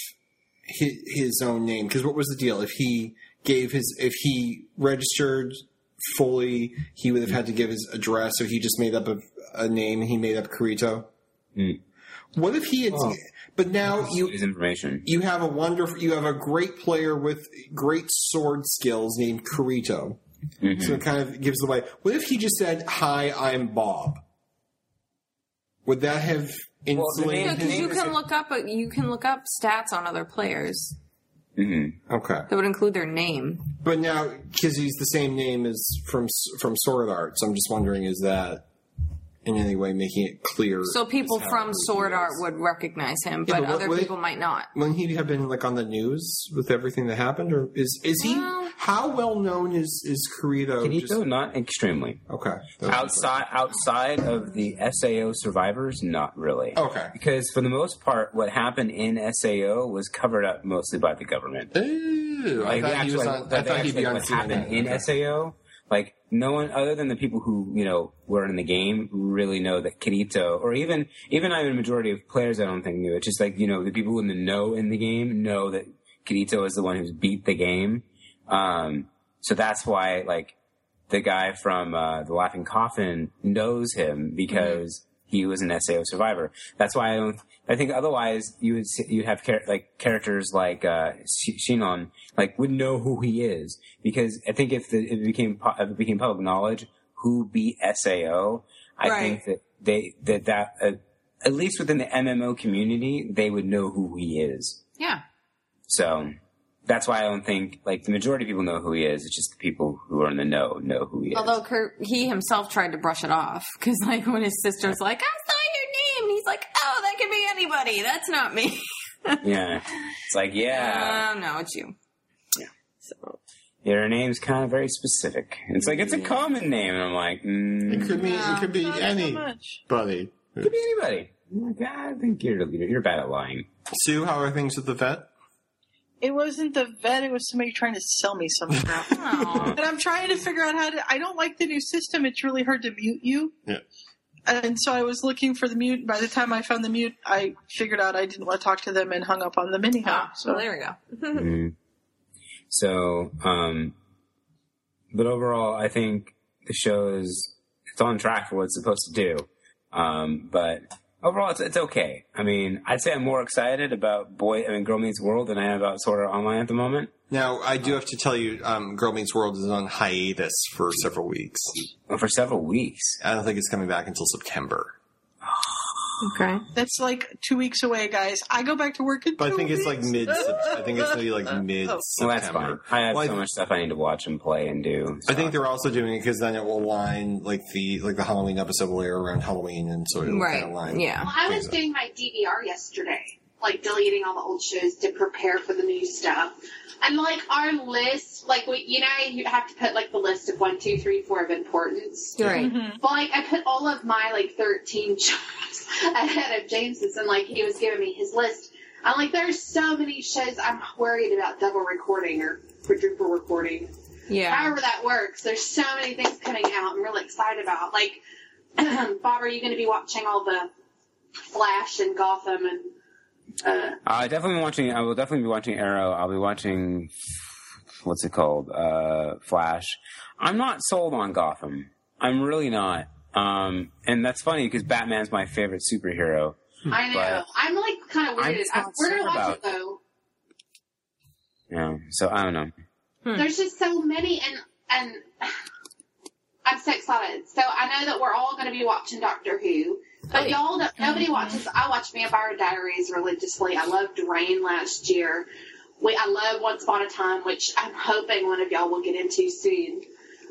Speaker 2: his, his own name, because what was the deal? If he gave his, if he registered fully, he would have had to give his address, so he just made up a, a name and he made up Kirito.
Speaker 6: Mm.
Speaker 2: What if he had, but now you,
Speaker 6: his information.
Speaker 2: you have a wonderful, you have a great player with great sword skills named Kirito.
Speaker 6: Mm-hmm.
Speaker 2: So it kind of gives it away. What if he just said, "Hi, I'm Bob"? Would that have
Speaker 6: Well, the
Speaker 2: insulated
Speaker 6: name-
Speaker 3: because
Speaker 2: his?
Speaker 3: you can look up you can look up stats on other players
Speaker 6: hmm
Speaker 2: Okay,
Speaker 3: that would include their name.
Speaker 2: but now because he's the same name as from from Sword Art, so I'm just wondering, is that in any way making it clear?
Speaker 3: So people
Speaker 2: is how
Speaker 3: from
Speaker 2: it
Speaker 3: Sword
Speaker 2: is?
Speaker 3: Art would recognize him,
Speaker 2: Yeah, but
Speaker 3: but
Speaker 2: what-
Speaker 3: other
Speaker 2: what-
Speaker 3: people might not.
Speaker 2: Wouldn't he have been like on the news with everything that happened, or is is he
Speaker 3: Well-
Speaker 2: how well known is is Kirito?
Speaker 6: Kirito,
Speaker 2: just-
Speaker 6: not extremely.
Speaker 2: okay, That was-
Speaker 6: Outside, outside of the SAO survivors, not really.
Speaker 2: Okay.
Speaker 6: Because for the most part, what happened in SAO was covered up mostly by the government.
Speaker 2: Ooh, I
Speaker 6: Like,
Speaker 2: thought he was
Speaker 6: actually-
Speaker 2: on. I
Speaker 6: like,
Speaker 2: thought he'd
Speaker 6: actually
Speaker 2: be on
Speaker 6: what happened in
Speaker 2: CNN.
Speaker 6: SAO. Like no one other than the people who you know were in the game really know that Kirito, or even even I mean, the majority of players, I don't think knew it. Just like you know the people in the know in the game know that Kirito is the one who's beat the game. Um, so that's why like the guy from uh, the Laughing Coffin knows him because he was an SAO survivor. That's why I don't. I think otherwise you would see- you'd have char- like characters like uh, Sh- Shinon like would know who he is because I think if, the, if it became pu- if it became public knowledge who beat SAO, I
Speaker 3: Right.
Speaker 6: think that they that that uh, at least within the MMO community they would know who he is.
Speaker 3: Yeah.
Speaker 6: So that's why I don't think like the majority of people know who he is. It's just the people who are in the know know who he is.
Speaker 3: Although Kurt, he himself tried to brush it off because, like, when his sister's like, "I saw your name," he's like, "Oh, that could be anybody. That's not me."
Speaker 6: yeah, it's like yeah,
Speaker 3: Uh, no, it's you.
Speaker 6: your name's kind of very specific. It's like it's a common name, and I'm like, mm,
Speaker 2: It could be. It could be
Speaker 1: Not so
Speaker 2: anybody.
Speaker 1: much.
Speaker 6: could be anybody. I'm like, "Ah, I think you're you're bad at lying.
Speaker 2: Sue, how are things at the vet?
Speaker 1: It wasn't the vet. It was somebody trying to sell me some crap.
Speaker 3: Oh,
Speaker 1: and I'm trying to figure out how to. I don't like the new system. It's really hard to mute you.
Speaker 2: Yeah.
Speaker 1: And so I was looking for the mute. By the time I found the mute, I figured out I didn't want to talk to them and hung up on them anyhow.
Speaker 3: Oh, so
Speaker 1: So
Speaker 3: there we go.
Speaker 2: Mm-hmm.
Speaker 6: Mhm. So, um, but overall, I think the show is it's on track for what it's supposed to do. Um, but overall, it's it's okay. I mean, I'd say I'm more excited about Boy, I mean, Girl Meets World than I am about Sword Art Online at the moment.
Speaker 2: Now, I do have to tell you, um, Girl Meets World is on hiatus for several weeks.
Speaker 6: Well, for several weeks.
Speaker 2: I don't think it's coming back until September.
Speaker 3: Okay.
Speaker 1: that's like two weeks away, guys. I go back to work in
Speaker 2: But
Speaker 1: two
Speaker 2: I think it's like
Speaker 1: weeks.
Speaker 2: mid. I think it's maybe like mid
Speaker 6: Well, that's
Speaker 2: September.
Speaker 6: fine. I have
Speaker 2: Well, I-
Speaker 6: so much stuff I need to watch and play and do.
Speaker 2: I think they're also doing it because then it will line like the like the Halloween episode will air around Halloween, and so it'll
Speaker 3: Right.
Speaker 2: kind of line.
Speaker 3: Yeah.
Speaker 4: Well, I was doing my DVR yesterday, like deleting all the old shows to prepare for the new stuff. And like our list, like we, you know, you have to put like the list of one, two, three, four of importance.
Speaker 3: You're right.
Speaker 4: But like I put all of my like thirteen shows ahead of James's, and like he was giving me his list. I'm like, there's so many shows I'm worried about double recording or quadruple recording
Speaker 3: Yeah.
Speaker 4: however that works. There's so many things coming out I'm really excited about. Like, Bob, are you going to be watching all the Flash and Gotham and uh,
Speaker 6: I definitely watching. I will definitely be watching Arrow. I'll be watching what's it called, uh, Flash. I'm not sold on Gotham. I'm really not. Um, and that's funny because Batman's my favorite superhero.
Speaker 4: I know
Speaker 6: But-
Speaker 4: I'm like kind of
Speaker 6: I'm
Speaker 4: weirded.
Speaker 6: just
Speaker 4: I,
Speaker 6: not
Speaker 4: we're going to
Speaker 6: sure
Speaker 4: watch
Speaker 6: about-
Speaker 4: it though.
Speaker 6: Yeah, so I don't know.
Speaker 4: There's just so many and and I'm so excited. So I know that we're all going to be watching Doctor Who. But y'all, don't, nobody watches. I watch Vampire Diaries religiously. I loved Rain last year. We, I love Once Upon a Time, which I'm hoping one of y'all will get into soon.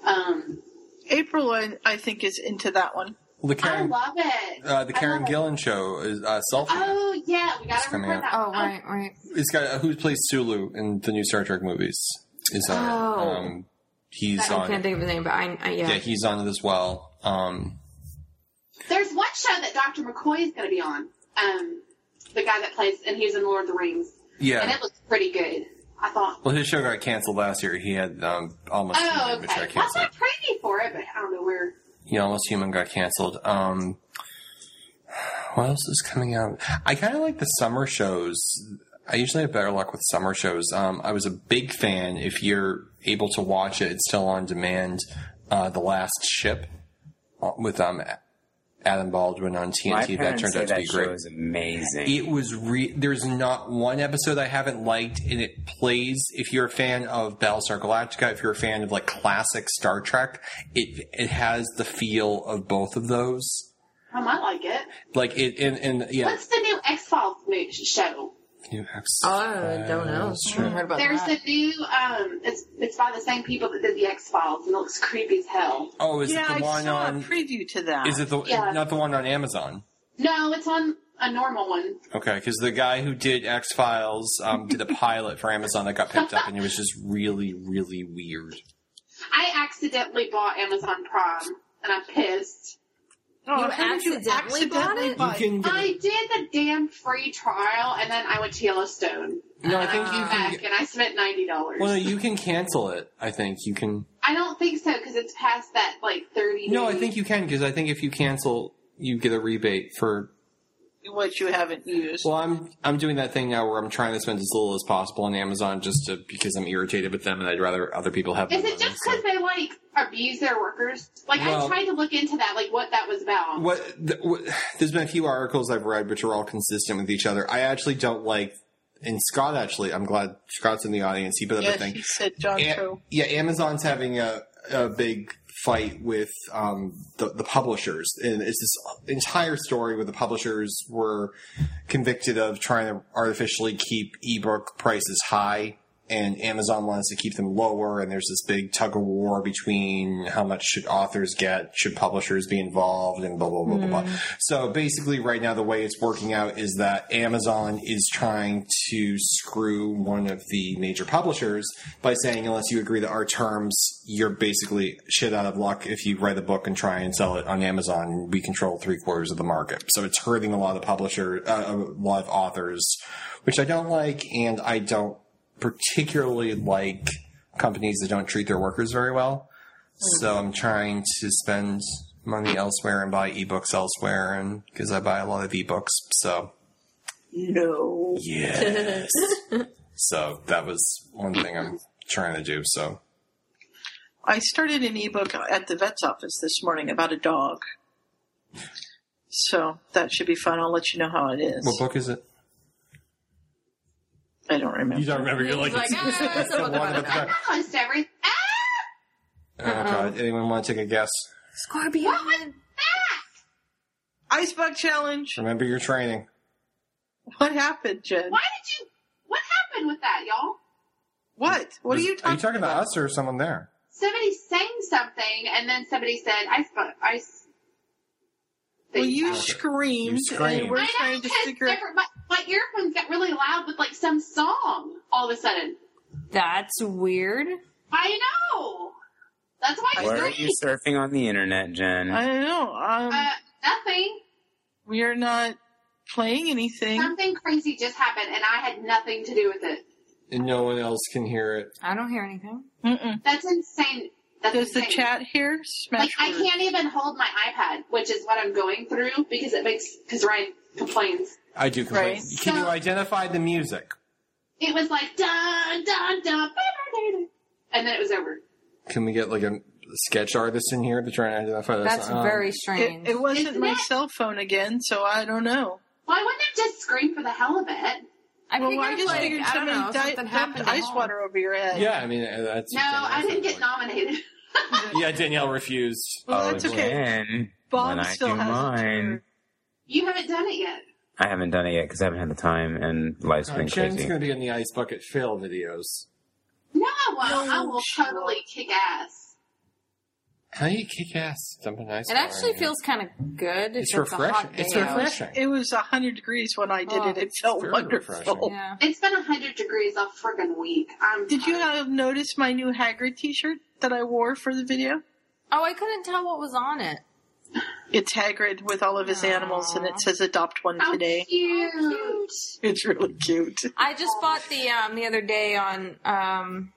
Speaker 4: Um,
Speaker 1: April, I, I think, is into that one.
Speaker 2: The
Speaker 4: I
Speaker 2: Karen,
Speaker 4: love it.
Speaker 2: uh, the
Speaker 4: I
Speaker 2: Karen
Speaker 4: love it.
Speaker 2: Gillan show is uh, selfie.
Speaker 4: Oh yeah, we
Speaker 2: It's
Speaker 4: gotta
Speaker 2: coming
Speaker 4: record
Speaker 2: up.
Speaker 4: that.
Speaker 3: Oh, right, right.
Speaker 2: It's got uh, who plays Sulu in the new Star Trek movies. Is on it.
Speaker 3: Oh.
Speaker 2: Um, he's
Speaker 3: I
Speaker 2: on.
Speaker 3: can't
Speaker 2: it.
Speaker 3: think of the name, but I, I yeah.
Speaker 2: Yeah, he's on it as well. Um,
Speaker 4: There's one show that Dr. McCoy is going to be on. Um, the guy that plays, and he was in Lord of the Rings, and
Speaker 2: yeah.
Speaker 4: it looks pretty good. I thought.
Speaker 2: Well, his show got canceled last year. He had um, almost
Speaker 4: Oh,
Speaker 2: human, which got
Speaker 4: okay. I was
Speaker 2: canceled.
Speaker 4: not crazy for it, but I don't know where.
Speaker 2: Yeah, almost human got canceled. Um, what else is coming out? I kind of like the summer shows. I usually have better luck with summer shows. Um, I was a big fan. If you're able to watch it, it's still on demand. Uh, the Last Ship uh, with um, Adam Baldwin on
Speaker 6: My
Speaker 2: TNT. That
Speaker 6: parents
Speaker 2: turned
Speaker 6: say
Speaker 2: out to
Speaker 6: that
Speaker 2: be
Speaker 6: show
Speaker 2: great. E-
Speaker 6: is amazing.
Speaker 2: It was re- there's not one episode I haven't liked, and it plays. If you're a fan of Battlestar Galactica, if you're a fan of like classic Star Trek, it it has the feel of both of those.
Speaker 4: I might like it.
Speaker 2: Like it, and, and yeah,
Speaker 4: What's the new X Files show?
Speaker 2: you have.
Speaker 3: Oh, I don't know. I haven't heard about
Speaker 4: There's
Speaker 3: that.
Speaker 4: a new. Um, it's it's by the same people that did the X Files, and it looks creepy as hell.
Speaker 2: Oh, is
Speaker 1: yeah,
Speaker 2: it
Speaker 1: I
Speaker 2: the one
Speaker 1: saw a
Speaker 2: on?
Speaker 1: preview to that.
Speaker 2: Is it the
Speaker 4: Yeah.
Speaker 2: not the one on Amazon?
Speaker 4: No, it's on a normal one.
Speaker 2: Okay, because the guy who did X Files um, did a pilot for Amazon that got picked up, and it was just really, really weird.
Speaker 4: I accidentally bought Amazon Prime, and I'm pissed.
Speaker 1: Oh,
Speaker 3: You
Speaker 1: how did
Speaker 3: accidentally bought it?
Speaker 1: buy
Speaker 2: You can get
Speaker 4: I did the damn free trial, and then I went to Yellowstone.
Speaker 2: no, I think you can.
Speaker 4: back, and I spent ninety dollars.
Speaker 2: Well, no, you can cancel it. I think you can.
Speaker 4: I don't think so because it's past that like thirty.
Speaker 2: No, I
Speaker 4: days.
Speaker 2: think you can because I think if you cancel, you get a rebate for.
Speaker 1: what you haven't used?
Speaker 2: Well, I'm I'm doing that thing now where I'm trying to spend as little as possible on Amazon just to because I'm irritated with them and I'd rather other people have. my
Speaker 4: Is it
Speaker 2: money,
Speaker 4: just
Speaker 2: so.
Speaker 4: because they like abuse their workers? Like
Speaker 2: Well-
Speaker 4: I tried to look into that, like what that was about.
Speaker 2: what, th- what there's been a few articles I've read which are all consistent with each other. I actually don't like. And Scott actually, I'm glad Scott's in the audience. He put up a
Speaker 1: yes,
Speaker 2: thing.
Speaker 1: he said John
Speaker 2: A-
Speaker 1: Cho.
Speaker 2: yeah, Amazon's having a, a big fight with um, the, the publishers, and it's this entire story where the publishers were convicted of trying to artificially keep ebook prices high. And Amazon wants to keep them lower, and there's this big tug of war between how much should authors get, should publishers be involved, and blah blah blah blah blah. So basically, right now the way it's working out is that Amazon is trying to screw one of the major publishers by saying, unless you agree to our terms, you're basically shit out of luck if you write a book and try and sell it on Amazon. We control three quarters of the market, so it's hurting a lot of publisher, uh, a lot of authors, which I don't like, and I don't particularly like companies that don't treat their workers very well. So I'm trying to spend money elsewhere and buy ebooks elsewhere, and because I buy a lot of ebooks, so
Speaker 1: No.
Speaker 2: yes. so that was one thing I'm trying to do. So
Speaker 1: I started an ebook at the vet's office this morning about a dog. So that should be fun. I'll let you know how it is.
Speaker 2: what book is it?
Speaker 1: I don't remember.
Speaker 16: You don't remember. You're like,
Speaker 3: He's like, ah, it's a book about it.
Speaker 4: Almost every. Ah,
Speaker 2: Oh God! Anyone want to take a guess?
Speaker 3: Scorpion.
Speaker 1: Icebox challenge.
Speaker 2: Remember your training.
Speaker 1: What happened, Jen?
Speaker 4: why did you? What happened with that, y'all?
Speaker 1: What? What are you talking,
Speaker 2: Are you talking about us or someone there?
Speaker 4: Somebody sang something, and then somebody said, "I sp- I." s-
Speaker 1: Well,
Speaker 4: thing
Speaker 1: you
Speaker 4: about it."
Speaker 1: screamed,
Speaker 2: You screamed.
Speaker 1: and we're
Speaker 4: I know
Speaker 1: trying to
Speaker 4: because
Speaker 1: figure out.
Speaker 4: every- my, my earphones got really loud with like some song all of a sudden.
Speaker 3: That's weird.
Speaker 4: I know. That's why
Speaker 6: Why are you
Speaker 4: screamed.
Speaker 6: surfing on the internet, Jen?
Speaker 1: I don't know. Um,
Speaker 4: Uh, nothing.
Speaker 1: we are not playing anything.
Speaker 4: Something crazy just happened, and I had nothing to do with it.
Speaker 2: And no one else can hear it.
Speaker 3: I don't hear anything.
Speaker 1: Mm-mm.
Speaker 4: That's insane. That's
Speaker 1: Does the
Speaker 4: insane.
Speaker 1: chat here
Speaker 4: Like
Speaker 1: smash?
Speaker 4: I
Speaker 1: words.
Speaker 4: can't even hold my iPad, which is what I'm going through because it makes because Ryan complains.
Speaker 2: I do complain.
Speaker 1: Right.
Speaker 2: Can you identify the music?
Speaker 4: It was like dun dun dun, and then it was over.
Speaker 2: Can we get like a sketch artist in here to try and identify this?
Speaker 3: That's
Speaker 2: Um,
Speaker 3: very
Speaker 1: It,
Speaker 3: strange.
Speaker 1: it wasn't
Speaker 4: Isn't
Speaker 1: my
Speaker 4: it?
Speaker 1: cell phone again, so I don't know.
Speaker 4: Why wouldn't it just scream for the hell of it?
Speaker 3: I
Speaker 1: Well, I just
Speaker 3: like,
Speaker 1: figured
Speaker 3: I don't
Speaker 1: somebody
Speaker 3: know,
Speaker 1: di-
Speaker 3: something
Speaker 1: dumped
Speaker 3: happened. at
Speaker 1: ice
Speaker 3: home.
Speaker 1: water over your head.
Speaker 2: Yeah, I mean uh, that's.
Speaker 4: No, I didn't get nominated.
Speaker 2: Yeah, Danielle refused.
Speaker 3: Oh,
Speaker 1: Well, that's okay.
Speaker 6: Jen,
Speaker 1: Bob
Speaker 6: when I
Speaker 1: still
Speaker 6: do
Speaker 1: has
Speaker 6: mine.
Speaker 4: You haven't done it yet.
Speaker 6: I haven't done it yet because I haven't had the time and life's been
Speaker 2: Shane's
Speaker 6: crazy.
Speaker 2: going to Uh, be in the ice bucket fail videos.
Speaker 4: No, I won't. I will totally kick ass.
Speaker 2: How do you kick ass dumping ice?
Speaker 3: It
Speaker 2: water
Speaker 3: actually
Speaker 2: in
Speaker 3: feels kind of good. if
Speaker 2: It's
Speaker 3: a hot
Speaker 2: refreshing. It's
Speaker 3: day out.
Speaker 2: refreshing.
Speaker 1: It was 100 degrees when I did
Speaker 3: Oh,
Speaker 1: it. It felt
Speaker 2: very
Speaker 1: wonderful.
Speaker 2: refreshing.
Speaker 3: Yeah.
Speaker 4: It's been 100 degrees all friggin' week. I'm
Speaker 1: Did you
Speaker 4: tired.
Speaker 1: have noticed my new Hagrid t-shirt that I wore for the video?
Speaker 3: Oh, I couldn't tell what was on it.
Speaker 1: It's Hagrid with all of his animals and it says adopt one
Speaker 4: How
Speaker 1: today.
Speaker 4: cute.
Speaker 1: It's really cute.
Speaker 3: I just bought the um the other day on um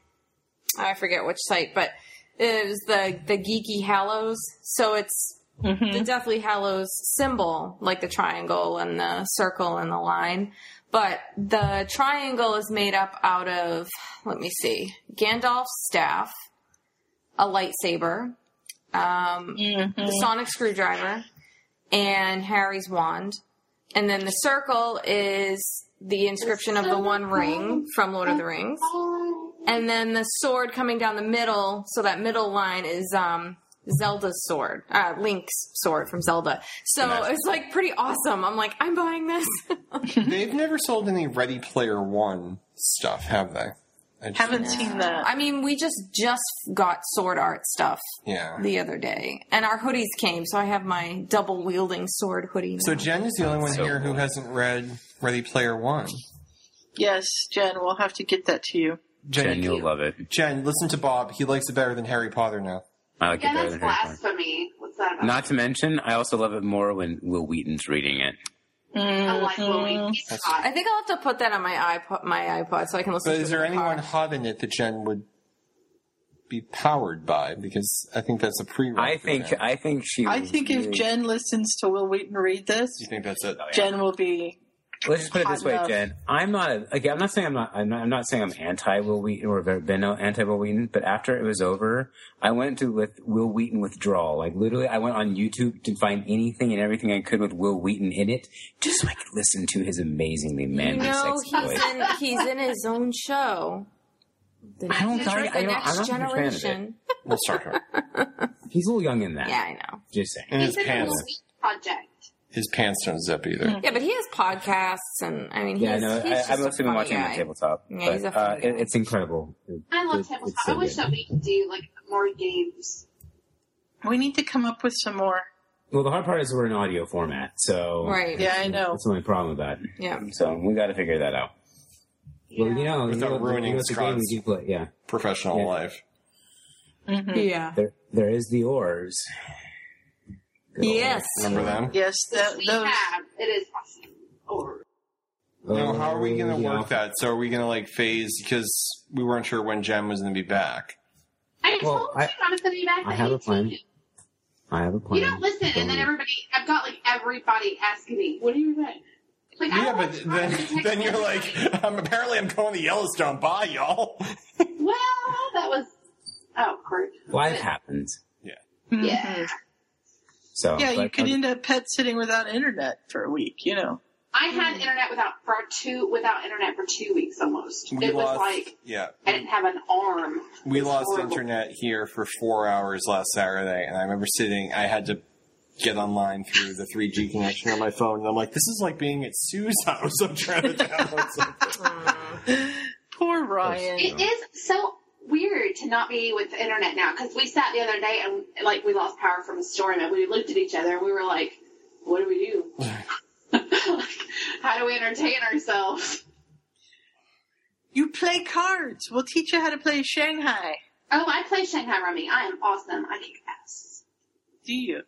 Speaker 3: I forget which site, but it was the the Geeky Hallows. So it's the Deathly Hallows symbol, like the triangle and the circle and the line. But the triangle is made up out of let me see Gandalf's staff, a lightsaber, um, the sonic screwdriver, and Harry's wand. And then the circle is the inscription of the One Ring from Lord of the Rings. And then the sword coming down the middle, so that middle line is um, Zelda's sword, uh, Link's sword from Zelda. So
Speaker 6: Nice.
Speaker 3: it's like pretty awesome. I'm like, I'm buying this.
Speaker 2: They've never sold any Ready Player One stuff, have they? I just-
Speaker 1: Haven't seen that.
Speaker 3: I mean, we just just got sword art stuff
Speaker 2: Yeah.
Speaker 3: the other day, and our hoodies came, so I have my double wielding sword hoodie.
Speaker 2: So
Speaker 3: now.
Speaker 2: Jen is the only one
Speaker 6: So
Speaker 2: here who
Speaker 6: cool.
Speaker 2: hasn't read Ready Player One.
Speaker 1: Yes, Jen, we'll have to get that to you.
Speaker 6: Jen, you'll love it.
Speaker 2: Jen, listen to Bob. He likes it better than Harry Potter now.
Speaker 6: I like
Speaker 4: Yeah,
Speaker 6: it better
Speaker 4: that's
Speaker 6: than Harry Potter.
Speaker 4: blasphemy. What's that about?
Speaker 6: Not to mention, I also love it more when Will Wheaton's reading it.
Speaker 4: I like Louis. He's hot.
Speaker 3: I think I'll have to put that on my iPod, my iPod, so I can listen.
Speaker 2: But
Speaker 3: to
Speaker 2: is
Speaker 3: it
Speaker 2: there
Speaker 3: in the
Speaker 2: anyone
Speaker 3: car.
Speaker 2: hot in it that Jen would be powered by? Because I think that's a pre.
Speaker 6: I think I think she.
Speaker 1: I
Speaker 6: was
Speaker 1: think
Speaker 6: really-
Speaker 1: if Jen listens to Will Wheaton read this,
Speaker 2: you think that's it.
Speaker 1: Jen will be.
Speaker 6: Let's just put it this way,
Speaker 1: Hot
Speaker 6: Jen. I'm not a- again. I'm not saying I'm not. I'm not, I'm not saying I'm anti Will Wheaton or have been anti Will Wheaton. But after it was over, I went to with Will Wheaton withdrawal. Like literally, I went on YouTube to find anything and everything I could with Will Wheaton in it, just so I could listen to his amazingly
Speaker 3: You
Speaker 6: manly,
Speaker 3: know,
Speaker 6: sexy
Speaker 3: he's
Speaker 6: voice.
Speaker 3: in he's in his own show. The
Speaker 6: I don't
Speaker 3: next,
Speaker 6: think-
Speaker 3: the
Speaker 6: I don't-
Speaker 3: next
Speaker 6: I'm not a fan of it.
Speaker 3: generation.
Speaker 2: We'll start her.
Speaker 6: He's a little young in that.
Speaker 3: Yeah, I know.
Speaker 6: Just saying.
Speaker 2: And his
Speaker 4: He's in a
Speaker 2: pants.
Speaker 4: Louis project.
Speaker 2: His pants don't zip either.
Speaker 3: Yeah, but he has podcasts, and I mean, he's,
Speaker 6: Yeah, no,
Speaker 3: he's
Speaker 6: I,
Speaker 3: just
Speaker 6: I've
Speaker 3: a
Speaker 6: mostly been
Speaker 3: funny
Speaker 6: watching him
Speaker 3: guy.
Speaker 6: on tabletop.
Speaker 3: Yeah,
Speaker 6: but,
Speaker 3: he's a
Speaker 6: uh,
Speaker 3: funny
Speaker 6: it,
Speaker 3: guy.
Speaker 6: it's incredible. It-
Speaker 4: I love
Speaker 6: it-
Speaker 4: tabletop.
Speaker 6: it's so
Speaker 4: I wish
Speaker 6: good.
Speaker 4: that we could do like more games.
Speaker 1: We need to come up with some more.
Speaker 6: Well, the hard part is we're in audio format, so
Speaker 3: Right.
Speaker 1: Yeah, I know.
Speaker 6: That's the only problem with that.
Speaker 3: Yeah.
Speaker 6: So we got to figure that out. Well, you know,
Speaker 2: Without
Speaker 6: you know,
Speaker 2: ruining
Speaker 6: you know, it's a game
Speaker 2: Scott's-
Speaker 6: we do play. Yeah,
Speaker 2: Professional
Speaker 6: Yeah.
Speaker 2: life.
Speaker 1: Mm-hmm.
Speaker 3: Yeah.
Speaker 6: there there is the oars. Good old-
Speaker 3: Yes.
Speaker 2: Remember them?
Speaker 1: Yes, that,
Speaker 4: we
Speaker 1: those.
Speaker 4: have. It is awesome. Or
Speaker 2: No, how are we going
Speaker 6: Oh,
Speaker 2: to
Speaker 6: yeah.
Speaker 2: work that? So are we going to like phase because we weren't sure when Jen was going to be back.
Speaker 4: I
Speaker 6: Well,
Speaker 4: told
Speaker 6: I-
Speaker 4: you I was going to be back.
Speaker 6: I
Speaker 4: at
Speaker 6: have a
Speaker 4: 18.
Speaker 6: plan. I have a plan.
Speaker 4: You don't listen, and then
Speaker 6: Don't-
Speaker 4: everybody. I've got like everybody asking me, "What are you doing?" Like, I
Speaker 2: Yeah,
Speaker 4: don't
Speaker 2: but
Speaker 4: have time to
Speaker 2: then
Speaker 4: text
Speaker 2: then you're
Speaker 4: everybody.
Speaker 2: like, I'm, apparently I'm going to Yellowstone. Bye, y'all.
Speaker 4: "Well, that was oh, great.
Speaker 6: Life happens.
Speaker 1: Mm-hmm.
Speaker 4: Yeah,
Speaker 6: So
Speaker 1: Yeah, you
Speaker 6: but-
Speaker 1: could end up pet sitting without internet for a week, you know.
Speaker 4: I had internet without for two without internet for two weeks almost.
Speaker 2: We
Speaker 4: it was
Speaker 2: lost.
Speaker 4: like
Speaker 2: yeah,
Speaker 4: I didn't have an arm.
Speaker 2: we
Speaker 4: It was
Speaker 2: lost
Speaker 4: horrible.
Speaker 2: internet here for four hours last Saturday, and I remember sitting. I had to get online through the 3G connection on my phone, and I'm like, this is like being at Sue's house. I'm trying to download something.
Speaker 1: Poor Ryan.
Speaker 4: It is so weird to not be with the internet now because we sat the other day and like we lost power from a storm and we looked at each other and we were like, "What do we do? like, how do we entertain ourselves?"
Speaker 1: You play cards. We'll teach you how to play Shanghai.
Speaker 4: Oh, I play Shanghai Rummy. I am awesome. I kick ass.
Speaker 1: Do you?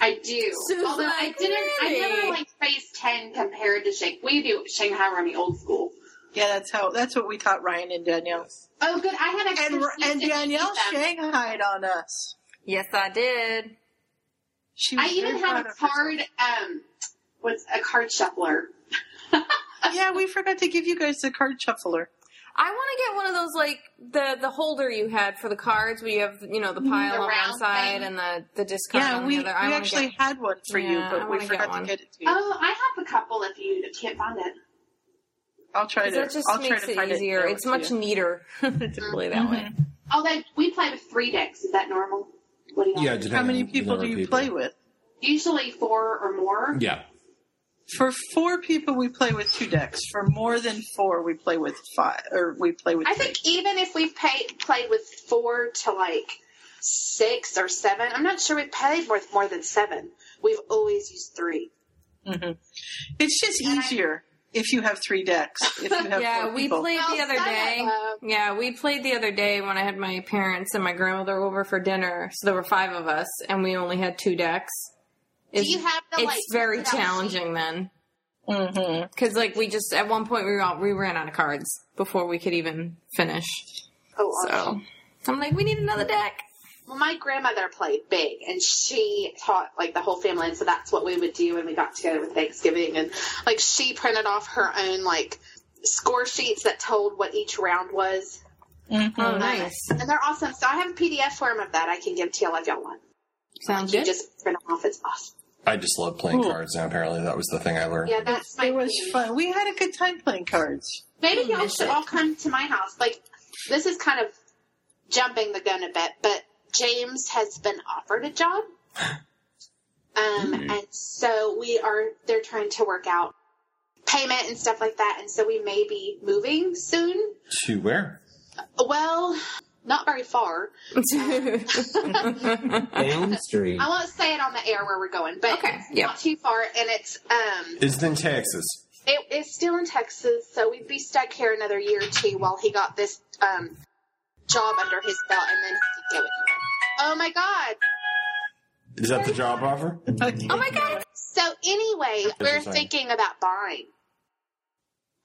Speaker 4: I do.
Speaker 3: Susan,
Speaker 4: Although I didn't, I never
Speaker 3: really?
Speaker 4: like face ten compared to Shanghai. We do Shanghai Rummy old school.
Speaker 1: Yeah, that's how. That's what we taught Ryan and Danielle.
Speaker 4: Oh, good. I had a
Speaker 1: And R- and Danielle Shanghaied on us.
Speaker 3: Yes, I did.
Speaker 1: She was
Speaker 4: I even
Speaker 1: very
Speaker 4: had
Speaker 1: proud
Speaker 4: a
Speaker 1: of herself.
Speaker 4: card. Um, what's a card shuffler?
Speaker 1: Yeah, we forgot to give you guys the card shuffler.
Speaker 3: I want to get one of those like the the holder you had for the cards where you have you know the
Speaker 1: Mm-hmm.
Speaker 3: pile
Speaker 4: The
Speaker 3: on one
Speaker 4: round
Speaker 3: side
Speaker 4: thing.
Speaker 3: and the the discard
Speaker 1: Yeah,
Speaker 3: on
Speaker 1: we,
Speaker 3: the
Speaker 1: we
Speaker 3: other. I wanna
Speaker 1: actually
Speaker 3: get,
Speaker 1: had one for you,
Speaker 3: Yeah, I
Speaker 1: but we
Speaker 3: wanna get
Speaker 1: forgot
Speaker 3: one.
Speaker 1: to get it to you.
Speaker 4: Oh, I have a couple if you can't find it.
Speaker 1: I'll try
Speaker 3: 'cause
Speaker 1: to.
Speaker 3: that just
Speaker 1: I'll
Speaker 3: makes
Speaker 1: try to
Speaker 3: it
Speaker 1: find
Speaker 3: easier.
Speaker 1: It Mm-hmm.
Speaker 3: it's much neater to play that way.
Speaker 4: Although Oh, we play with three decks, is that normal? What do you
Speaker 2: Yeah,
Speaker 1: How many
Speaker 2: depending on the
Speaker 1: people
Speaker 2: number
Speaker 1: do
Speaker 2: of
Speaker 1: you
Speaker 2: people.
Speaker 1: play with?
Speaker 4: Usually four or more.
Speaker 2: Yeah,
Speaker 1: For four people, we play with two decks. For more than four, we play with five, or we play with.
Speaker 4: I
Speaker 1: three.
Speaker 4: think even if we've pay, played with four to like six or seven, I'm not sure we played with more than seven. We've always used three.
Speaker 1: Mhm. it's just easier if you have three decks. If you have
Speaker 3: Yeah,
Speaker 1: four
Speaker 3: we
Speaker 1: people.
Speaker 3: played the other day. Yeah, we played the other day when I had my parents and my grandmother over for dinner. So there were five of us, and we only had two decks. It's,
Speaker 4: you have the,
Speaker 3: it's
Speaker 4: like,
Speaker 3: very
Speaker 4: printed out
Speaker 3: challenging then,
Speaker 1: Mm-hmm.
Speaker 3: because like we just at one point we were all, we ran out of cards before we could even finish.
Speaker 4: Oh,
Speaker 3: So I'm like, we need another deck.
Speaker 4: Well, my grandmother played big, and she taught like the whole family, and so that's what we would do when we got together with Thanksgiving. And like she printed off her own like score sheets that told what each round was,
Speaker 1: Mm-hmm.
Speaker 3: Oh, nice.
Speaker 4: and they're awesome. So I have a PDF form of that I can give to y'all if y'all want.
Speaker 3: Sounds
Speaker 4: You
Speaker 3: good.
Speaker 4: just print them off; it's awesome.
Speaker 9: I just love playing cards now. Apparently, that was the thing I learned.
Speaker 4: Yeah, that's my.
Speaker 1: It was fun. We had a good time playing cards.
Speaker 4: Maybe y'all
Speaker 3: miss
Speaker 4: should
Speaker 3: it.
Speaker 4: all come to my house. Like, this is kind of jumping the gun a bit, but James has been offered a job. Um,
Speaker 3: Hmm.
Speaker 4: and so we are, they're trying to work out payment and stuff like that. And so we may be moving soon.
Speaker 9: To where?
Speaker 4: Well, not very far.
Speaker 6: Elm Street.
Speaker 4: I won't say it on the air where we're going, but
Speaker 3: Okay,
Speaker 4: it's
Speaker 3: yeah.
Speaker 4: not too far. And it's, um,
Speaker 9: It's in Texas.
Speaker 4: It is still in Texas, so we'd be stuck here another year or two while he got this um, job under his belt, and then he could go anywhere. Oh my God!
Speaker 9: Is that the job offer?
Speaker 3: oh my god.
Speaker 4: So anyway, we're
Speaker 9: sorry.
Speaker 4: thinking about buying.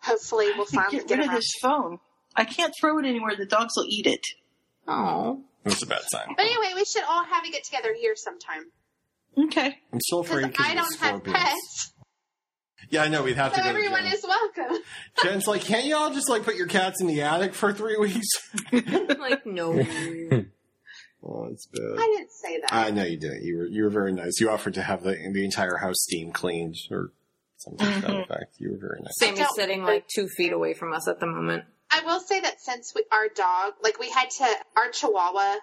Speaker 4: Hopefully, we'll finally
Speaker 1: Get
Speaker 4: get
Speaker 1: rid of
Speaker 4: around.
Speaker 1: this phone. I can't throw it anywhere. The dogs will eat it.
Speaker 3: Oh,
Speaker 9: That's a bad sign.
Speaker 4: But anyway, we should all have a get together here sometime
Speaker 1: Okay.
Speaker 9: I'm still
Speaker 4: because
Speaker 9: afraid because
Speaker 4: I don't have pets,
Speaker 9: Yeah, I know. We'd have
Speaker 4: so
Speaker 9: to go.
Speaker 4: everyone
Speaker 9: to Jen.
Speaker 4: is welcome.
Speaker 9: Jen's like, can't y'all just like put your cats in the attic for three weeks?
Speaker 3: like no.
Speaker 9: oh, it's bad.
Speaker 4: I didn't say that.
Speaker 9: I know you didn't. You were you were very nice. You offered to have the the entire house steam cleaned or something to that
Speaker 4: Mm-hmm.
Speaker 9: effect. You were very nice.
Speaker 3: Sammy's
Speaker 4: don't-
Speaker 3: sitting like two feet away from us at the moment.
Speaker 4: I will say that since we, our dog, like we had to, our Chihuahua,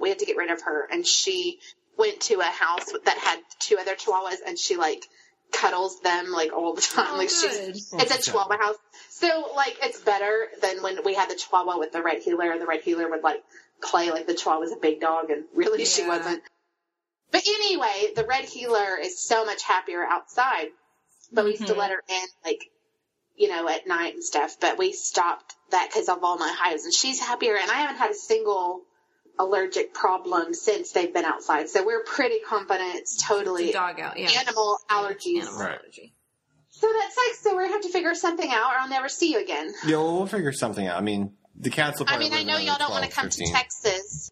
Speaker 4: we had to get rid of her, and she went to a house that had two other Chihuahuas, and she like cuddles them like all the time.
Speaker 3: Oh,
Speaker 4: like
Speaker 3: good.
Speaker 4: she's, it's a Chihuahua house, so like it's better than when we had the Chihuahua with the red healer, and the red healer would like play like the Chihuahua was a big dog, and really she
Speaker 3: Yeah.
Speaker 4: wasn't. But anyway, the red healer is so much happier outside, but we used
Speaker 3: Mm-hmm.
Speaker 4: to let her in like you know, at night and stuff, but we stopped that because of all my hives. And she's happier, and I haven't had a single allergic problem since they've been outside. So we're pretty confident it's
Speaker 3: It's a
Speaker 4: totally
Speaker 3: dog out. Yeah.
Speaker 4: animal allergies.
Speaker 3: Animal
Speaker 9: Right.
Speaker 3: allergy.
Speaker 4: So that's like, so we're going to have to figure something out, or I'll never see you again.
Speaker 9: Yeah, well, we'll figure something out. I mean, the cats will
Speaker 4: I
Speaker 9: probably
Speaker 4: mean, I
Speaker 9: live
Speaker 4: know
Speaker 9: another
Speaker 4: y'all don't
Speaker 9: 12,
Speaker 4: want to come
Speaker 9: 15.
Speaker 4: to Texas.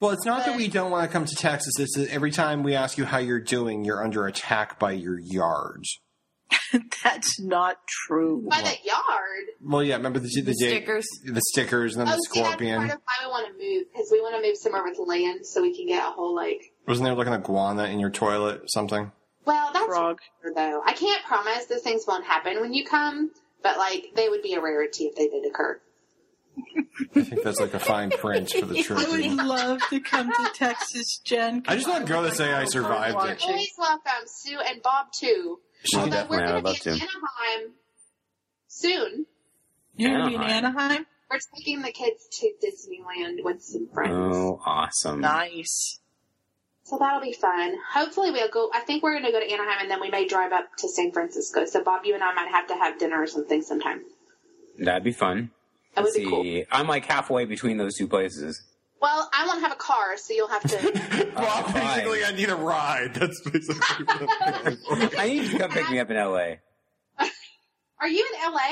Speaker 9: Well, it's not that
Speaker 4: but-
Speaker 9: we don't want to come to Texas. It's that every time we ask you how you're doing, you're under attack by your yard.
Speaker 1: That's not true.
Speaker 4: By the yard.
Speaker 9: Well, yeah, remember the, the,
Speaker 3: The
Speaker 9: day-
Speaker 3: stickers.
Speaker 9: the stickers, and then
Speaker 4: Oh,
Speaker 9: the
Speaker 4: see, that's part
Speaker 9: scorpion.
Speaker 4: of why we want to move, because we want to move somewhere with land so we can get a whole, like,
Speaker 9: Wasn't there like an iguana in your toilet or something?
Speaker 4: well, that's
Speaker 1: Frog.
Speaker 4: rare, though. I can't promise those things won't happen when you come, but, like, they would be a rarity if they did occur.
Speaker 9: I think that's like a fine print for the
Speaker 1: I would
Speaker 9: trophy.
Speaker 1: love to come to Texas, Jen.
Speaker 9: I just want girl to say I survived it.
Speaker 1: Watching.
Speaker 4: Always welcome, Sue and Bob too.
Speaker 9: She can
Speaker 4: Although
Speaker 9: definitely.
Speaker 4: we're
Speaker 6: definitely, I
Speaker 4: going
Speaker 6: would
Speaker 4: to
Speaker 6: love
Speaker 4: be in
Speaker 6: to.
Speaker 4: Anaheim soon.
Speaker 1: You're gonna be in
Speaker 6: Anaheim.
Speaker 1: Anaheim.
Speaker 4: We're taking the kids to Disneyland with some friends,
Speaker 6: Oh, awesome.
Speaker 1: Nice.
Speaker 4: so that'll be fun. Hopefully, we'll go. I think we're going to go to Anaheim, and then we may drive up to San Francisco. So Bob, you and I might have to have dinner or something sometime.
Speaker 6: That'd be fun.
Speaker 4: That would
Speaker 6: Let's
Speaker 4: be
Speaker 6: see.
Speaker 4: cool.
Speaker 6: I'm like halfway between those two places.
Speaker 4: Well, I won't have a car, so you'll have to.
Speaker 15: Well, basically, I need a ride. That's basically what I'm doing.
Speaker 6: I need you to come pick me up in LA.
Speaker 4: Are you in LA?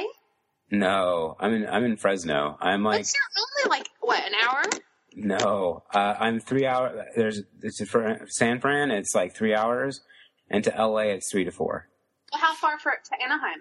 Speaker 6: No, I'm in I'm in Fresno. I'm like
Speaker 4: What's your only like what an hour?
Speaker 6: no, uh, I'm three hour. There's it's for San Fran. It's like three hours, and to LA it's three to four.
Speaker 4: Well, how far for to Anaheim?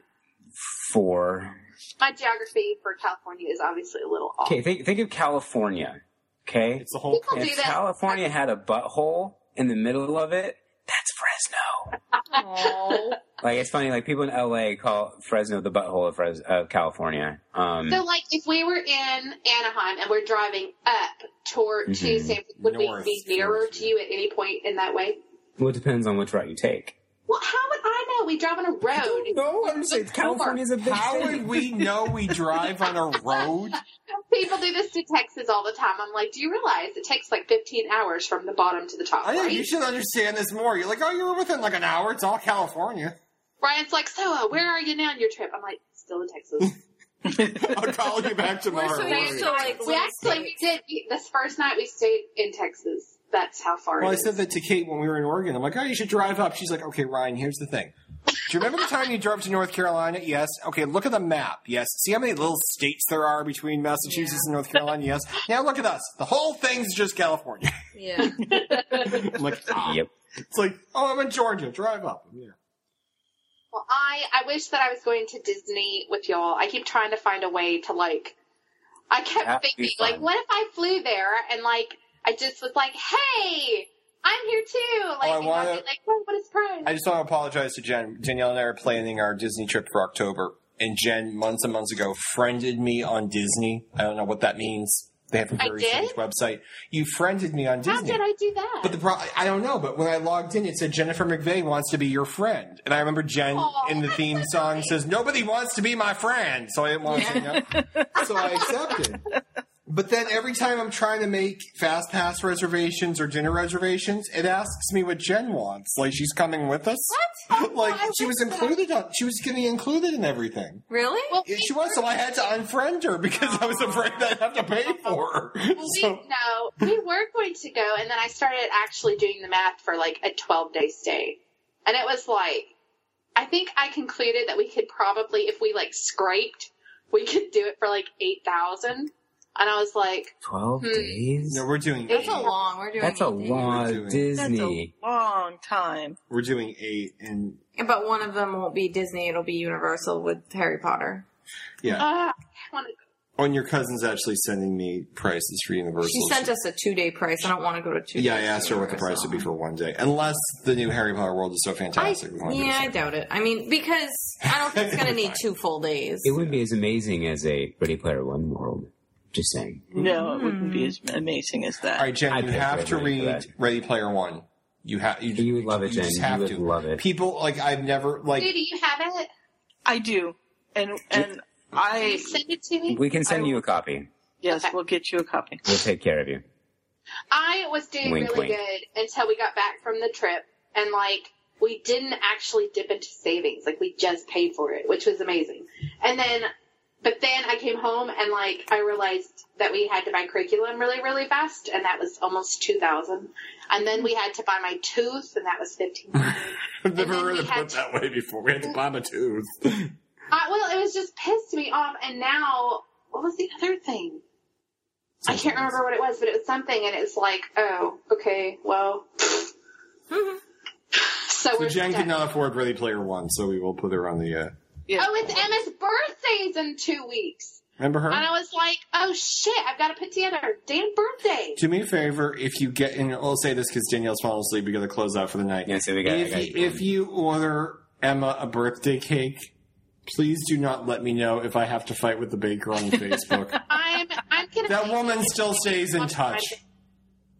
Speaker 6: Four.
Speaker 4: My geography for California is obviously a little off.
Speaker 6: Okay, think think of California. Okay,
Speaker 9: It's the whole.
Speaker 4: People do
Speaker 6: if
Speaker 4: that.
Speaker 6: California had a butthole in the middle of it, that's Fresno.
Speaker 3: Oh.
Speaker 6: Like it's funny. Like people in LA call Fresno the butthole of Fres- of California. Um,
Speaker 4: So, like, if we were in Anaheim and we're driving up toward to
Speaker 2: Mm-hmm.
Speaker 6: Mhm.
Speaker 4: San, would
Speaker 9: North,
Speaker 4: we be nearer
Speaker 9: north.
Speaker 4: to you at any point in that way?
Speaker 6: well, it depends on which route you take.
Speaker 4: Well, how would I know? We drive on a road.
Speaker 2: No, I'm just saying California's a big How would we know we drive on a road?
Speaker 4: People do this to Texas all the time. I'm like, do you realize it takes like 15 hours from the bottom to the top?
Speaker 2: I know
Speaker 4: right?
Speaker 2: you should understand this more. You're like, oh, you were within like an hour. It's all California.
Speaker 4: Ryan's like, Soa, where are you now on your trip? I'm like, still in Texas.
Speaker 2: I'll call you back tomorrow.
Speaker 3: We're so used to like
Speaker 4: we actually we did this first night we stayed in Texas. That's how far.
Speaker 2: Well, I
Speaker 4: it is.
Speaker 2: said that to Kate when we were in Oregon. I'm like, oh, you should drive up. She's like, okay, Ryan, here's the thing. Do you remember the time you drove to North Carolina? Yes. Okay, look at the map. Yes. See how many little states there are between Massachusetts and North Carolina? Yes. Now look at us. The whole thing's just California.
Speaker 3: yeah.
Speaker 2: I'm like, ah.
Speaker 6: Yep.
Speaker 2: It's like, oh, I'm in Georgia. Drive up. I'm there.
Speaker 4: Well, I I wish that I was going to Disney with y'all. I keep trying to find a way to like. I kept
Speaker 6: That'd be
Speaker 4: thinking,
Speaker 6: fun.
Speaker 4: like, what if I flew there and like I just was like, hey, I'm here too. Like,
Speaker 2: I
Speaker 4: you know,
Speaker 2: wanna-
Speaker 4: I'd be like, oh, what is pride?
Speaker 2: I just want to apologize to Jen. Danielle and I are planning our Disney trip for October, and Jen months and months ago friended me on Disney. I don't know what that means. They have a
Speaker 4: I
Speaker 2: very
Speaker 4: did?
Speaker 2: strange website. You friended me on
Speaker 4: How
Speaker 2: Disney.
Speaker 4: did I do that?
Speaker 2: But the pro- I don't know. But when I logged in, it said Jennifer McVeigh wants to be your friend, and I remember Jen
Speaker 4: Aw,
Speaker 2: in the
Speaker 4: that's
Speaker 2: theme
Speaker 4: so
Speaker 2: song
Speaker 4: nice.
Speaker 2: says nobody wants to be my friend, so I didn't want to say no. so I accepted. But then every time I'm trying to make fast pass reservations or dinner reservations, it asks me what Jen wants. Like she's coming with us.
Speaker 4: What?
Speaker 2: like
Speaker 4: Why
Speaker 2: she
Speaker 4: would
Speaker 2: was
Speaker 4: that?
Speaker 2: included on. She was getting included in everything.
Speaker 3: Really?
Speaker 4: well,
Speaker 2: Yeah, She was, so I had to unfriend her because I was afraid I'd have to pay for her.
Speaker 4: Well,
Speaker 2: So-
Speaker 4: we, no, we were going to go, and then I started actually doing the math for like a 12 day stay. And it was like, I think I concluded that we could probably, if we like scraped, we could do it for like 8,000. And I was like,
Speaker 6: Twelve
Speaker 4: Hmm.
Speaker 6: days.
Speaker 2: no, we're doing.
Speaker 3: that's a
Speaker 2: eight.
Speaker 3: long. We're doing.
Speaker 6: That's a
Speaker 3: eight days.
Speaker 2: We're
Speaker 6: lot
Speaker 2: doing-
Speaker 6: of
Speaker 1: That's
Speaker 6: Disney.
Speaker 1: a long time.
Speaker 2: We're doing eight, and
Speaker 3: But one of them won't be Disney. It'll be Universal with Harry Potter.
Speaker 2: yeah.
Speaker 3: Uh,
Speaker 4: ah, I want to
Speaker 2: Oh, and your cousin's actually sending me prices for Universal.
Speaker 3: She sent us a two day price. I don't want to go to two.
Speaker 2: Yeah, I
Speaker 3: days
Speaker 2: asked her what the price
Speaker 3: Universal.
Speaker 2: would be for one day, unless the new Harry Potter world is so
Speaker 3: I,
Speaker 2: fantastic. we wanna do
Speaker 3: yeah, I
Speaker 2: something.
Speaker 3: doubt it. I mean, because I don't think it's going to need two full days.
Speaker 6: It wouldn't be as amazing as a Ready Player One world. Just saying.
Speaker 1: No, it wouldn't be as amazing as that.
Speaker 2: All right, Jen,
Speaker 6: I
Speaker 2: you
Speaker 6: pay
Speaker 2: have
Speaker 6: for
Speaker 2: to
Speaker 6: Ready for
Speaker 2: read
Speaker 6: that.
Speaker 2: Ready Player One. You have you,
Speaker 6: You would love it, Jen.
Speaker 2: just
Speaker 6: You
Speaker 2: have
Speaker 6: would
Speaker 2: to
Speaker 6: love it.
Speaker 2: People like I've never like.
Speaker 4: do you have it?
Speaker 1: I do, and and
Speaker 4: Can you
Speaker 1: I
Speaker 4: send it to me?
Speaker 6: We can send you a copy.
Speaker 1: yes, we'll get you a copy.
Speaker 6: We'll take care of you.
Speaker 4: I was doing
Speaker 6: Wink,
Speaker 4: really
Speaker 6: wink.
Speaker 4: good until we got back from the trip and like we didn't actually dip into savings. Like we just paid for it, which was amazing. And then but then I came home and like I realized that we had to buy curriculum really, really fast and that was almost two thousand. And then we had to buy my tooth and that was fifteen
Speaker 17: I've never
Speaker 4: And then
Speaker 17: heard
Speaker 4: we
Speaker 17: it
Speaker 4: had-
Speaker 17: put that way before. We had to bomb a tooth.
Speaker 4: I, well, it was just pissed me off, and now what was the other thing? I can't remember what it was, but it was something, and it's like, oh, okay, well. so
Speaker 2: So
Speaker 4: we're
Speaker 2: Jen
Speaker 4: stuck.
Speaker 2: could not afford Ready Player One, so we will put her on the. Uh,
Speaker 1: Yeah.
Speaker 4: Oh, it's Emma's birthday's in two weeks,
Speaker 2: remember her.
Speaker 4: and I was like, oh shit, I've got to put together a damn birthday.
Speaker 2: Do me a favor if you get, and I'll say this because Danielle's falling asleep. We got to close out for the night.
Speaker 6: Yeah, so we gotta-
Speaker 2: if,
Speaker 6: gotta-
Speaker 2: you, if you order Emma a birthday cake, please do not let me know if I have to fight with the baker on Facebook.
Speaker 4: I'm I'm gonna.
Speaker 2: that
Speaker 4: make-
Speaker 2: woman still stays in touch.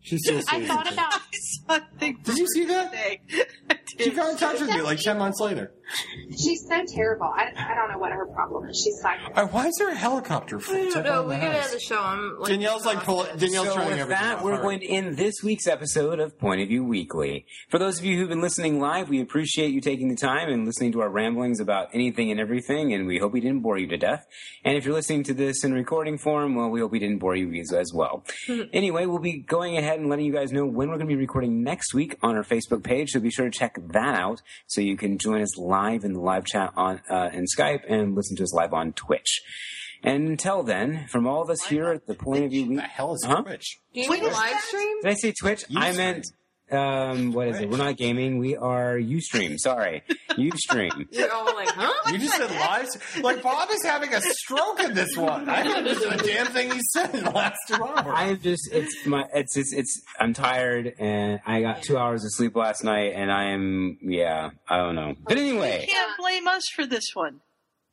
Speaker 2: She still
Speaker 4: I
Speaker 2: stays in
Speaker 4: thought
Speaker 2: touch.
Speaker 4: about
Speaker 2: Did you see that? She
Speaker 1: that?
Speaker 2: got in touch with me like ten months later.
Speaker 4: she's so terrible. I, I don't know what her problem is. She's like,
Speaker 2: All right, why is there a helicopter?
Speaker 3: I
Speaker 2: flight
Speaker 3: don't
Speaker 2: up
Speaker 3: know.
Speaker 2: on
Speaker 3: We
Speaker 2: the
Speaker 3: gotta
Speaker 2: house?
Speaker 3: have the show. I'm like
Speaker 2: Danielle's like pulling. Danielle's
Speaker 6: So
Speaker 2: trying
Speaker 6: with
Speaker 2: everything.
Speaker 6: that,
Speaker 2: off.
Speaker 6: we're
Speaker 2: All right.
Speaker 6: going to end this week's episode of Point of View Weekly. For those of you who've been listening live, we appreciate you taking the time and listening to our ramblings about anything and everything, and we hope we didn't bore you to death. And if you're listening to this in recording form, well, we hope we didn't bore you as, as well.
Speaker 2: Hmm.
Speaker 6: anyway, we'll be going ahead and letting you guys know when we're going to be recording next week on our Facebook page, so be sure to check that out so you can join us live in the live chat on uh, in Skype and listen to us live on Twitch. And until then, from all of us here at the Point of View
Speaker 2: The
Speaker 6: Weekly.
Speaker 2: hell is
Speaker 6: Huh?
Speaker 2: Twitch?
Speaker 3: Do you
Speaker 1: What
Speaker 3: mean
Speaker 1: is
Speaker 3: live
Speaker 1: that?
Speaker 3: stream?
Speaker 6: Did I say Twitch? I meant um, what is it? We're not gaming. We are UStream. Sorry, UStream.
Speaker 3: You're all like, huh?
Speaker 2: You just said lies. Like Bob is having a stroke in this one. I haven't listened to a damn thing he said in the last two hours.
Speaker 6: I'm just it's my it's it's it's I'm tired and I got two hours of sleep last night and I am yeah I don't know. But anyway,
Speaker 1: Can't blame us for this one.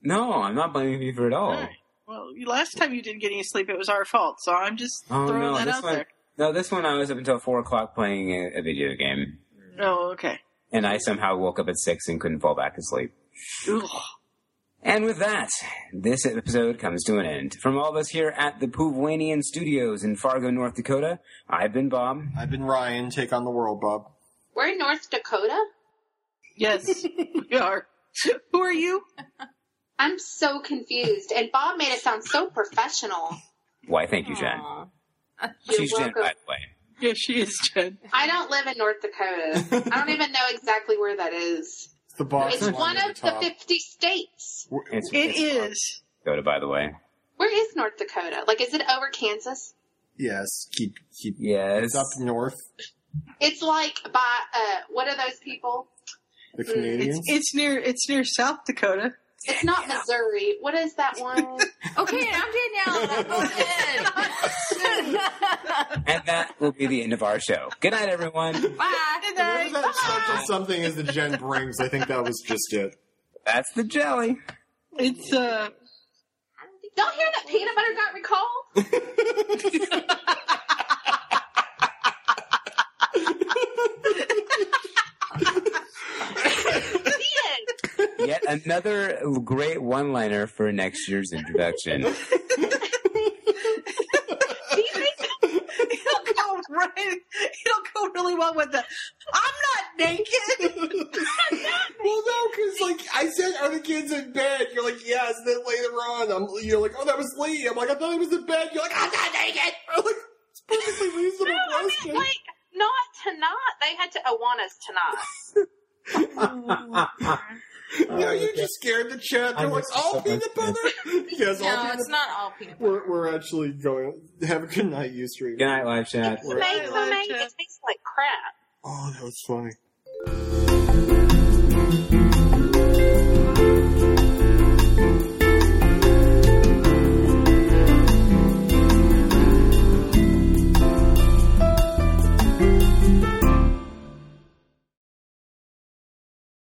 Speaker 6: no, I'm not blaming you for it all.
Speaker 1: Well, you- last time you didn't get any sleep, it was our fault. So I'm just
Speaker 6: Oh
Speaker 1: throwing
Speaker 6: no,
Speaker 1: that
Speaker 6: this
Speaker 1: out
Speaker 6: one.
Speaker 1: there.
Speaker 6: No, this one I was up until four o'clock playing a, a video game.
Speaker 1: Oh, okay.
Speaker 6: and I somehow woke up at six and couldn't fall back asleep. And with that, this episode comes to an end. From all of us here at the Poovlanian Studios in Fargo, North Dakota, I've been Bob.
Speaker 2: I've been Ryan. Take on the world, Bob.
Speaker 4: We're in North Dakota.
Speaker 1: Yes, we are. Who are you?
Speaker 4: I'm so confused. And Bob made it sound so professional.
Speaker 6: Why, thank you, Jen.
Speaker 4: You're
Speaker 6: She's Jen,
Speaker 4: welcome.
Speaker 6: by the way.
Speaker 1: Yes, she is Jen.
Speaker 4: I don't live in North Dakota. I don't even know exactly where that is.
Speaker 9: The box
Speaker 4: It's one
Speaker 9: at
Speaker 4: of the
Speaker 9: top.
Speaker 4: 50 states.
Speaker 6: It's,
Speaker 1: It
Speaker 6: it's
Speaker 1: is.
Speaker 6: Dakota, by the way.
Speaker 4: Where is North Dakota? Like, is it over Kansas?
Speaker 9: Yes, keep keep
Speaker 6: Yes.
Speaker 9: it's up north.
Speaker 4: It's like by, uh, what are those people?
Speaker 9: The
Speaker 1: It's
Speaker 9: Canadians.
Speaker 1: it's near it's near South Dakota.
Speaker 4: It's not Missouri. What is that one?
Speaker 3: Okay, and I'm Danielle. and I'm going in.
Speaker 6: And that will be the end of our show. Good night, everyone.
Speaker 3: Bye.
Speaker 2: Whatever that subtle something is that Jen brings, I think that was just it.
Speaker 6: That's the jelly.
Speaker 1: It's uh
Speaker 4: Y'all hear that peanut butter got recalled? Ian,
Speaker 6: Yet another great one liner for next year's introduction.
Speaker 4: do you think-
Speaker 1: it'll go right it'll go really well with the I'm not naked.
Speaker 2: Well, no, because like I said, are the kids in bed? You're like, yes. Then later on, I'm you're like, oh, that was Lee. I'm like, I thought it was in bed. You're like, I'm not naked. I'm like, it's a perfectly reasonable
Speaker 4: No, I
Speaker 2: question.
Speaker 4: mean, like, not to not. They had to, oh, want us to not.
Speaker 2: no, you just scared the chat. They're like, all peanut butter. yes, all
Speaker 3: No,
Speaker 2: peanut.
Speaker 3: it's not all peanut butter.
Speaker 2: We're, we're actually going. Have a good night, you stream.
Speaker 6: Good night, live chat.
Speaker 4: It's made so
Speaker 1: Right,
Speaker 4: made,
Speaker 1: Elijah.
Speaker 4: it tastes like crap.
Speaker 2: Oh, that was funny.